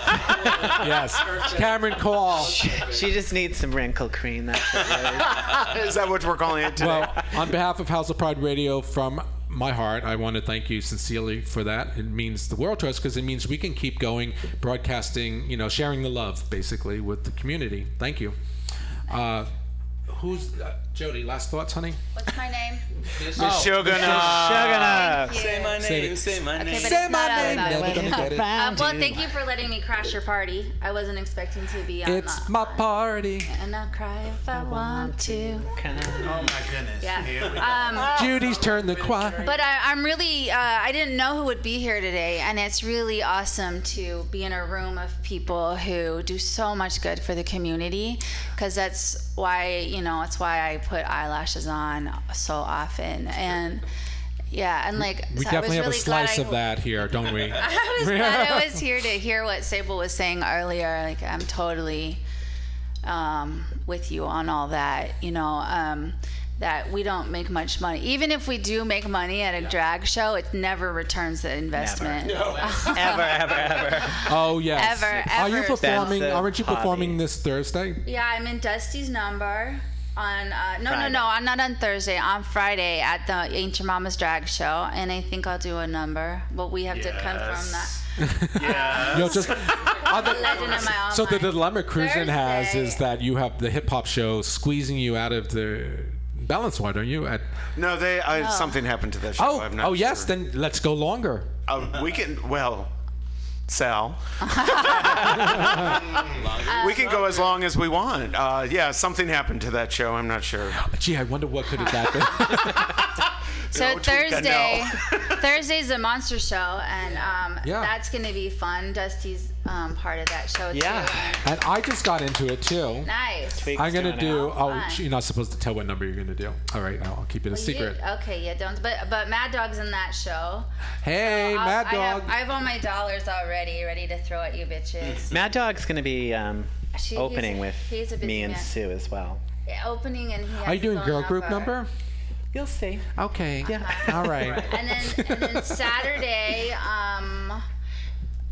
B: yes. Cameron Call.
D: [laughs] She, she just needs some wrinkle cream. That's it.
C: Is that what we're calling it today?
B: Well, on behalf of House of Pride Radio, from my heart, I want to thank you sincerely for that. It means the world to us because it means we can keep going, broadcasting, you know, sharing the love basically with the community. Thank you. Uh, who's uh, Jody? Last thoughts, honey?
P: What's my
N: [laughs]
P: name?
B: Miss
P: Oh,
B: Shogunov.
P: Thank you.
N: Say my name, say my
P: Okay,
N: name.
P: but it's not out of that way. Uh, well, thank you for letting me crash your party. I wasn't expecting to be on
B: It's
P: that.
B: my party.
P: And I'll cry if I want to.
L: Oh my goodness.
P: Yeah.
L: Here we go.
P: Um,
B: Judy's turned the choir.
P: But I, I'm really, uh, I didn't know who would be here today, and it's really awesome to be in a room of people who do so much good for the community, because that's why, you know, it's why I put eyelashes on so often. And yeah, and like,
B: We
P: so I was
B: definitely have a
P: really glad
B: slice
P: I-
B: of that here, don't we?
P: [laughs] I was glad I was here to hear what Sable was saying earlier. Like I'm totally um, with you on all that. You know um, that we don't make much money. Even if we do make money at a drag show, it never returns the investment.
D: ever, ever, ever.
B: Oh yes.
P: Ever,
B: Are you
P: ever.
B: performing?
D: Expensive
B: Aren't you performing this Thursday?
P: [laughs] Yeah, I'm in Dusty's number on uh, no no
B: Friday.
P: no I'm not on Thursday on Friday at the Ancient Mama's drag show and I think I'll do a number but we have to confirm that [laughs]
B: You'll just
P: The legend of my own
B: So the dilemma Cruisin has is that you have the hip hop show squeezing you out of the Balance Wide, aren't you? At
C: No, they I,
B: No.
C: something happened to that show.
B: oh,
C: I'm not
B: oh yes,
C: sure.
B: then let's go longer.
C: Uh, we can well, Sal. we can go as long as we want. Uh, yeah, something happened to that show. I'm not sure.
B: Gee, I wonder what could have happened.
P: So
C: No, Tweeka,
P: Thursday, [laughs] Thursday's the monster show, and um,
B: Yeah.
P: that's gonna be fun. Dusty's um, part of that show too.
B: and I just got into it too.
P: Nice.
B: I'm gonna do. Oh,
P: Fun.
B: you're not supposed to tell what number you're gonna do. All right, I'll, I'll keep it a
P: Well, you-
B: secret.
P: okay, yeah, don't. But but Mad Dog's in that show.
B: Hey,
P: I'll-
B: Mad
P: I have,
D: Dog.
P: I have all my dollars already, ready to throw at you bitches.
D: [laughs] Mad Dog's going to be um,
P: She- he's a-
D: opening with
P: he's a busy
D: me and
P: man.
D: Sue as well.
P: Yeah, Opening and he. Has
D: Are you
P: his
D: doing
P: own
D: girl group number?
P: You'll see.
B: Okay.
P: Uh-huh.
B: All
P: [laughs]
B: right.
P: And then and then Saturday, um,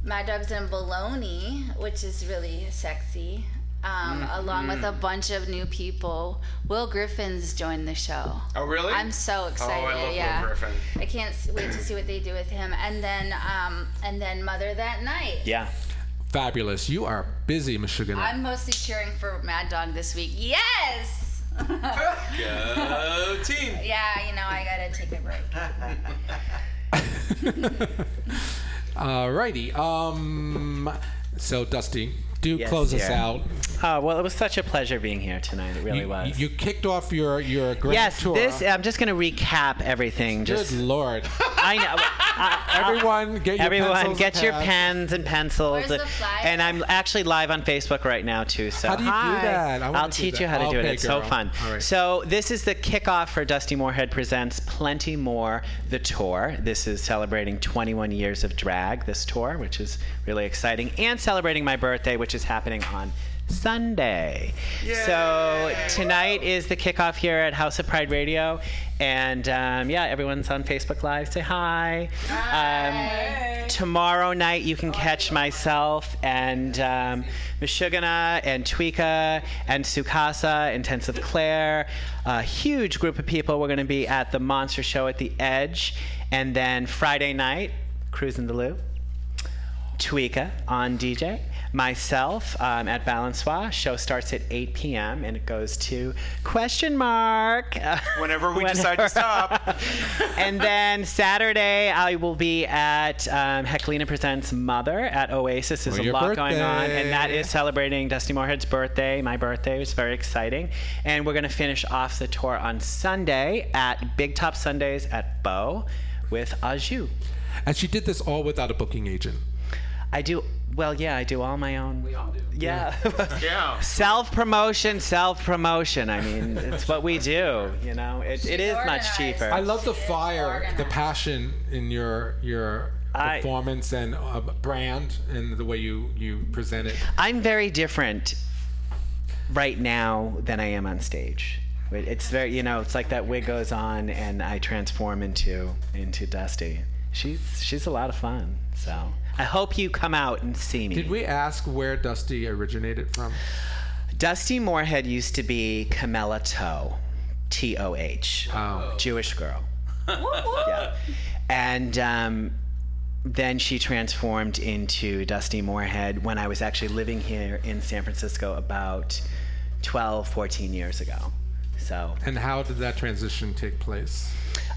P: Mad Dog's in Bologna, which is really sexy. Um, Along with a
C: Mhm.
P: bunch of new people, Will Griffin's joined the show.
C: Oh, really?
P: I'm so excited.
C: Oh, I love Will
P: yeah.
C: Griffin.
P: I can't s- wait to see what they do with him. And then, um, and then Mother that night.
B: Yeah. Fabulous. You are busy, Michigan.
P: I'm mostly cheering for Mad Dog this week. Yes.
N: Go
P: [laughs]
N: team.
P: Yeah, you know I gotta take a break.
B: Alrighty. Um. So Dusty, do
D: Yes,
B: close us
D: dear.
B: out.
D: Oh, well, it was such a pleasure being here tonight. It really
B: you,
D: was.
B: You kicked off your your grand
D: yes,
B: tour.
D: this. I'm just going to recap everything.
B: Good
D: Just
B: lord.
D: I know.
B: Everyone, get your
D: Everyone,
B: pencils
D: get
B: and
D: your
B: pads.
D: pens and pencils.
P: Where's the flyer?
D: and I'm actually live on Facebook right now too. So
B: How do you do
D: hi.
B: that? I wanna
D: I'll
B: do
D: teach
B: that.
D: you how to do it.
B: Okay,
D: It's so
B: girl.
D: fun.
B: All right.
D: So this is the kickoff for Dusty Moorhead presents Plenty More the tour. This is celebrating 21 years of drag. This tour, which is really exciting, and celebrating my birthday, which is happening on. Sunday. So tonight is the kickoff here at House of Pride Radio. And um, yeah, everyone's on Facebook Live. Say hi. Um, tomorrow night, you can catch myself and um, Meshuggah and Tweeka and Sukasa and Tense of Claire. A huge group of people. We're going to be at the Monster Show at the Edge. And then Friday night, Cruising the Loop. Tweeka on DJ, myself um, at Balancois. Show starts at 8 p.m. and it goes to question mark. [laughs]
C: Whenever we decide to
D: stop. [laughs] and then Saturday, I will be at um, Heclina Presents Mother at Oasis. There's
B: For
D: a
B: your
D: lot going on, and that
B: birthday.
D: is celebrating Dusty Moorhead's birthday, my birthday. It's very exciting. And we're going to finish off the tour on Sunday at Big Top Sundays at Bow with Aju.
B: And she did this all without a booking agent.
D: I do. Well, yeah, I do all my own. We all do. Yeah.
C: Yeah.
D: self promotion, self promotion. I mean, it's what we do. You know, it, it is much cheaper.
B: I love the fire, the passion in your your performance and uh, brand and the way you you present it.
D: I'm very different right now than I am on stage. It- It's very, you know, it's like that wig goes on and I transform into into Dusty. She's she's a lot of fun. So I hope you come out and see me.
B: Did we ask where Dusty originated from?
D: Dusty Moorhead used to be Camilla Toe, T O H,
B: Oh.
D: Jewish girl. yeah. And um, then she transformed into Dusty Moorhead when I was actually living here in San Francisco about 12, 14 years ago. So
B: And how did that transition take place?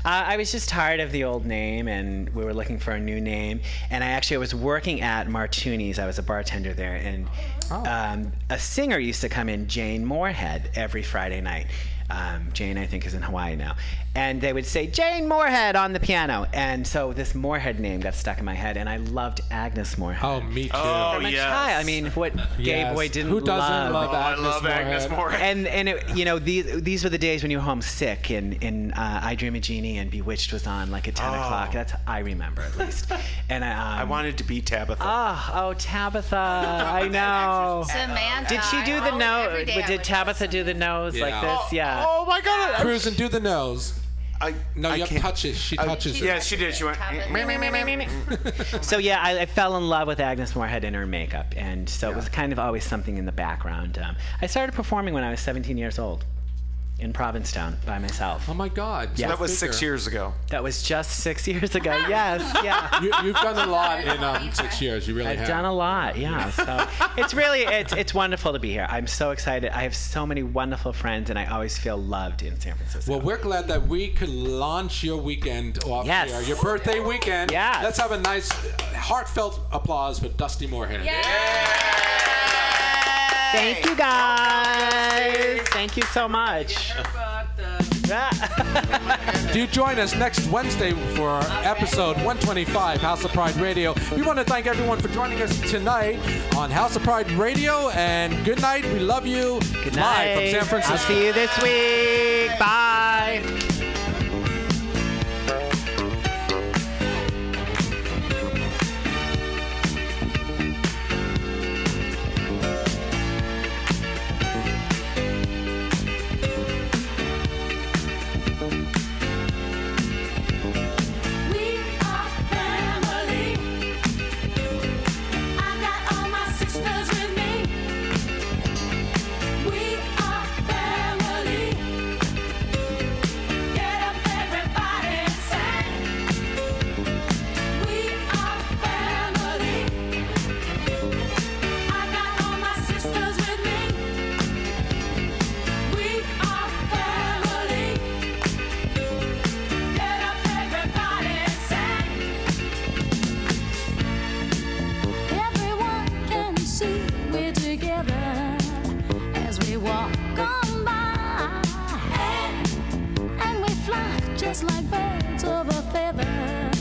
D: uh, I was just tired of the old name, and we were looking for a new name. And I actually was working at Martuni's. I was a bartender there, and
B: Oh.
D: um, a singer used to come in, Jane Moorhead, every Friday night. Um, Jane, I think, is in Hawaii now, and they would say Jane Moorhead on the piano, and so this Moorhead name got stuck in my head, and I loved Agnes Moorhead. Oh,
B: me too.
C: Oh,
D: From a
C: yes.
D: child. I mean, what gay
C: Yes.
D: boy didn't
C: Who doesn't love Oh, I Agnes love Agnes Moorhead? Moorhead.
D: And and it, you know these these were the days when you were homesick and and uh, I Dream a Genie and Bewitched was on like at ten
C: Oh.
D: o'clock. That's how I remember at
C: [laughs]
D: least. And I, um,
C: I wanted to be Tabitha.
D: Oh, oh, Tabitha!
C: [laughs]
D: I know.
P: Samantha.
D: Did she do the
P: every
D: nose?
P: day I
D: Did Tabitha do the nose like
B: Yeah.
D: this? Yeah.
C: Oh my God!
B: Cruise and do the nose.
C: I
B: no, you have touches. She touches. it.
C: Yeah, she did. She went. "Meh, meh, meh, meh, meh, meh."
D: [laughs] so yeah, I, I fell in love with Agnes Moorehead and her makeup, and so it was kind of always something in the background. Um, I started performing when I was 17 years old. in Provincetown by myself. Oh
B: my God!
C: So that was six years ago.
D: That was just six years
B: [laughs]
D: ago. Yes, yeah.
B: You, you've done a lot in um, six years. You really
D: I've
B: have.
D: done a lot, yeah. So it's really it's it's wonderful to be here. I'm so excited. I have so many wonderful friends, and I always feel loved in San Francisco.
B: Well, we're glad that we could launch your weekend off
D: Yes.
B: here, your birthday weekend.
D: Yes.
B: Let's have a nice, uh, heartfelt applause for Dusty Moorhead.
D: Thank you guys. Thank you so much. [laughs]
B: Do join us next Wednesday for episode 125, House of Pride Radio. We want to thank everyone for joining us tonight on House of Pride Radio, and good night. We love you. Good Live from
D: night.
B: San
D: I'll
B: Francisco.
D: see you this week. Bye.
A: We are family. I got all my sisters with me. We are family. Get up, everybody, and sing. We are family. I got all my sisters with me. We are family. Get up, everybody, and sing. Everyone can see we're together as we walk on by, and we fly just like birds of a feather.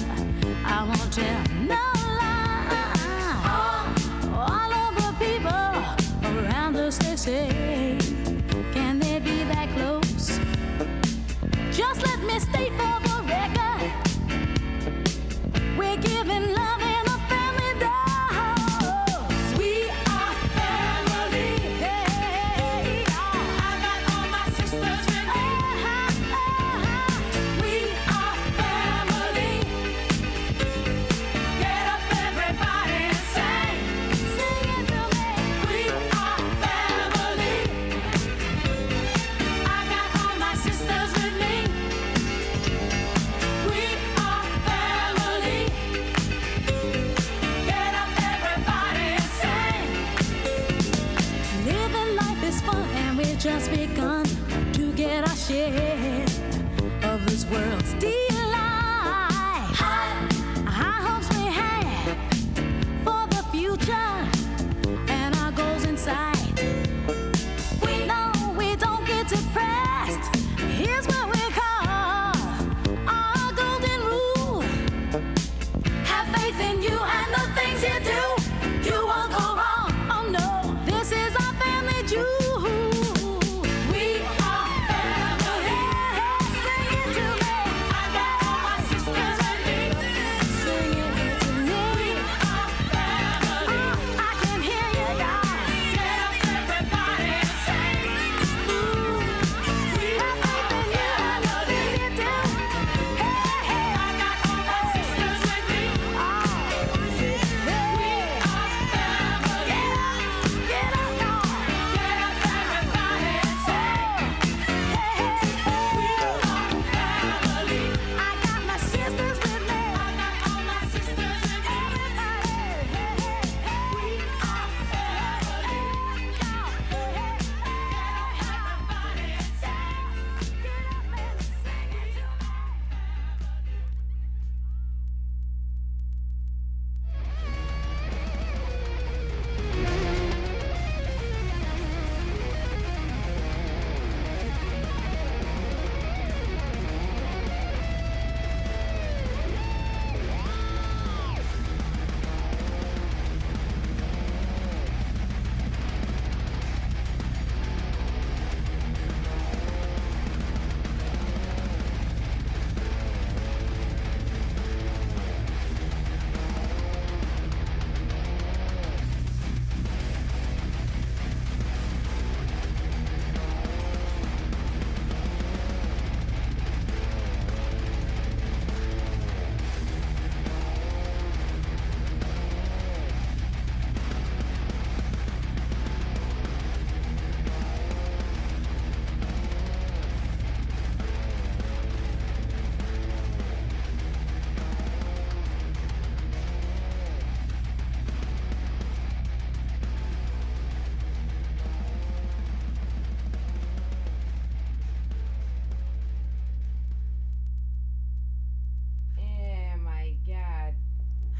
A: I won't tell no lie. All of the people around us they say, can they be that close? Just let me state for the record, we're giving love in a family dose. We are family. Hey, I got all my sisters with Uh-huh, me. We are family. Get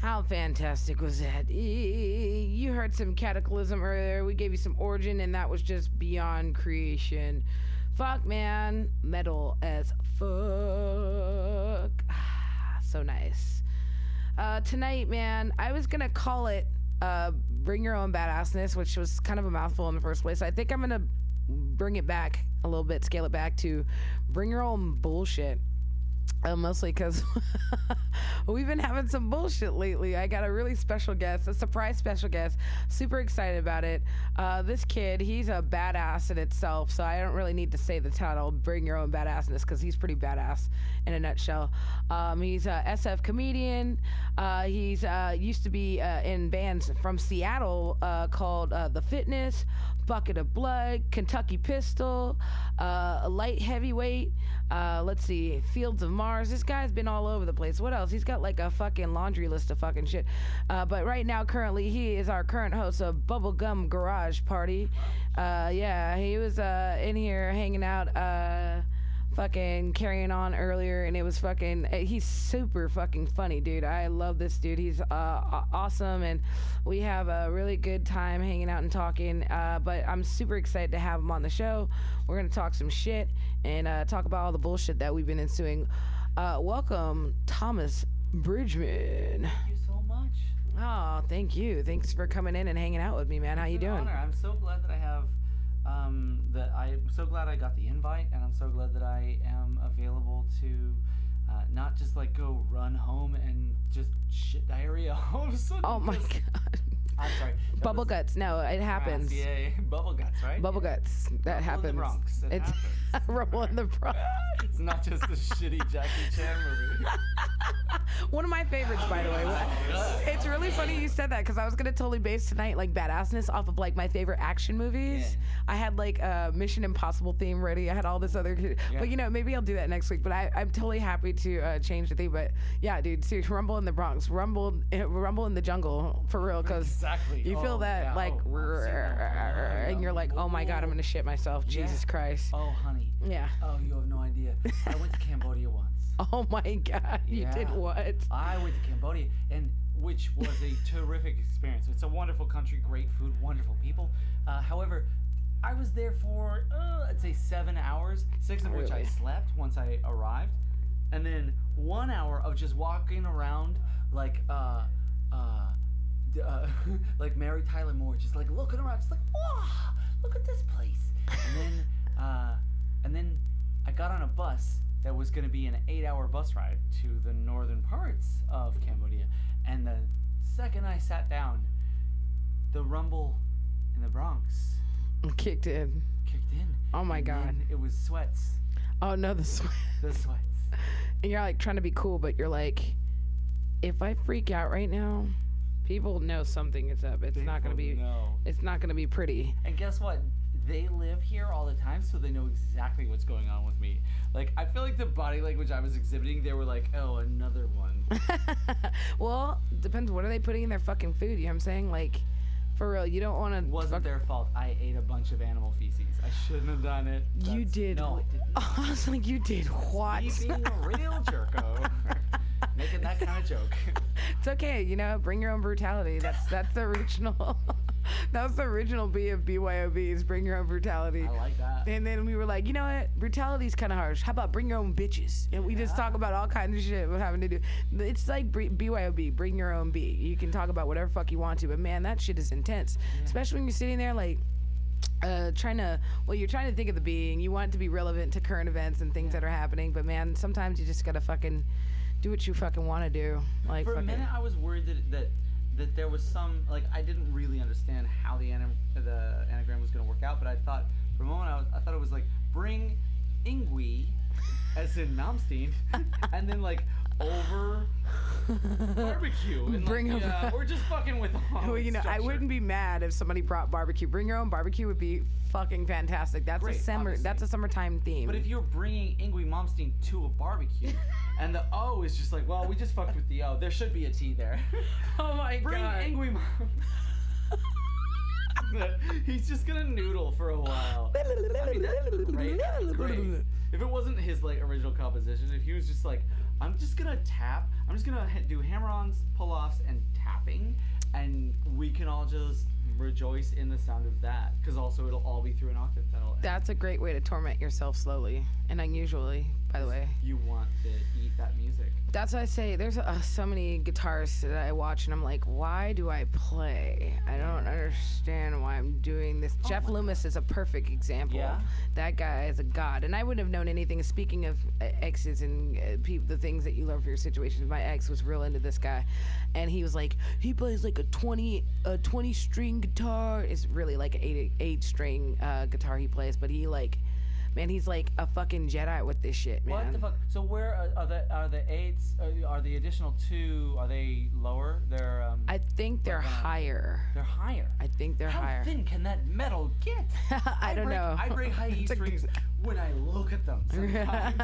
H: How fantastic was that? E- You heard some cataclysm earlier. We gave you some origin, and that was just beyond creation. Fuck, man. Metal as fuck. Ah, so nice. Uh, tonight, man, I was gonna call it uh, "Bring Your Own Badassness," which was kind of a mouthful in the first place. I think I'm gonna bring it back a little bit, scale it back to "Bring Your Own Bullshit," uh, mostly [laughs] because we've been having some bullshit lately. I got a really special guest, a surprise special guest. Super excited about it. Uh, this kid, he's a badass in itself, so I don't really need to say the title, Bring Your Own Badassness, because he's pretty badass in a nutshell. Um, he's a SF comedian. Uh, he's uh, used to be uh, in bands from Seattle uh, called uh, The Fitness, Bucket of Blood, Kentucky Pistol, uh, Light Heavyweight. Uh, let's see, Fields of Mars. This guy's been all over the place. What else? He's got like a fucking laundry list of fucking shit. Uh, but right now, currently, he is our current host of Bubblegum Garage Party. Uh, yeah, he was uh, in here hanging out. Uh, fucking carrying on earlier and it was fucking eh, he's super fucking funny dude i love this dude he's uh, aw- awesome and we have a really good time hanging out and talking uh, but i'm super excited to have him on the show we're gonna talk some shit and uh, talk about all the bullshit that we've been ensuing uh, welcome thomas bridgman thank you so much oh thank you thanks for coming in and hanging out with me man how you
R: It's an
H: doing
R: honor. I'm so glad that I have um, that. I'm so glad I got the invite, and I'm so glad that I am available to uh, not just like go run home and just shit diarrhea [laughs] all of a sudden.
H: Oh my
R: god! I'm sorry. That
H: bubble
R: was
H: guts no it happens
R: crass. Yeah, yeah. bubble guts, right?
H: Bubble guts. That
R: Rumble
H: happens.
R: in the Bronx. That
H: it's Rumble in the [laughs] Bronx.
R: It's not just the shitty Jackie Chan
H: [laughs]
R: movie.
H: One of my favorites, by the way. It's really funny you said that because I was gonna totally base tonight like badassness off of like my favorite action movies. I had like a Mission Impossible theme ready. I had all this other, but you know maybe I'll do that next week. But I, I'm totally happy to uh, change the theme. But yeah, dude, serious Rumble in the Bronx, Rumble, eh, Rumble in the jungle for real. Because
R: Exactly.
H: you feel
R: Oh,
H: that
R: yeah.
H: like, and you're like, oh my god, I'm gonna shit myself.
R: Yeah.
H: Jesus Christ.
R: Oh, honey.
H: Yeah.
R: Oh, you have no idea. I went to Cambodia once.
H: Oh my God, [laughs] you did
R: Yeah.
H: what?
R: I went to Cambodia, and which was
H: [laughs]
R: a terrific experience. It's a wonderful country, great food, wonderful people. Uh, however, I was there for uh, I'd say seven hours, six of which I
H: Really?
R: slept once I arrived, and then one hour of just walking around like uh, uh, d- uh, [laughs] like Mary Tyler Moore, just like looking around, just like wow, look at this place. And then uh, and then I got on a bus that was going to be an eight-hour bus ride to the northern parts of Cambodia, and the second I sat down, the rumble in the Bronx
H: Kicked in.
R: kicked in.
H: Oh my
R: and
H: God.
R: then It was sweats.
H: Oh no, the sweat.
R: The sweat.
H: And you're like trying to be cool, but you're like, if I freak out right now, people know something is up. It's not gonna be.
R: People know.
H: It's not gonna be pretty.
R: And guess what? They live here all the time, so they know exactly what's going on with me. Like, I feel like the body language I was exhibiting, they were like, oh, another one.
H: Well, depends. What are they putting in their fucking food? You know what I'm saying? Like, for real, you don't want to.
R: Wasn't their fault. I ate a bunch of animal feces. I shouldn't have done it.
H: You did.
R: No, I didn't.
H: [laughs] I was like, you did [laughs] what?
R: Me being a real jerko. [laughs] Making that kind of joke.
H: [laughs] It's okay, you know. Bring your own brutality. That's that's the original. [laughs] that was the original B of BYOB is bring your own brutality. I
R: like that.
H: And then we were like, you know what? Brutality's kind of harsh. How about bring your own bitches? And we just talk about all kinds of shit we're having to do. It's like br- BYOB, bring your own B. You can talk about whatever fuck you want to, but man, that shit is intense. Especially when you're sitting there like uh, trying to well you're trying to think of the being you want it to be relevant to current events and things that are happening but man sometimes you just gotta fucking do what you fucking want to do [laughs] like
R: for a
H: fucking,
R: minute I was worried that that that there was some like I didn't really understand how the anim- the anagram was going to work out, but I thought for a moment I, was, I thought it was like bring Ingwe, as in
H: [laughs]
R: Namstein, and then like over barbecue and
H: Bring
R: like,
H: over-
R: yeah, we're just fucking
H: [laughs]
R: with all
H: well, you know, I wouldn't be mad if somebody brought barbecue. Bring your own barbecue would be fucking fantastic. That's a
R: Great,
H: summer.
R: obviously.
H: That's a summertime theme.
R: But if you're bringing Ingwe Momstein to a barbecue, and the O is just like, well, we just fucked with the O. There should be a T there. [laughs]
H: Oh my God.
R: Bring
H: [laughs]
R: Ingwe Mom. He's just gonna noodle for a while. I mean, that's great, great. If it wasn't his like original composition, if he was just like, I'm just gonna tap. I'm just gonna ha- do hammer-ons, pull-offs, and tapping, and we can all just rejoice in the sound of that. Because also it'll all be through an octave pedal.
H: That's a great way to torment yourself slowly and unusually, by the way.
R: You want to eat that music.
H: That's what I say. There's uh, so many guitarists that I watch, and I'm like, why do I play? I don't understand why I'm doing this. Jeff Loomis is a perfect example.
R: Oh Yeah.
H: That guy is a god, and I wouldn't have known anything. Speaking of uh, exes and uh, peop the things that you learn for your situations, my ex was real into this guy, and he was like, he plays like a 20 a 20 string guitar. It's really like an eight eight string uh, guitar he plays, but he like, man, he's like a fucking Jedi with this shit, man.
R: What the fuck? So where are, are the are the eights? uh, Are, are the additional two? Are they lower? They're um.
H: I think they're
R: Like, uh,
H: higher.
R: They're higher.
H: I think they're
R: how
H: higher.
R: thin can that
H: [laughs]
R: metal get?
H: Oh, I don't
R: break,
H: know. [laughs]
R: I break high E strings when I look at them. Sometimes.